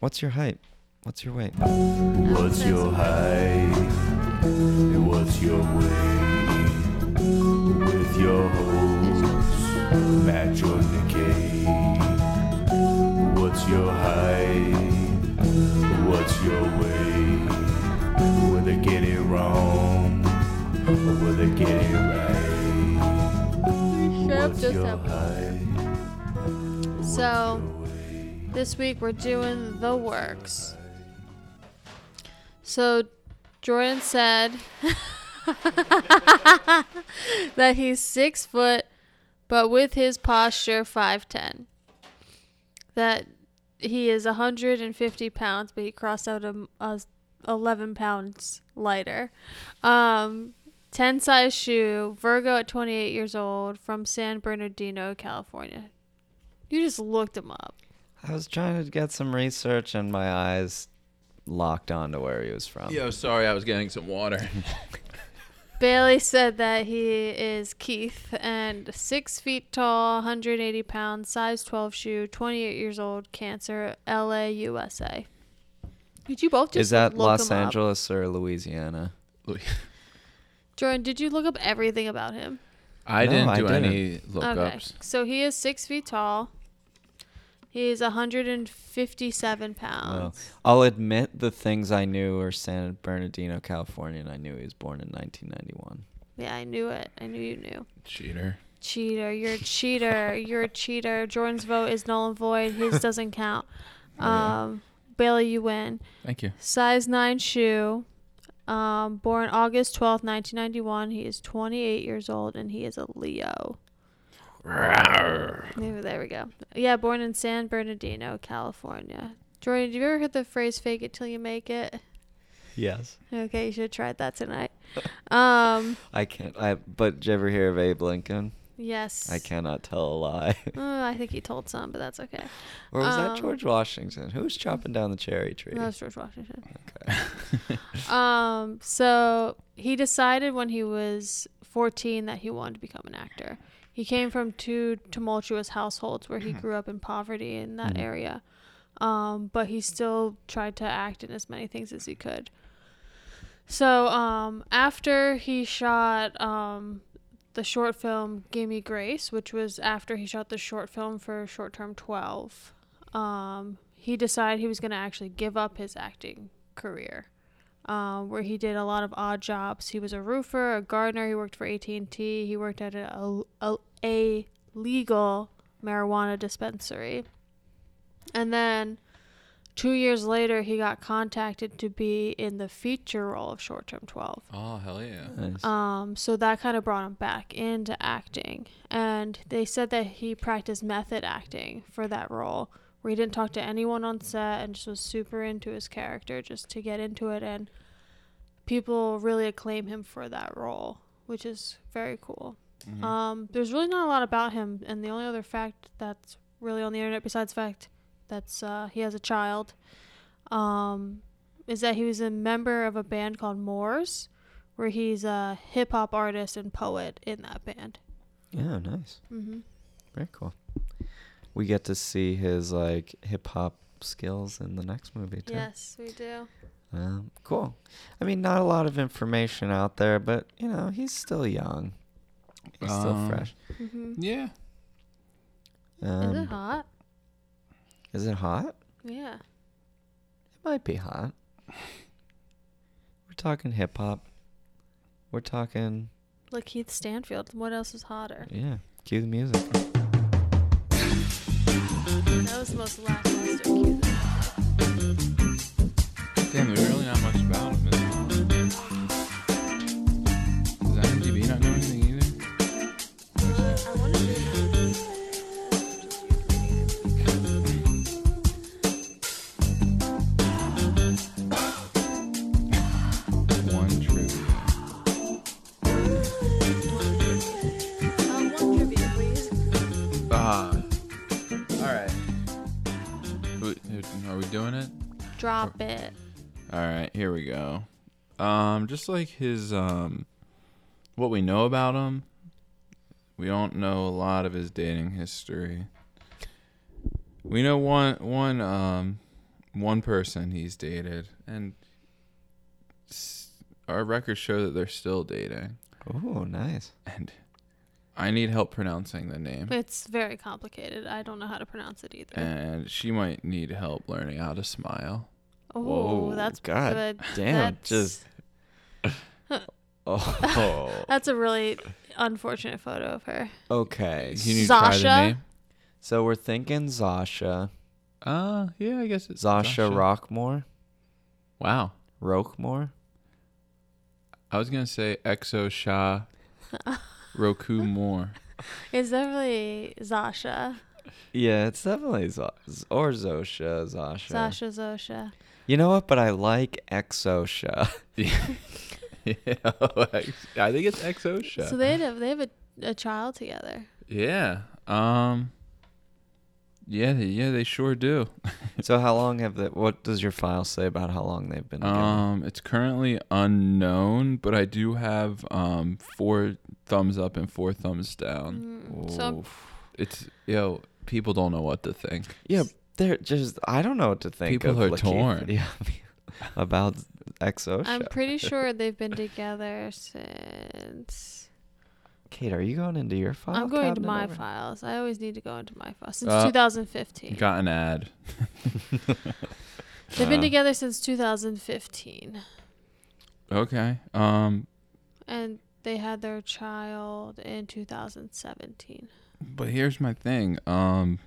[SPEAKER 1] What's your height? What's your weight?
[SPEAKER 4] What's your height? What's your weight? With your hoes, Matt Jordan and Kate. What's your height? What's your weight? Will they get it wrong? Or will they get it right?
[SPEAKER 2] Shut up,
[SPEAKER 4] What's
[SPEAKER 2] just
[SPEAKER 4] your
[SPEAKER 2] up.
[SPEAKER 4] height?
[SPEAKER 2] So, this week we're doing the works. So, Jordan said that he's six foot, but with his posture, 5'10. That he is 150 pounds, but he crossed out a, a 11 pounds lighter. Um, 10 size shoe, Virgo at 28 years old, from San Bernardino, California. You just looked him up.
[SPEAKER 1] I was trying to get some research and my eyes locked onto where he was from.
[SPEAKER 3] Yo, sorry, I was getting some water.
[SPEAKER 2] Bailey said that he is Keith and six feet tall, 180 pounds, size 12 shoe, 28 years old, Cancer, LA, USA. Did you both just
[SPEAKER 1] Is that
[SPEAKER 2] look
[SPEAKER 1] Los
[SPEAKER 2] him up?
[SPEAKER 1] Angeles or Louisiana?
[SPEAKER 2] Jordan, did you look up everything about him?
[SPEAKER 3] I
[SPEAKER 1] No,
[SPEAKER 3] didn't
[SPEAKER 1] I
[SPEAKER 3] do
[SPEAKER 1] didn't.
[SPEAKER 3] any lookups.
[SPEAKER 2] So he is six feet tall. He is 157
[SPEAKER 1] Well,
[SPEAKER 2] pounds.
[SPEAKER 1] I'll admit the things I knew were San Bernardino, California, and I knew he was born in 1991.
[SPEAKER 2] Yeah, I knew it. I knew you knew.
[SPEAKER 3] Cheater.
[SPEAKER 2] Cheater. You're a cheater. You're a cheater. Jordan's vote is null and void. His doesn't count. Um, Bailey, you win.
[SPEAKER 3] Thank you.
[SPEAKER 2] Size 9 shoe. Um, born August 12th, 1991. He is 28 years old and he is a Leo. Maybe there we go. Yeah, born in San Bernardino, California. Jordan, did you ever heard the phrase fake it till you make it?
[SPEAKER 1] Yes.
[SPEAKER 2] Okay, you should have tried that tonight. Um,
[SPEAKER 1] I can't. I but did you ever hear of Abe Lincoln?
[SPEAKER 2] yes.
[SPEAKER 1] I cannot tell a lie.
[SPEAKER 2] Oh, I think he told some, but that's okay.
[SPEAKER 1] or was that
[SPEAKER 2] Um,
[SPEAKER 1] George Washington? Who was chopping down the cherry tree?
[SPEAKER 2] That was George Washington.
[SPEAKER 1] Okay.
[SPEAKER 2] Um, so he decided when he was 14 that he wanted to become an actor. He came from two tumultuous households where he grew up in poverty in that area. Um, but he still tried to act in as many things as he could. So, um, after he shot um, the short film Gimme Grace, which was after he shot the short film for short term 12, um, he decided he was going to actually give up his acting career um, where he did a lot of odd jobs. He was a roofer, a gardener. He worked for AT and T. He worked at a, a, a legal marijuana dispensary, and then two years later, he got contacted to be in the feature role of Short Term Twelve.
[SPEAKER 3] Oh, hell yeah.
[SPEAKER 1] Nice.
[SPEAKER 2] Um, so that kind of brought him back into acting. And they said that he practiced method acting for that role, where he didn't talk to anyone on set and just was super into his character just to get into it. And people really acclaim him for that role, which is very cool. Um, there's really not a lot about him. And the only other fact that's really on the internet, besides the fact that's uh, he has a child, um, is that he was a member of a band called Moors where he's a hip hop artist and poet in that band.
[SPEAKER 1] Yeah, nice. Mm-hmm. Very cool. We get to see his like hip hop skills in the next movie too.
[SPEAKER 2] Yes, we do.
[SPEAKER 1] Um, cool. I mean, not a lot of information out there, but you know, he's still young. He's still
[SPEAKER 3] Um,
[SPEAKER 1] fresh.
[SPEAKER 3] Yeah.
[SPEAKER 1] Um,
[SPEAKER 2] Mm-hmm. is it hot?
[SPEAKER 1] Is it hot?
[SPEAKER 2] Yeah.
[SPEAKER 1] It might be hot. We're talking hip hop. We're talking
[SPEAKER 2] Like Keith Stanfield. What else is hotter?
[SPEAKER 1] yeah. Cue the music.
[SPEAKER 2] That was the most lackluster Keith.
[SPEAKER 3] Damn, there's really not much about him. Is there? Does IMDb not know anything either?
[SPEAKER 2] I want to do Uh,
[SPEAKER 3] Are we doing it?
[SPEAKER 2] Drop it.
[SPEAKER 3] All right, here we go. Um, just like his um, what we know about him, we don't know a lot of his dating history. We know one one um, one person he's dated, and s- our records show that they're still dating.
[SPEAKER 1] Oh, nice.
[SPEAKER 3] And I need help pronouncing the name,
[SPEAKER 2] It's very complicated. I don't know how to pronounce it either.
[SPEAKER 3] and she might need help learning how to smile.
[SPEAKER 2] Oh,
[SPEAKER 1] Whoa,
[SPEAKER 2] that's
[SPEAKER 1] God
[SPEAKER 2] good.
[SPEAKER 1] damn,
[SPEAKER 2] That's-
[SPEAKER 1] just- Oh,
[SPEAKER 2] That's a really unfortunate photo of her.
[SPEAKER 1] okay.
[SPEAKER 3] You need to try the
[SPEAKER 2] Zasha?
[SPEAKER 3] name.
[SPEAKER 1] So we're thinking Zasha,
[SPEAKER 3] Uh, yeah, I guess it's
[SPEAKER 1] Zasha
[SPEAKER 3] Zasha.
[SPEAKER 1] Rockmore,
[SPEAKER 3] Wow.
[SPEAKER 1] Rockmore.
[SPEAKER 3] I was gonna say Exo Sha Roku Moore.
[SPEAKER 2] It's definitely Zasha.
[SPEAKER 1] Yeah, it's definitely Z- or Zosha, Zasha.
[SPEAKER 2] Zasha Zosha.
[SPEAKER 1] You know what? But I like Exosha.
[SPEAKER 3] yeah, I think it's Exo Sha.
[SPEAKER 2] So they had a, they have a, a child together.
[SPEAKER 3] yeah. Um. Yeah, they- yeah, they sure do.
[SPEAKER 1] so how long have they? What does your file say about how long they've been together?
[SPEAKER 3] Um, it's currently unknown, but I do have um four thumbs up and four thumbs
[SPEAKER 1] Um,
[SPEAKER 3] down.
[SPEAKER 2] Mm, So
[SPEAKER 1] Oof.
[SPEAKER 3] It's yo, people don't know what to think.
[SPEAKER 1] yeah, they're just. I don't know what to think.
[SPEAKER 3] People
[SPEAKER 1] of
[SPEAKER 3] are
[SPEAKER 1] Lakeith-
[SPEAKER 3] torn.
[SPEAKER 1] Yeah, about Exosha.
[SPEAKER 2] I'm pretty sure they've been together since.
[SPEAKER 1] Kate, are you going into your file?
[SPEAKER 2] I'm going to
[SPEAKER 1] cabinet
[SPEAKER 2] my
[SPEAKER 1] over?
[SPEAKER 2] files. I always need to go into my files since
[SPEAKER 3] Uh,
[SPEAKER 2] 2015.
[SPEAKER 3] Got an ad.
[SPEAKER 2] They've been
[SPEAKER 3] uh,
[SPEAKER 2] together since 2015,
[SPEAKER 3] Okay. Um,
[SPEAKER 2] and they had their child in 2017.
[SPEAKER 3] But here's my thing. Um,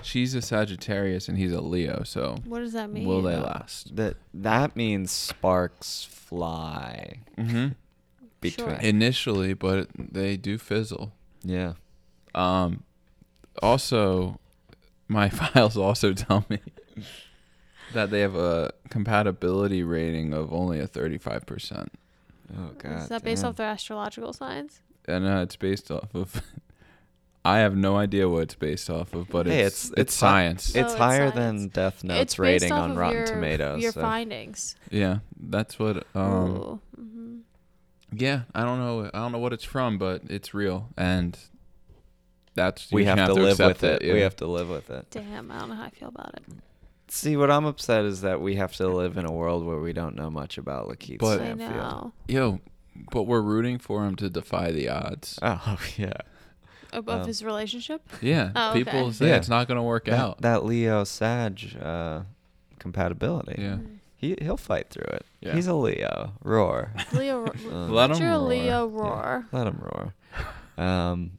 [SPEAKER 3] she's a Sagittarius and he's a Leo, so
[SPEAKER 2] What does that mean?
[SPEAKER 3] will they last?
[SPEAKER 1] That that means sparks fly
[SPEAKER 3] hmm
[SPEAKER 1] between.
[SPEAKER 2] Sure.
[SPEAKER 3] Initially, but they do fizzle.
[SPEAKER 1] Yeah.
[SPEAKER 3] Um, also, my files also tell me that they have a compatibility rating of only a 35%.
[SPEAKER 1] Oh God.
[SPEAKER 2] Is that based
[SPEAKER 1] damn.
[SPEAKER 2] off their astrological signs?
[SPEAKER 3] And uh, it's based off of. I have no idea what it's based off of, but
[SPEAKER 1] Hey, it's-
[SPEAKER 3] it's, it's
[SPEAKER 1] it's si-
[SPEAKER 3] science.
[SPEAKER 2] it-
[SPEAKER 1] It's
[SPEAKER 2] Oh, it's
[SPEAKER 1] higher
[SPEAKER 2] science.
[SPEAKER 1] than Death Note's
[SPEAKER 2] it's based
[SPEAKER 1] rating
[SPEAKER 2] off
[SPEAKER 1] on
[SPEAKER 2] of
[SPEAKER 1] Rotten
[SPEAKER 2] your,
[SPEAKER 1] Tomatoes.
[SPEAKER 2] Your
[SPEAKER 1] so-
[SPEAKER 2] findings.
[SPEAKER 3] yeah, that's what um
[SPEAKER 2] Ooh. mhm.
[SPEAKER 3] Yeah, I don't know. I don't know what it's from, but it's real, and that's
[SPEAKER 1] we
[SPEAKER 3] you
[SPEAKER 1] have, to, live
[SPEAKER 3] accept
[SPEAKER 1] with it.
[SPEAKER 3] yeah.
[SPEAKER 1] We have to live with it.
[SPEAKER 2] Damn, I don't know how I feel about it.
[SPEAKER 1] See, what I'm upset is that we have to live in a world where we don't know much about Lakeith
[SPEAKER 3] But-
[SPEAKER 2] I
[SPEAKER 1] Stanfield.
[SPEAKER 2] know.
[SPEAKER 3] Yo, but we're rooting for him to defy the odds.
[SPEAKER 1] Oh yeah.
[SPEAKER 2] Of, of
[SPEAKER 1] Um,
[SPEAKER 2] his relationship?
[SPEAKER 3] Yeah,
[SPEAKER 2] Oh, okay.
[SPEAKER 3] people say
[SPEAKER 1] Yeah.
[SPEAKER 3] it's not gonna work
[SPEAKER 1] That,
[SPEAKER 3] out.
[SPEAKER 1] that Leo Sag uh, compatibility.
[SPEAKER 3] yeah,
[SPEAKER 2] Mm.
[SPEAKER 1] He he'll fight through it.
[SPEAKER 3] Yeah.
[SPEAKER 1] He's a Leo. Roar.
[SPEAKER 2] Leo, r-
[SPEAKER 1] Um,
[SPEAKER 2] let
[SPEAKER 3] Let 'em
[SPEAKER 2] your
[SPEAKER 3] roar.
[SPEAKER 2] Leo roar.
[SPEAKER 1] Let him roar. Um,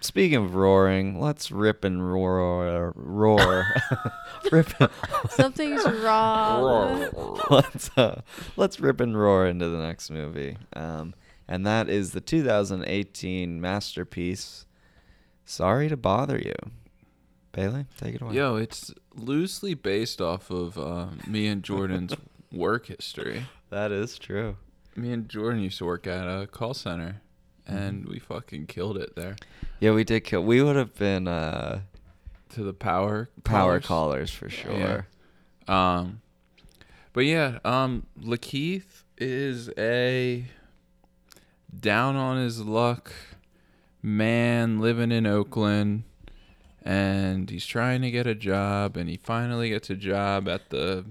[SPEAKER 1] speaking of roaring, let's rip and roar, roar, rip.
[SPEAKER 2] Something's
[SPEAKER 3] Uh,
[SPEAKER 2] wrong.
[SPEAKER 1] let's uh, let's rip and roar into the next movie, um, and that is the 2018 masterpiece. Sorry to bother you, Bailey. Take it away.
[SPEAKER 3] yo, it's loosely based off of uh, me and Jordan's work history.
[SPEAKER 1] that is true.
[SPEAKER 3] Me and Jordan used to work at a call center,
[SPEAKER 1] Mm-hmm.
[SPEAKER 3] and we fucking killed it there.
[SPEAKER 1] Yeah, we did kill. We would have been uh,
[SPEAKER 3] To the power
[SPEAKER 1] power callers
[SPEAKER 3] callers.
[SPEAKER 1] for sure.
[SPEAKER 3] Um, but yeah, um, Lakeith is a down on his luck man living in Oakland, and he's trying to get a job, and he finally gets a job at the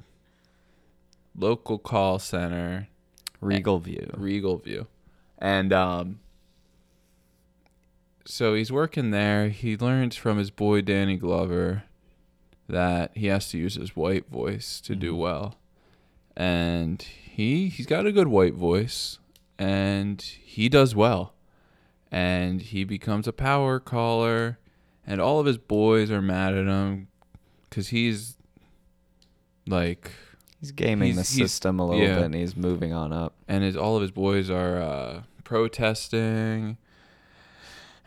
[SPEAKER 3] local call center,
[SPEAKER 1] Regal View.
[SPEAKER 3] Regal View, and um. So he's working there. He learns from his boy Danny Glover that he has to use his white voice to do well. And he he's got a good white voice and he does well. And he becomes a power caller and all of his boys are mad at him cuz he's like
[SPEAKER 1] He's gaming
[SPEAKER 3] He's-
[SPEAKER 1] the
[SPEAKER 3] he's-
[SPEAKER 1] system a little
[SPEAKER 3] yeah.
[SPEAKER 1] bit, and he's moving on up.
[SPEAKER 3] and his all of his boys are uh, protesting.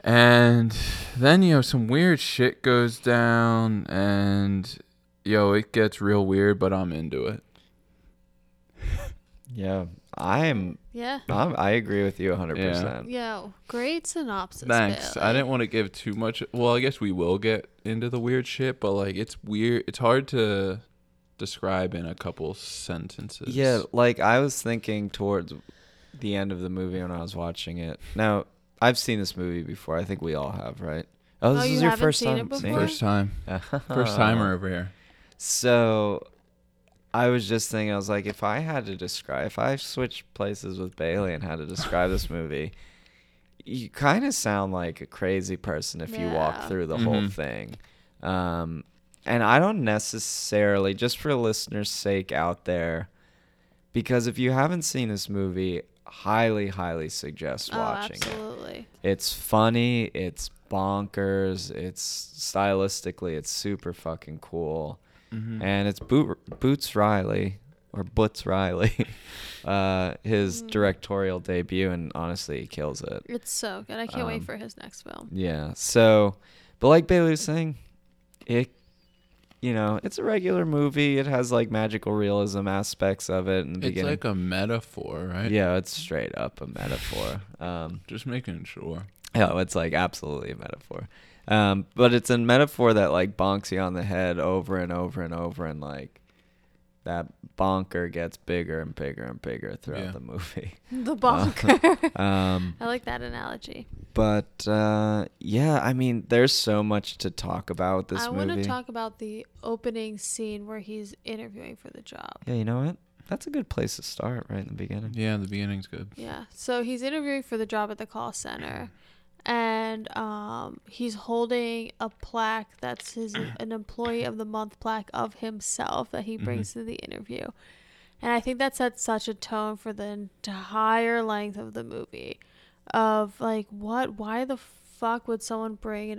[SPEAKER 3] And then you know some weird shit goes down, and yo, it gets real weird, but I'm into it.
[SPEAKER 1] Yeah, I'm.
[SPEAKER 2] Yeah.
[SPEAKER 1] I'm I agree with you 100. percent
[SPEAKER 2] Yeah. Great synopsis.
[SPEAKER 3] Thanks.
[SPEAKER 2] Bailey.
[SPEAKER 3] I didn't want to give too much. Well, I guess we will get into the weird shit, but like it's weird. It's hard to describe in a couple sentences.
[SPEAKER 1] Yeah, like I was thinking towards the end of the movie when I was watching it. Now, I've seen this movie before. I think we all have, right?
[SPEAKER 2] Oh,
[SPEAKER 1] Oh, this
[SPEAKER 2] you
[SPEAKER 1] is your
[SPEAKER 2] haven't
[SPEAKER 1] first
[SPEAKER 2] seen
[SPEAKER 1] time
[SPEAKER 2] it
[SPEAKER 1] seeing
[SPEAKER 2] before?
[SPEAKER 1] it?
[SPEAKER 3] First time. First timer over here.
[SPEAKER 1] So I was just thinking, I was like, if I had to describe, if I switched places with Bailey and had to describe this movie, you kind of sound like a crazy person if you walk
[SPEAKER 2] Yeah.
[SPEAKER 1] through the whole
[SPEAKER 3] Mhm.
[SPEAKER 1] thing. Um, and I don't necessarily, just for listeners' sake out there, because if you haven't seen this movie, highly, highly suggest
[SPEAKER 2] Oh,
[SPEAKER 1] watching it.
[SPEAKER 2] absolutely.
[SPEAKER 1] It's funny. It's bonkers. It's stylistically, it's super fucking cool,
[SPEAKER 3] Mm-hmm.
[SPEAKER 1] and it's Boot, Boots Riley or Butts Riley, uh, his directorial debut, and honestly, he kills it.
[SPEAKER 2] It's so good. I can't wait
[SPEAKER 1] Um,
[SPEAKER 2] for his next film.
[SPEAKER 1] Yeah. So, but like Bailey was saying, it, you know, it's a regular movie. It has like magical realism aspects of it in the
[SPEAKER 3] It's
[SPEAKER 1] beginning.
[SPEAKER 3] like a metaphor, right?
[SPEAKER 1] yeah, it's straight up a metaphor. Um,
[SPEAKER 3] Just making sure.
[SPEAKER 1] No, Oh, it's like absolutely a metaphor. Um, but it's a metaphor that like bonks you on the head over and over and over and like that bonker gets bigger and bigger and bigger throughout
[SPEAKER 3] Yeah.
[SPEAKER 1] the movie.
[SPEAKER 2] The bonker.
[SPEAKER 1] Um,
[SPEAKER 2] I like that analogy.
[SPEAKER 1] but uh, yeah, I mean, there's so much to talk about with this
[SPEAKER 2] I want
[SPEAKER 1] movie.
[SPEAKER 2] to talk about the opening scene where he's interviewing for the job.
[SPEAKER 1] yeah, you know what? That's a good place to start right in the beginning.
[SPEAKER 3] Yeah, the beginning's good.
[SPEAKER 2] Yeah. So he's interviewing for the job at the call center, and um, he's holding a plaque that's his an employee of the month plaque of himself that he brings
[SPEAKER 1] Mm-hmm.
[SPEAKER 2] to the interview, and I think that sets such a tone for the entire length of the movie, of like what, why the fuck would someone bring an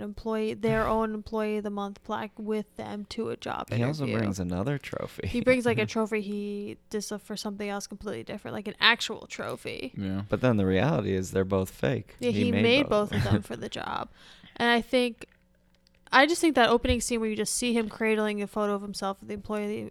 [SPEAKER 2] employee, their own employee of the month plaque, with them to a job
[SPEAKER 1] He
[SPEAKER 2] interview?
[SPEAKER 1] also brings another trophy.
[SPEAKER 2] he brings like a trophy he did stuff for something else completely different, like an actual trophy.
[SPEAKER 3] Yeah.
[SPEAKER 1] but then the reality is they're both fake.
[SPEAKER 2] Yeah, he, made, both, of them for the job. And I think, I just think that opening scene where you just see him cradling a photo of himself with the employee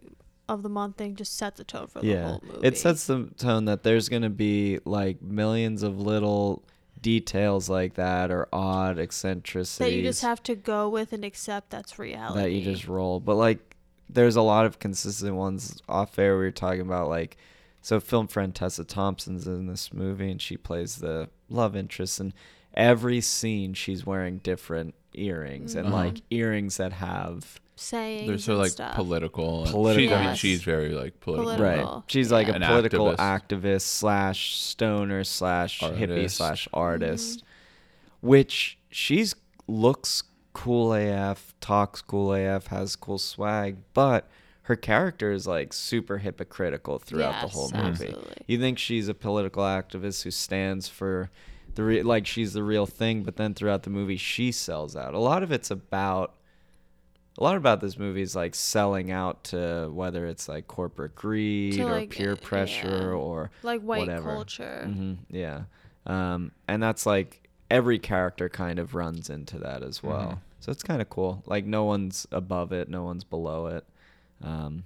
[SPEAKER 2] of the month thing just sets a tone for the
[SPEAKER 1] yeah
[SPEAKER 2] whole movie.
[SPEAKER 1] it sets the tone that there's going to be like millions of little details like that or odd eccentricities
[SPEAKER 2] that you just have to go with and accept that's reality.
[SPEAKER 1] that you just roll but like there's a lot of consistent ones off air we were talking about like so film friend tessa thompson's in this movie and she plays the love interest and every scene she's wearing different earrings and
[SPEAKER 2] Mm-hmm.
[SPEAKER 3] Mhm. Uh-huh.
[SPEAKER 1] like earrings that have
[SPEAKER 2] saying
[SPEAKER 3] They're so like political. and-
[SPEAKER 1] Political.
[SPEAKER 3] She, I mean,
[SPEAKER 2] Yes.
[SPEAKER 3] she's very like political.
[SPEAKER 2] Right.
[SPEAKER 1] Right. She's like a
[SPEAKER 3] An
[SPEAKER 1] political
[SPEAKER 3] activist.
[SPEAKER 1] activist. slash stoner slash hippie
[SPEAKER 3] Artist.
[SPEAKER 1] slash
[SPEAKER 2] Mm-hmm.
[SPEAKER 1] artist, which she's looks cool AF, talks cool AF, has cool swag, but her character is like super hypocritical throughout the
[SPEAKER 2] Yes,
[SPEAKER 1] whole movie.
[SPEAKER 2] absolutely.
[SPEAKER 1] You think she's a political activist who stands for the re- like she's the real thing, but then throughout the movie she sells out. A lot of it's about a lot about this movie is like selling out to whether it's like corporate greed
[SPEAKER 2] To,
[SPEAKER 1] or
[SPEAKER 2] like,
[SPEAKER 1] peer
[SPEAKER 2] uh,
[SPEAKER 1] pressure
[SPEAKER 2] yeah.
[SPEAKER 1] or
[SPEAKER 2] Like white
[SPEAKER 1] whatever.
[SPEAKER 2] culture.
[SPEAKER 1] hmm yeah, um, and that's like every character kind of runs into that
[SPEAKER 2] Mm-hmm.
[SPEAKER 1] as well.
[SPEAKER 3] Mhm.
[SPEAKER 1] So it's kind of cool. Like no one's above it, no one's below it. Um,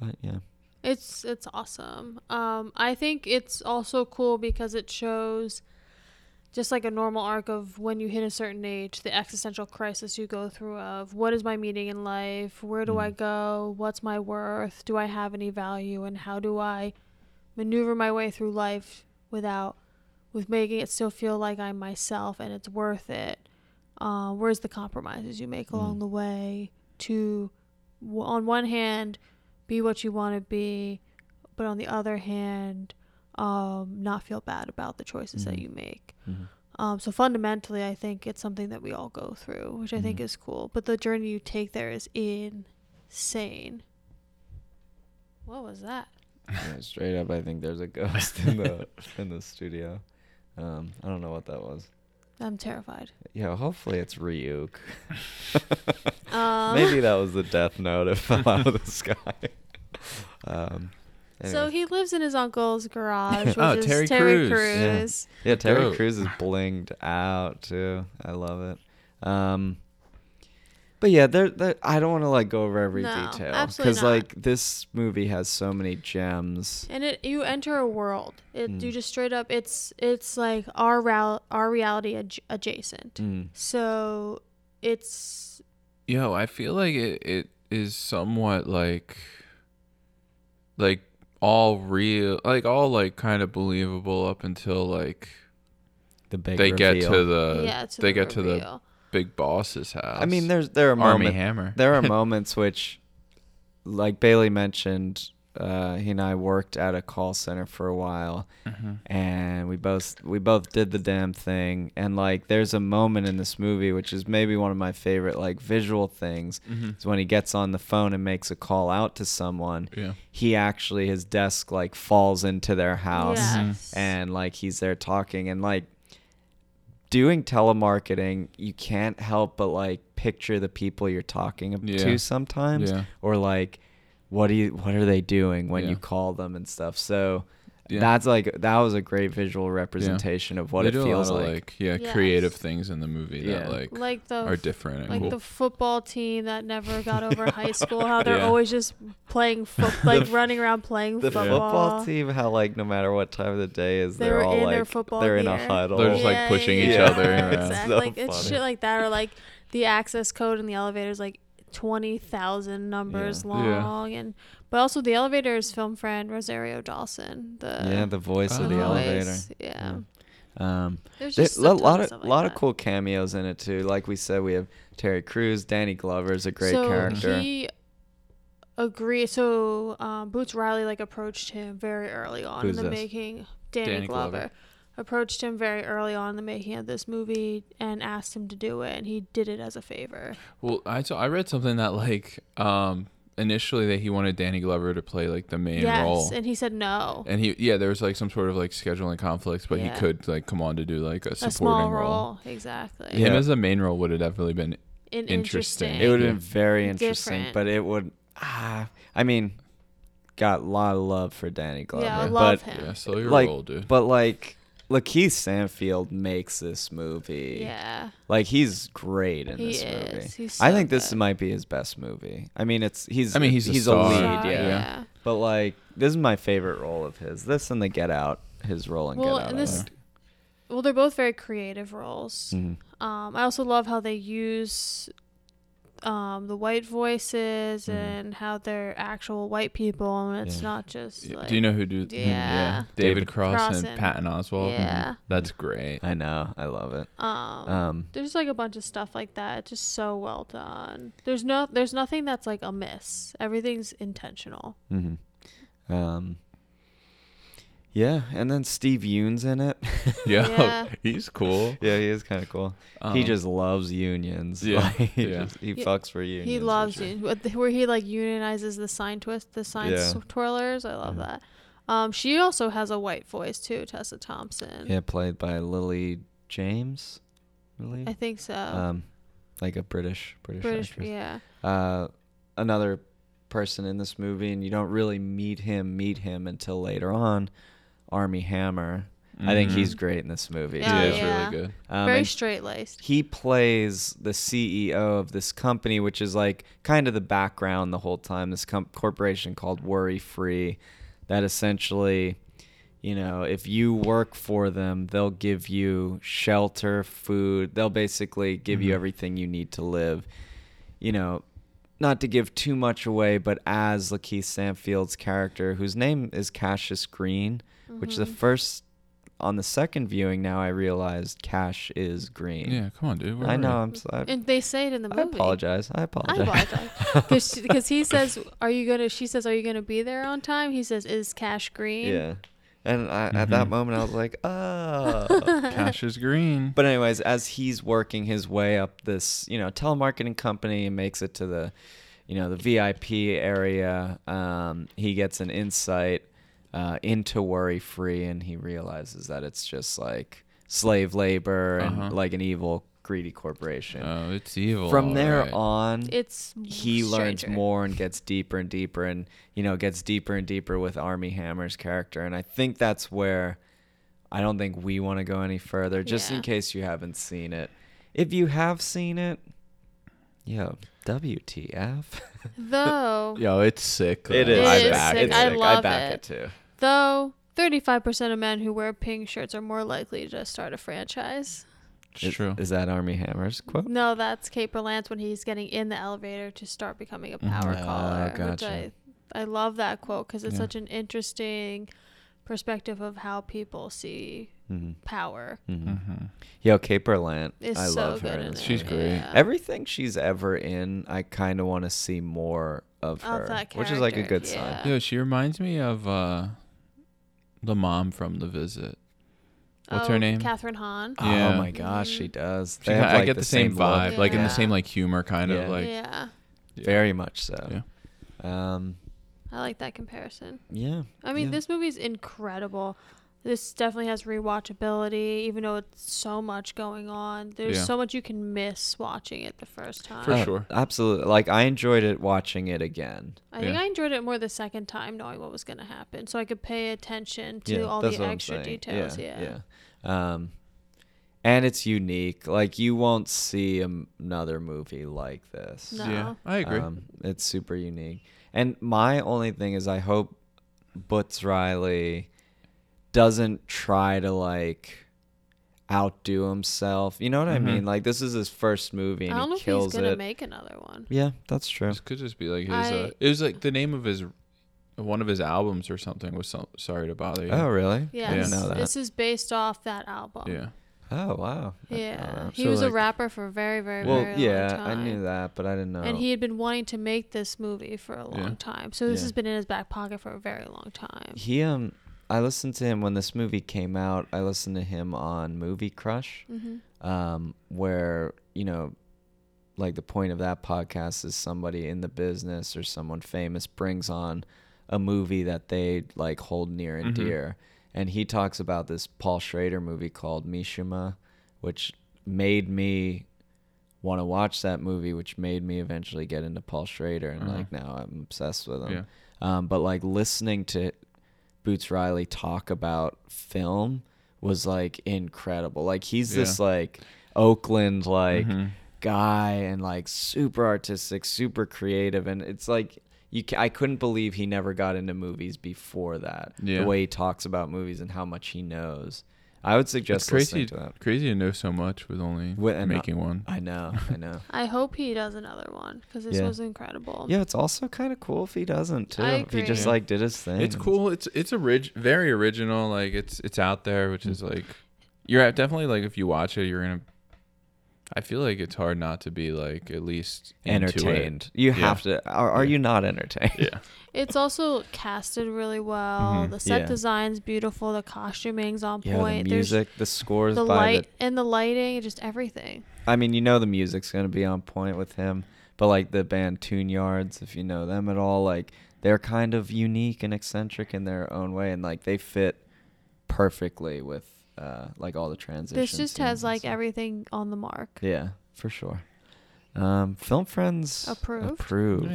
[SPEAKER 1] but yeah,
[SPEAKER 2] It's it's awesome. Um, I think it's also cool because it shows just like a normal arc of when you hit a certain age, the existential crisis you go through of what is my meaning in life, where do I go, what's my worth, do I have any value, and how do I maneuver my way through life without with making it still feel like I'm myself and it's worth it. Uh, where's the compromises you make along the way to, w- on one hand, be what you want to be, but on the other hand, um, not feel bad about the choices
[SPEAKER 3] Mm-hmm.
[SPEAKER 2] that you make.
[SPEAKER 1] Mm-hmm.
[SPEAKER 2] Um, so fundamentally, I think it's something that we all go through, which I
[SPEAKER 3] Mm-hmm.
[SPEAKER 2] think is cool. But the journey you take there is insane. What was that?
[SPEAKER 1] Yeah, straight up, I think there's a ghost in the in the studio. Um, I don't know what that was.
[SPEAKER 2] I'm terrified.
[SPEAKER 1] Yeah, hopefully it's Ryuk.
[SPEAKER 2] Um,
[SPEAKER 1] Maybe that was the death note it fell out of the sky. Um,
[SPEAKER 2] So
[SPEAKER 1] anyways.
[SPEAKER 2] he lives in his uncle's garage, which
[SPEAKER 3] Oh,
[SPEAKER 2] is Terry,
[SPEAKER 3] Terry
[SPEAKER 2] Crews.
[SPEAKER 3] Crews.
[SPEAKER 1] Yeah. yeah, Terry
[SPEAKER 3] Dope.
[SPEAKER 1] Crews is blinged out too. I love it. Um, but yeah, there. there- I don't want to like go over every
[SPEAKER 2] No,
[SPEAKER 1] detail
[SPEAKER 2] absolutely not.
[SPEAKER 1] like this movie has so many gems.
[SPEAKER 2] And it you enter a world. It
[SPEAKER 3] Mm.
[SPEAKER 2] you just straight up it's it's like our real, our reality adj- adjacent.
[SPEAKER 1] Mm.
[SPEAKER 2] So it's
[SPEAKER 3] Yo, I feel like it, it is somewhat like like all real like all like kind of believable up until like
[SPEAKER 1] The big
[SPEAKER 3] they get to
[SPEAKER 1] reveal.
[SPEAKER 3] the
[SPEAKER 2] yeah, it's
[SPEAKER 3] Uh, they get to the
[SPEAKER 2] reveal.
[SPEAKER 3] big boss's house.
[SPEAKER 1] I mean, there's there are
[SPEAKER 3] Army
[SPEAKER 1] moments.
[SPEAKER 3] Hammer.
[SPEAKER 1] there are moments which, like Bailey mentioned, uh, he and I worked at a call center for a while, and we both we both did the damn thing. And like, there's a moment in this movie which is maybe one of my favorite like visual things is when he gets on the phone and makes a call out to someone.
[SPEAKER 3] yeah.
[SPEAKER 1] He actually his desk like falls into their house
[SPEAKER 2] Yes.
[SPEAKER 1] and like he's there talking and like doing telemarketing you can't help but like picture the people you're talking ab-
[SPEAKER 3] Yeah.
[SPEAKER 1] to sometimes
[SPEAKER 3] Yeah.
[SPEAKER 1] or like what do you what are they doing when
[SPEAKER 3] Yeah.
[SPEAKER 1] you call them and stuff so
[SPEAKER 3] Yeah.
[SPEAKER 1] that's like that was a great visual representation of what
[SPEAKER 3] they
[SPEAKER 1] it
[SPEAKER 3] do a lot
[SPEAKER 1] feels
[SPEAKER 3] of,
[SPEAKER 1] like.
[SPEAKER 3] yeah,
[SPEAKER 2] Yes.
[SPEAKER 3] creative things in the movie that
[SPEAKER 1] Yeah.
[SPEAKER 3] like,
[SPEAKER 2] like the
[SPEAKER 3] are different and
[SPEAKER 2] like
[SPEAKER 3] cool.
[SPEAKER 2] the football team that never got over high school. How they're
[SPEAKER 3] Yeah.
[SPEAKER 2] always just playing football, like running around playing
[SPEAKER 1] the
[SPEAKER 2] football.
[SPEAKER 1] football team how like no matter what time of the day is
[SPEAKER 2] They
[SPEAKER 1] they're
[SPEAKER 2] were
[SPEAKER 1] all
[SPEAKER 2] in their
[SPEAKER 1] like
[SPEAKER 2] football
[SPEAKER 1] they're in a
[SPEAKER 2] gear.
[SPEAKER 1] huddle
[SPEAKER 3] They're just, like, pushing each other around.
[SPEAKER 2] Exactly.
[SPEAKER 1] So
[SPEAKER 2] like it's
[SPEAKER 1] funny.
[SPEAKER 2] shit like that, or like the access code in the elevator is like twenty thousand numbers
[SPEAKER 1] Yeah.
[SPEAKER 3] Yeah.
[SPEAKER 2] long, and but also the elevator is film friend Rosario Dawson. The
[SPEAKER 1] yeah the voice of the
[SPEAKER 3] Oh.
[SPEAKER 1] elevator
[SPEAKER 2] voice. Yeah.
[SPEAKER 1] um
[SPEAKER 2] There's
[SPEAKER 1] There,
[SPEAKER 2] just
[SPEAKER 1] a lot
[SPEAKER 2] ton
[SPEAKER 1] of
[SPEAKER 2] stuff like
[SPEAKER 1] lot of
[SPEAKER 2] that.
[SPEAKER 1] cool cameos in it too. Like we said, we have Terry Crews, Danny Glover is a great
[SPEAKER 2] so
[SPEAKER 1] character.
[SPEAKER 2] He agreed. So um, Boots Riley like approached him very early on
[SPEAKER 1] Who's
[SPEAKER 2] in the
[SPEAKER 1] this?
[SPEAKER 2] making. Danny,
[SPEAKER 3] Danny Glover.
[SPEAKER 2] Glover. approached him very early on in the making of this movie and asked him to do it, and he did it as a favor.
[SPEAKER 3] well, I saw, I read something that like um initially that he wanted Danny Glover to play like the main
[SPEAKER 2] yes,
[SPEAKER 3] role.
[SPEAKER 2] and he said no.
[SPEAKER 3] And he yeah, there was like some sort of like scheduling conflicts, but
[SPEAKER 2] Yeah.
[SPEAKER 3] he could like come on to do like a supporting
[SPEAKER 2] A small
[SPEAKER 3] role.
[SPEAKER 2] role, exactly.
[SPEAKER 3] Him
[SPEAKER 1] Yeah.
[SPEAKER 3] as a main role would have definitely been
[SPEAKER 2] An
[SPEAKER 3] Interesting.
[SPEAKER 1] it would have been
[SPEAKER 3] Yeah.
[SPEAKER 1] very interesting,
[SPEAKER 2] Different.
[SPEAKER 1] but it would. Ah, I mean, got a lot of love for Danny Glover.
[SPEAKER 2] yeah, I
[SPEAKER 1] but,
[SPEAKER 2] love him.
[SPEAKER 3] yeah, slow your
[SPEAKER 1] Like,
[SPEAKER 3] roll, dude.
[SPEAKER 1] But like, Lakeith Sanfield makes this movie.
[SPEAKER 2] Yeah,
[SPEAKER 1] Like he's great in
[SPEAKER 2] He
[SPEAKER 1] this movie.
[SPEAKER 2] is. He's
[SPEAKER 1] I
[SPEAKER 2] so
[SPEAKER 1] think this
[SPEAKER 2] good.
[SPEAKER 1] might be his best movie. I mean, it's he's.
[SPEAKER 3] I mean, he's a
[SPEAKER 1] he's
[SPEAKER 3] star.
[SPEAKER 1] lead,
[SPEAKER 2] Star,
[SPEAKER 1] yeah.
[SPEAKER 2] yeah.
[SPEAKER 1] But like, this is my favorite role of his. This and the Get Out. His role in
[SPEAKER 2] Well,
[SPEAKER 1] Get Out.
[SPEAKER 2] and
[SPEAKER 1] I
[SPEAKER 2] this-
[SPEAKER 1] liked.
[SPEAKER 2] Well, they're both very creative roles.
[SPEAKER 1] Mhm.
[SPEAKER 2] Um, I also love how they use um, the white voices and how they're actual white people, and it's
[SPEAKER 1] Yeah.
[SPEAKER 2] not just
[SPEAKER 3] Y-
[SPEAKER 2] like
[SPEAKER 3] do you know who do
[SPEAKER 2] yeah.
[SPEAKER 3] David,
[SPEAKER 1] David
[SPEAKER 3] Cross,
[SPEAKER 2] Crossan.
[SPEAKER 3] and Patton Oswald?
[SPEAKER 2] Yeah.
[SPEAKER 3] That's great.
[SPEAKER 1] I know. I love it.
[SPEAKER 2] um,
[SPEAKER 1] Um,
[SPEAKER 2] there's like a bunch of stuff like that. It's just so well done. There's no there's nothing that's like amiss. Everything's intentional.
[SPEAKER 1] Mm-hmm. Um, yeah, and then Steve Yoon's in it.
[SPEAKER 3] Yeah.
[SPEAKER 2] Yeah.
[SPEAKER 3] He's cool.
[SPEAKER 1] yeah, he is kind of cool. he
[SPEAKER 3] Um,
[SPEAKER 1] just loves unions.
[SPEAKER 3] yeah,
[SPEAKER 1] Like, he,
[SPEAKER 3] yeah.
[SPEAKER 1] just- he
[SPEAKER 2] He-
[SPEAKER 1] fucks for unions.
[SPEAKER 2] he
[SPEAKER 1] for
[SPEAKER 2] loves
[SPEAKER 1] sure.
[SPEAKER 2] you. What the- Where he like unionizes the sign twist, the sign
[SPEAKER 1] Yeah. Mm-hmm.
[SPEAKER 2] sw- twirlers. I love that. Um, she also has a white voice too, Tessa Thompson.
[SPEAKER 1] Yeah, played by Lily James, I
[SPEAKER 2] I
[SPEAKER 1] believe.
[SPEAKER 2] think so.
[SPEAKER 1] Um, like a British British,
[SPEAKER 2] British,
[SPEAKER 1] actress.
[SPEAKER 2] yeah.
[SPEAKER 1] Uh, another person in this movie, and you don't really meet him meet him until later on. Army Hammer. I think
[SPEAKER 3] Mhm.
[SPEAKER 1] he's great in this movie.
[SPEAKER 2] Yeah,
[SPEAKER 3] Yeah,
[SPEAKER 1] too.
[SPEAKER 3] he's
[SPEAKER 2] Oh, yeah.
[SPEAKER 3] really good.
[SPEAKER 1] Um,
[SPEAKER 2] Very
[SPEAKER 1] and
[SPEAKER 2] straight laced.
[SPEAKER 1] he plays the CEO of this company, which is like kind of the background the whole time. This com- corporation called Worry Free, that essentially, you know, if you work for them, they'll give you shelter, food. They'll basically give you everything you need to live. You know, not to give too much away, but as Lakeith Sanfield's character, whose name is Cassius Green, which the first on the second viewing now I realized Cash is Green.
[SPEAKER 3] Yeah, come on, dude. We're
[SPEAKER 1] I know.
[SPEAKER 3] ready.
[SPEAKER 1] I'm sorry.
[SPEAKER 2] And they say it in the movie.
[SPEAKER 1] I apologize. I
[SPEAKER 2] I
[SPEAKER 1] apologize.
[SPEAKER 2] apologize. Because he says, Are you going to, she says, Are you going to be there on time? He says, Is Cash Green?
[SPEAKER 1] yeah. And I, at
[SPEAKER 3] Mm-hmm.
[SPEAKER 1] that moment, I was like, oh.
[SPEAKER 3] Cash is green.
[SPEAKER 1] but anyways, as he's working his way up this, you know, telemarketing company and makes it to the, you know, the VIP area, um, he gets an insight uh, into worry free, and he realizes that it's just like slave labor and
[SPEAKER 3] Uh-huh.
[SPEAKER 1] like an evil, greedy corporation.
[SPEAKER 3] oh, it's evil.
[SPEAKER 1] From there
[SPEAKER 3] alright.
[SPEAKER 1] on,
[SPEAKER 2] It's
[SPEAKER 1] he learns
[SPEAKER 2] stranger.
[SPEAKER 1] more and gets deeper and deeper and you know gets deeper and deeper with army hammer's character and i think that's where i don't think we want to go any further just
[SPEAKER 2] Yeah.
[SPEAKER 1] in case you haven't seen it if you have seen it yo wtf
[SPEAKER 2] Though,
[SPEAKER 3] Yo, it's sick.
[SPEAKER 2] is.
[SPEAKER 3] though.
[SPEAKER 2] I It is
[SPEAKER 3] back
[SPEAKER 2] sick.
[SPEAKER 3] it.
[SPEAKER 2] I love it.
[SPEAKER 1] too
[SPEAKER 2] though, 35% of men who wear pink shirts are more likely to start a franchise.
[SPEAKER 3] It's
[SPEAKER 1] Is-
[SPEAKER 3] true.
[SPEAKER 1] Is that Army Hammer's quote?
[SPEAKER 2] No, that's Kate Berlance when he's getting in the elevator to start becoming a power
[SPEAKER 3] Ah,
[SPEAKER 1] Oh,
[SPEAKER 2] caller. Which
[SPEAKER 1] gotcha.
[SPEAKER 2] I, I love that quote because it's
[SPEAKER 1] Yeah.
[SPEAKER 2] such an interesting perspective of how people see
[SPEAKER 1] Mm-hmm.
[SPEAKER 2] power.
[SPEAKER 1] Mm-hmm.
[SPEAKER 3] hmm
[SPEAKER 1] Yo, Kate Berlant.
[SPEAKER 2] Is
[SPEAKER 1] I
[SPEAKER 2] so
[SPEAKER 1] love
[SPEAKER 2] good
[SPEAKER 1] her.
[SPEAKER 2] in
[SPEAKER 1] in
[SPEAKER 2] it.
[SPEAKER 1] this
[SPEAKER 3] She's
[SPEAKER 1] movie.
[SPEAKER 3] great.
[SPEAKER 2] Yeah.
[SPEAKER 1] Everything she's ever in, I kind of want to see more of
[SPEAKER 2] Of
[SPEAKER 1] her,
[SPEAKER 2] that
[SPEAKER 1] which is like a
[SPEAKER 2] character,
[SPEAKER 1] good
[SPEAKER 2] yeah.
[SPEAKER 1] sign.
[SPEAKER 3] Yo, she reminds me of uh, the mom from The Visit. What's her name?
[SPEAKER 2] Oh, Catherine Hahn.
[SPEAKER 3] Yeah.
[SPEAKER 1] Oh my gosh, she does.
[SPEAKER 3] She
[SPEAKER 1] They have,
[SPEAKER 3] kinda- I
[SPEAKER 1] like,
[SPEAKER 3] get the, same,
[SPEAKER 1] look.
[SPEAKER 3] vibe, like in the
[SPEAKER 2] Yeah.
[SPEAKER 3] same like humor, kind
[SPEAKER 1] Yeah.
[SPEAKER 3] of like
[SPEAKER 2] yeah,
[SPEAKER 3] Yeah.
[SPEAKER 1] Very much so. Yeah. Um,
[SPEAKER 2] I like that comparison.
[SPEAKER 1] yeah.
[SPEAKER 2] I mean,
[SPEAKER 1] Yeah.
[SPEAKER 2] this movie's incredible. This definitely has rewatchability, even though it's so much going on. There's
[SPEAKER 3] Yeah.
[SPEAKER 2] so much you can miss watching it the first time.
[SPEAKER 3] For
[SPEAKER 1] Oh,
[SPEAKER 3] sure.
[SPEAKER 1] Absolutely. Like, I enjoyed it watching it again.
[SPEAKER 2] I think
[SPEAKER 3] Yeah.
[SPEAKER 2] I enjoyed it more the second time, knowing what was going to happen, so I could pay attention to all
[SPEAKER 1] that's
[SPEAKER 2] the
[SPEAKER 1] what I'm
[SPEAKER 2] extra
[SPEAKER 1] saying.
[SPEAKER 2] details. Yeah,
[SPEAKER 1] yeah. Um, and it's unique. Like you won't see am- another movie like this.
[SPEAKER 2] No.
[SPEAKER 3] yeah, I agree.
[SPEAKER 1] Um, it's super unique. And my only thing is, I hope Butz Riley doesn't try to like outdo himself. You know what
[SPEAKER 3] Mhm.
[SPEAKER 1] I mean? Like this is his first movie, and
[SPEAKER 2] I don't know
[SPEAKER 1] he
[SPEAKER 2] if he's
[SPEAKER 1] kills
[SPEAKER 2] going to
[SPEAKER 1] it.
[SPEAKER 2] make another one.
[SPEAKER 1] yeah, that's true.
[SPEAKER 3] This could just be like his. uh,
[SPEAKER 2] I-
[SPEAKER 3] it was like the name of his, one of his albums or something was so, sorry to bother you.
[SPEAKER 1] Oh really? I
[SPEAKER 2] Yes,
[SPEAKER 1] didn't know that.
[SPEAKER 2] this is based off that album.
[SPEAKER 3] yeah.
[SPEAKER 1] Oh wow.
[SPEAKER 2] Yeah,
[SPEAKER 1] I'm
[SPEAKER 2] he
[SPEAKER 1] so,
[SPEAKER 2] was a
[SPEAKER 1] like-
[SPEAKER 2] rapper for a very, very,
[SPEAKER 1] Well,
[SPEAKER 2] very long
[SPEAKER 1] yeah, I
[SPEAKER 2] time.
[SPEAKER 1] knew that, but I didn't know.
[SPEAKER 2] And he had been wanting to make this movie for a long
[SPEAKER 3] Yeah.
[SPEAKER 2] time, so this
[SPEAKER 1] Yeah.
[SPEAKER 2] has been in his back pocket for a very long time.
[SPEAKER 1] He um I listened to him when this movie came out. I listened to him on Movie Crush,
[SPEAKER 2] Mm-hmm.
[SPEAKER 1] um, where, you know, like the point of that podcast is somebody in the business or someone famous brings on a movie that they like hold near and
[SPEAKER 3] Mhm.
[SPEAKER 1] dear. And he talks about this Paul Schrader movie called Mishima, which made me want to watch that movie, which made me eventually get into Paul Schrader. And
[SPEAKER 3] Mhm.
[SPEAKER 1] like now I'm obsessed with him
[SPEAKER 3] Yeah.
[SPEAKER 1] um, but like listening to Boots Riley talk about film was like incredible. Like he's this
[SPEAKER 3] Yeah.
[SPEAKER 1] like Oakland like
[SPEAKER 3] Mhm.
[SPEAKER 1] guy and like super artistic, super creative, and it's like you. Ca- I couldn't believe he never got into movies before that.
[SPEAKER 3] Yeah.
[SPEAKER 1] The way he talks about movies and how much he knows. I would suggest
[SPEAKER 3] it's crazy.
[SPEAKER 1] listening to that. uh,
[SPEAKER 3] Crazy to know so much with only
[SPEAKER 1] With- and
[SPEAKER 3] making one.
[SPEAKER 1] I know. I know.
[SPEAKER 2] I hope he does another one because this
[SPEAKER 1] Yeah.
[SPEAKER 2] was incredible.
[SPEAKER 1] Yeah, it's also kind of cool if he doesn't too.
[SPEAKER 2] I
[SPEAKER 1] If he just
[SPEAKER 2] agree.
[SPEAKER 1] like did his thing.
[SPEAKER 3] It's cool. It's it's orig- very original. Like it's it's out there, which is like you're at definitely like if you watch it, you're gonna. I feel like it's hard not to be like at least into it.
[SPEAKER 1] Entertained. You have to. Are, are
[SPEAKER 3] Yeah.
[SPEAKER 1] you not entertained?
[SPEAKER 3] Yeah,
[SPEAKER 2] It's also casted really well.
[SPEAKER 3] Mhm.
[SPEAKER 2] The set
[SPEAKER 1] Mm-hmm. Yeah.
[SPEAKER 2] design's beautiful. The costuming's on
[SPEAKER 1] Yeah,
[SPEAKER 2] point.
[SPEAKER 1] the
[SPEAKER 2] There's
[SPEAKER 1] music, the scores
[SPEAKER 2] the
[SPEAKER 1] by
[SPEAKER 2] light and the lighting, just everything.
[SPEAKER 1] the. I mean, you know the music's gonna be on point with him, but like the band Tune Yards, if you know them at all, like they're kind of unique and eccentric in their own way, and like they fit perfectly with uh like all the transitions.
[SPEAKER 2] This just
[SPEAKER 1] and
[SPEAKER 2] has like
[SPEAKER 1] stuff.
[SPEAKER 2] everything on the mark.
[SPEAKER 1] Yeah, for sure. Um, film friends
[SPEAKER 2] Approved?
[SPEAKER 1] Approved.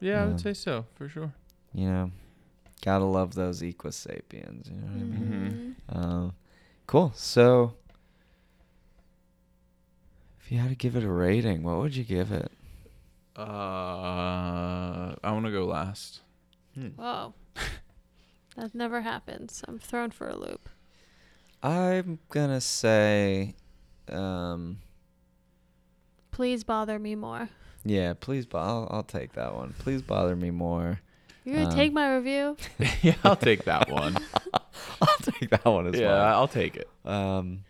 [SPEAKER 3] Yeah. yeah, I
[SPEAKER 1] Um,
[SPEAKER 3] would say so for sure.
[SPEAKER 1] You know, gotta love those equus sapiens. You know what I mean?
[SPEAKER 2] Mhm.
[SPEAKER 1] Um, cool. So, if you had to give it a rating, what would you give it?
[SPEAKER 3] Uh, I want to go last.
[SPEAKER 2] Whoa. that never happens. I'm thrown for a loop.
[SPEAKER 1] I'm gonna say, um,
[SPEAKER 2] Please bother me more.
[SPEAKER 1] yeah. Please, bo- I'll, I'll take that one. Please bother me more.
[SPEAKER 2] You're gonna
[SPEAKER 1] Um,
[SPEAKER 2] take my review?
[SPEAKER 3] yeah, I'll take that one.
[SPEAKER 1] I'll take that one as
[SPEAKER 3] yeah,
[SPEAKER 1] well.
[SPEAKER 3] I'll take it.
[SPEAKER 1] Um,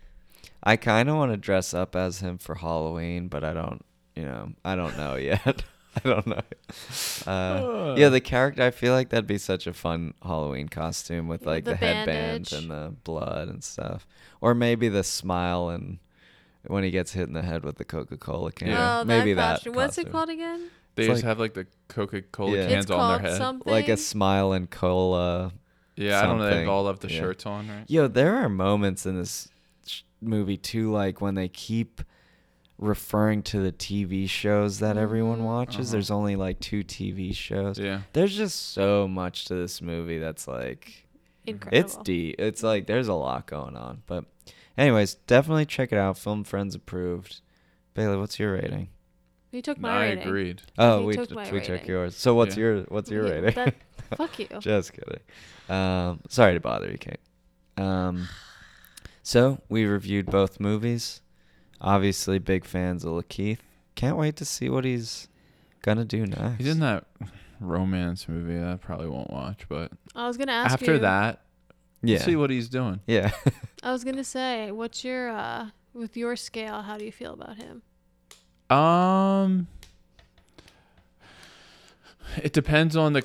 [SPEAKER 1] I kind of want to dress up as him for Halloween, but I don't. You know, I don't know yet. I don't know. Uh, Yeah, the character. I feel like that'd be such a fun Halloween costume with
[SPEAKER 2] Yeah,
[SPEAKER 1] like the,
[SPEAKER 2] the
[SPEAKER 1] headband
[SPEAKER 2] bandage.
[SPEAKER 1] and the blood and stuff, or maybe the smile and when he gets hit in the head with the Coca Cola can.
[SPEAKER 3] Yeah.
[SPEAKER 2] Oh,
[SPEAKER 1] maybe
[SPEAKER 2] that
[SPEAKER 1] that.
[SPEAKER 2] costume. What's it
[SPEAKER 1] costume.
[SPEAKER 2] called again?
[SPEAKER 3] they
[SPEAKER 1] it's
[SPEAKER 3] just
[SPEAKER 1] like-
[SPEAKER 3] have like the Coca Cola
[SPEAKER 1] Yeah.
[SPEAKER 3] cans
[SPEAKER 2] it's
[SPEAKER 3] on
[SPEAKER 2] called
[SPEAKER 3] their head.
[SPEAKER 2] something.
[SPEAKER 1] Like a smile and cola.
[SPEAKER 3] yeah, I don't know. They've
[SPEAKER 1] something.
[SPEAKER 3] all left the
[SPEAKER 1] Yeah.
[SPEAKER 3] shirts on, right?
[SPEAKER 1] Yo, there are moments in this sh- movie too, like when they keep referring to the TV shows that everyone
[SPEAKER 2] Mhm.
[SPEAKER 1] watches.
[SPEAKER 3] Uh-huh.
[SPEAKER 1] There's only like two TV shows.
[SPEAKER 3] Yeah.
[SPEAKER 1] There's just so much to this movie that's like.
[SPEAKER 2] Incredible.
[SPEAKER 1] It's deep. It's like there's a lot going on. But anyways, definitely check it out. Film Friends approved. Bailey, what's your rating?
[SPEAKER 2] You took my
[SPEAKER 3] I
[SPEAKER 2] rating.
[SPEAKER 3] agreed.
[SPEAKER 1] Oh,
[SPEAKER 2] He
[SPEAKER 1] we
[SPEAKER 2] took
[SPEAKER 1] t-
[SPEAKER 2] my
[SPEAKER 1] we took
[SPEAKER 2] rating.
[SPEAKER 1] yours. So what's
[SPEAKER 3] Yeah.
[SPEAKER 1] your what's your
[SPEAKER 2] Yeah,
[SPEAKER 1] rating?
[SPEAKER 2] that- Fuck you.
[SPEAKER 1] Just kidding. Um, sorry to bother you, Kate. Um, so we reviewed both movies. Obviously, big fans of Lakeith. Can't wait to see what he's gonna do next.
[SPEAKER 3] He's in that romance movie that I probably won't watch, but
[SPEAKER 2] I was gonna ask
[SPEAKER 3] after
[SPEAKER 2] you,
[SPEAKER 3] that,
[SPEAKER 1] Yeah.
[SPEAKER 3] see what he's doing.
[SPEAKER 1] yeah.
[SPEAKER 2] I was gonna say, what's your uh with your scale, how do you feel about him?
[SPEAKER 3] Um, it depends on the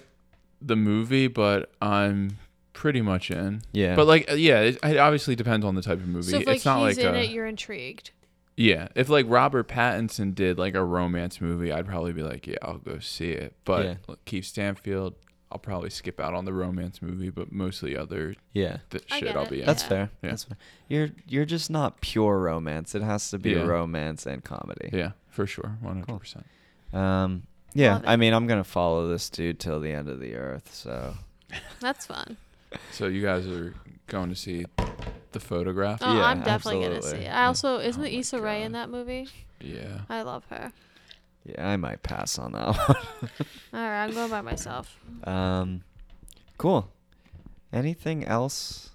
[SPEAKER 3] the movie, but I'm pretty much in.
[SPEAKER 1] yeah.
[SPEAKER 3] But like, yeah, it, it obviously depends on the type of movie.
[SPEAKER 2] So if like
[SPEAKER 3] it's not
[SPEAKER 2] he's
[SPEAKER 3] like
[SPEAKER 2] in
[SPEAKER 3] a,
[SPEAKER 2] it, you're intrigued.
[SPEAKER 3] yeah. If like Robert Pattinson did like a romance movie, I'd probably be like, yeah, I'll go see it. But
[SPEAKER 1] Yeah.
[SPEAKER 3] like, Keith Stanfield, I'll probably skip out on the romance movie, but mostly other
[SPEAKER 1] yeah.
[SPEAKER 3] th-
[SPEAKER 2] I
[SPEAKER 3] shit
[SPEAKER 2] get
[SPEAKER 3] I'll
[SPEAKER 2] it.
[SPEAKER 3] be in.
[SPEAKER 1] That's
[SPEAKER 2] Yeah.
[SPEAKER 1] fair.
[SPEAKER 3] Yeah.
[SPEAKER 1] That's fair. You're you're just not pure romance. It has to be
[SPEAKER 3] Yeah.
[SPEAKER 1] romance and comedy.
[SPEAKER 3] yeah, for sure, one hundred percent.
[SPEAKER 1] Um yeah,
[SPEAKER 2] Love it.
[SPEAKER 1] I mean, I'm gonna follow this dude till the end of the earth. So
[SPEAKER 2] That's fun.
[SPEAKER 3] So you guys are going to see the photograph?
[SPEAKER 2] Oh,
[SPEAKER 1] Yeah,
[SPEAKER 2] I'm definitely gonna see
[SPEAKER 1] absolutely.
[SPEAKER 2] it. I also isn't
[SPEAKER 3] Oh my
[SPEAKER 2] Issa Rae in
[SPEAKER 3] God.
[SPEAKER 2] that movie?
[SPEAKER 3] yeah.
[SPEAKER 2] I love her.
[SPEAKER 1] yeah, I might pass on that one.
[SPEAKER 2] All right, I'm going by myself.
[SPEAKER 1] Um, cool. Anything else?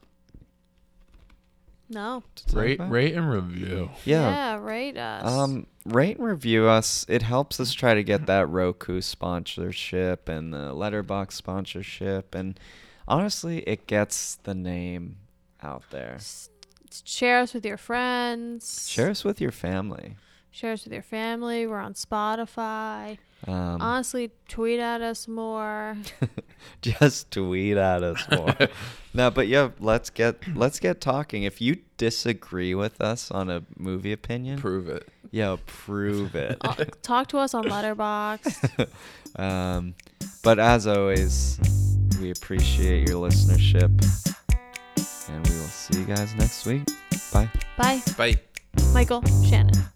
[SPEAKER 2] No.
[SPEAKER 1] to talk
[SPEAKER 3] Rate,
[SPEAKER 1] about?
[SPEAKER 3] rate, and review.
[SPEAKER 1] Yeah.
[SPEAKER 2] Yeah, rate us.
[SPEAKER 1] Um, rate and review us. It helps us try to get that Roku sponsorship and the Letterbox sponsorship, and honestly, it gets the name out there.
[SPEAKER 2] S- share us with your friends.
[SPEAKER 1] Share us with your family.
[SPEAKER 2] Share us with your family. We're on Spotify.
[SPEAKER 1] Um,
[SPEAKER 2] Honestly, tweet at us more.
[SPEAKER 1] just tweet at us more. no, but yeah, let's get let's get talking. If you disagree with us on a movie opinion,
[SPEAKER 3] Prove it.
[SPEAKER 1] yeah, prove it.
[SPEAKER 2] Uh, Talk to us on Letterboxd.
[SPEAKER 1] um, but as always, we appreciate your listenership. And we will see you guys next week. Bye.
[SPEAKER 2] Bye,
[SPEAKER 3] Bye.
[SPEAKER 2] Michael, Shannon.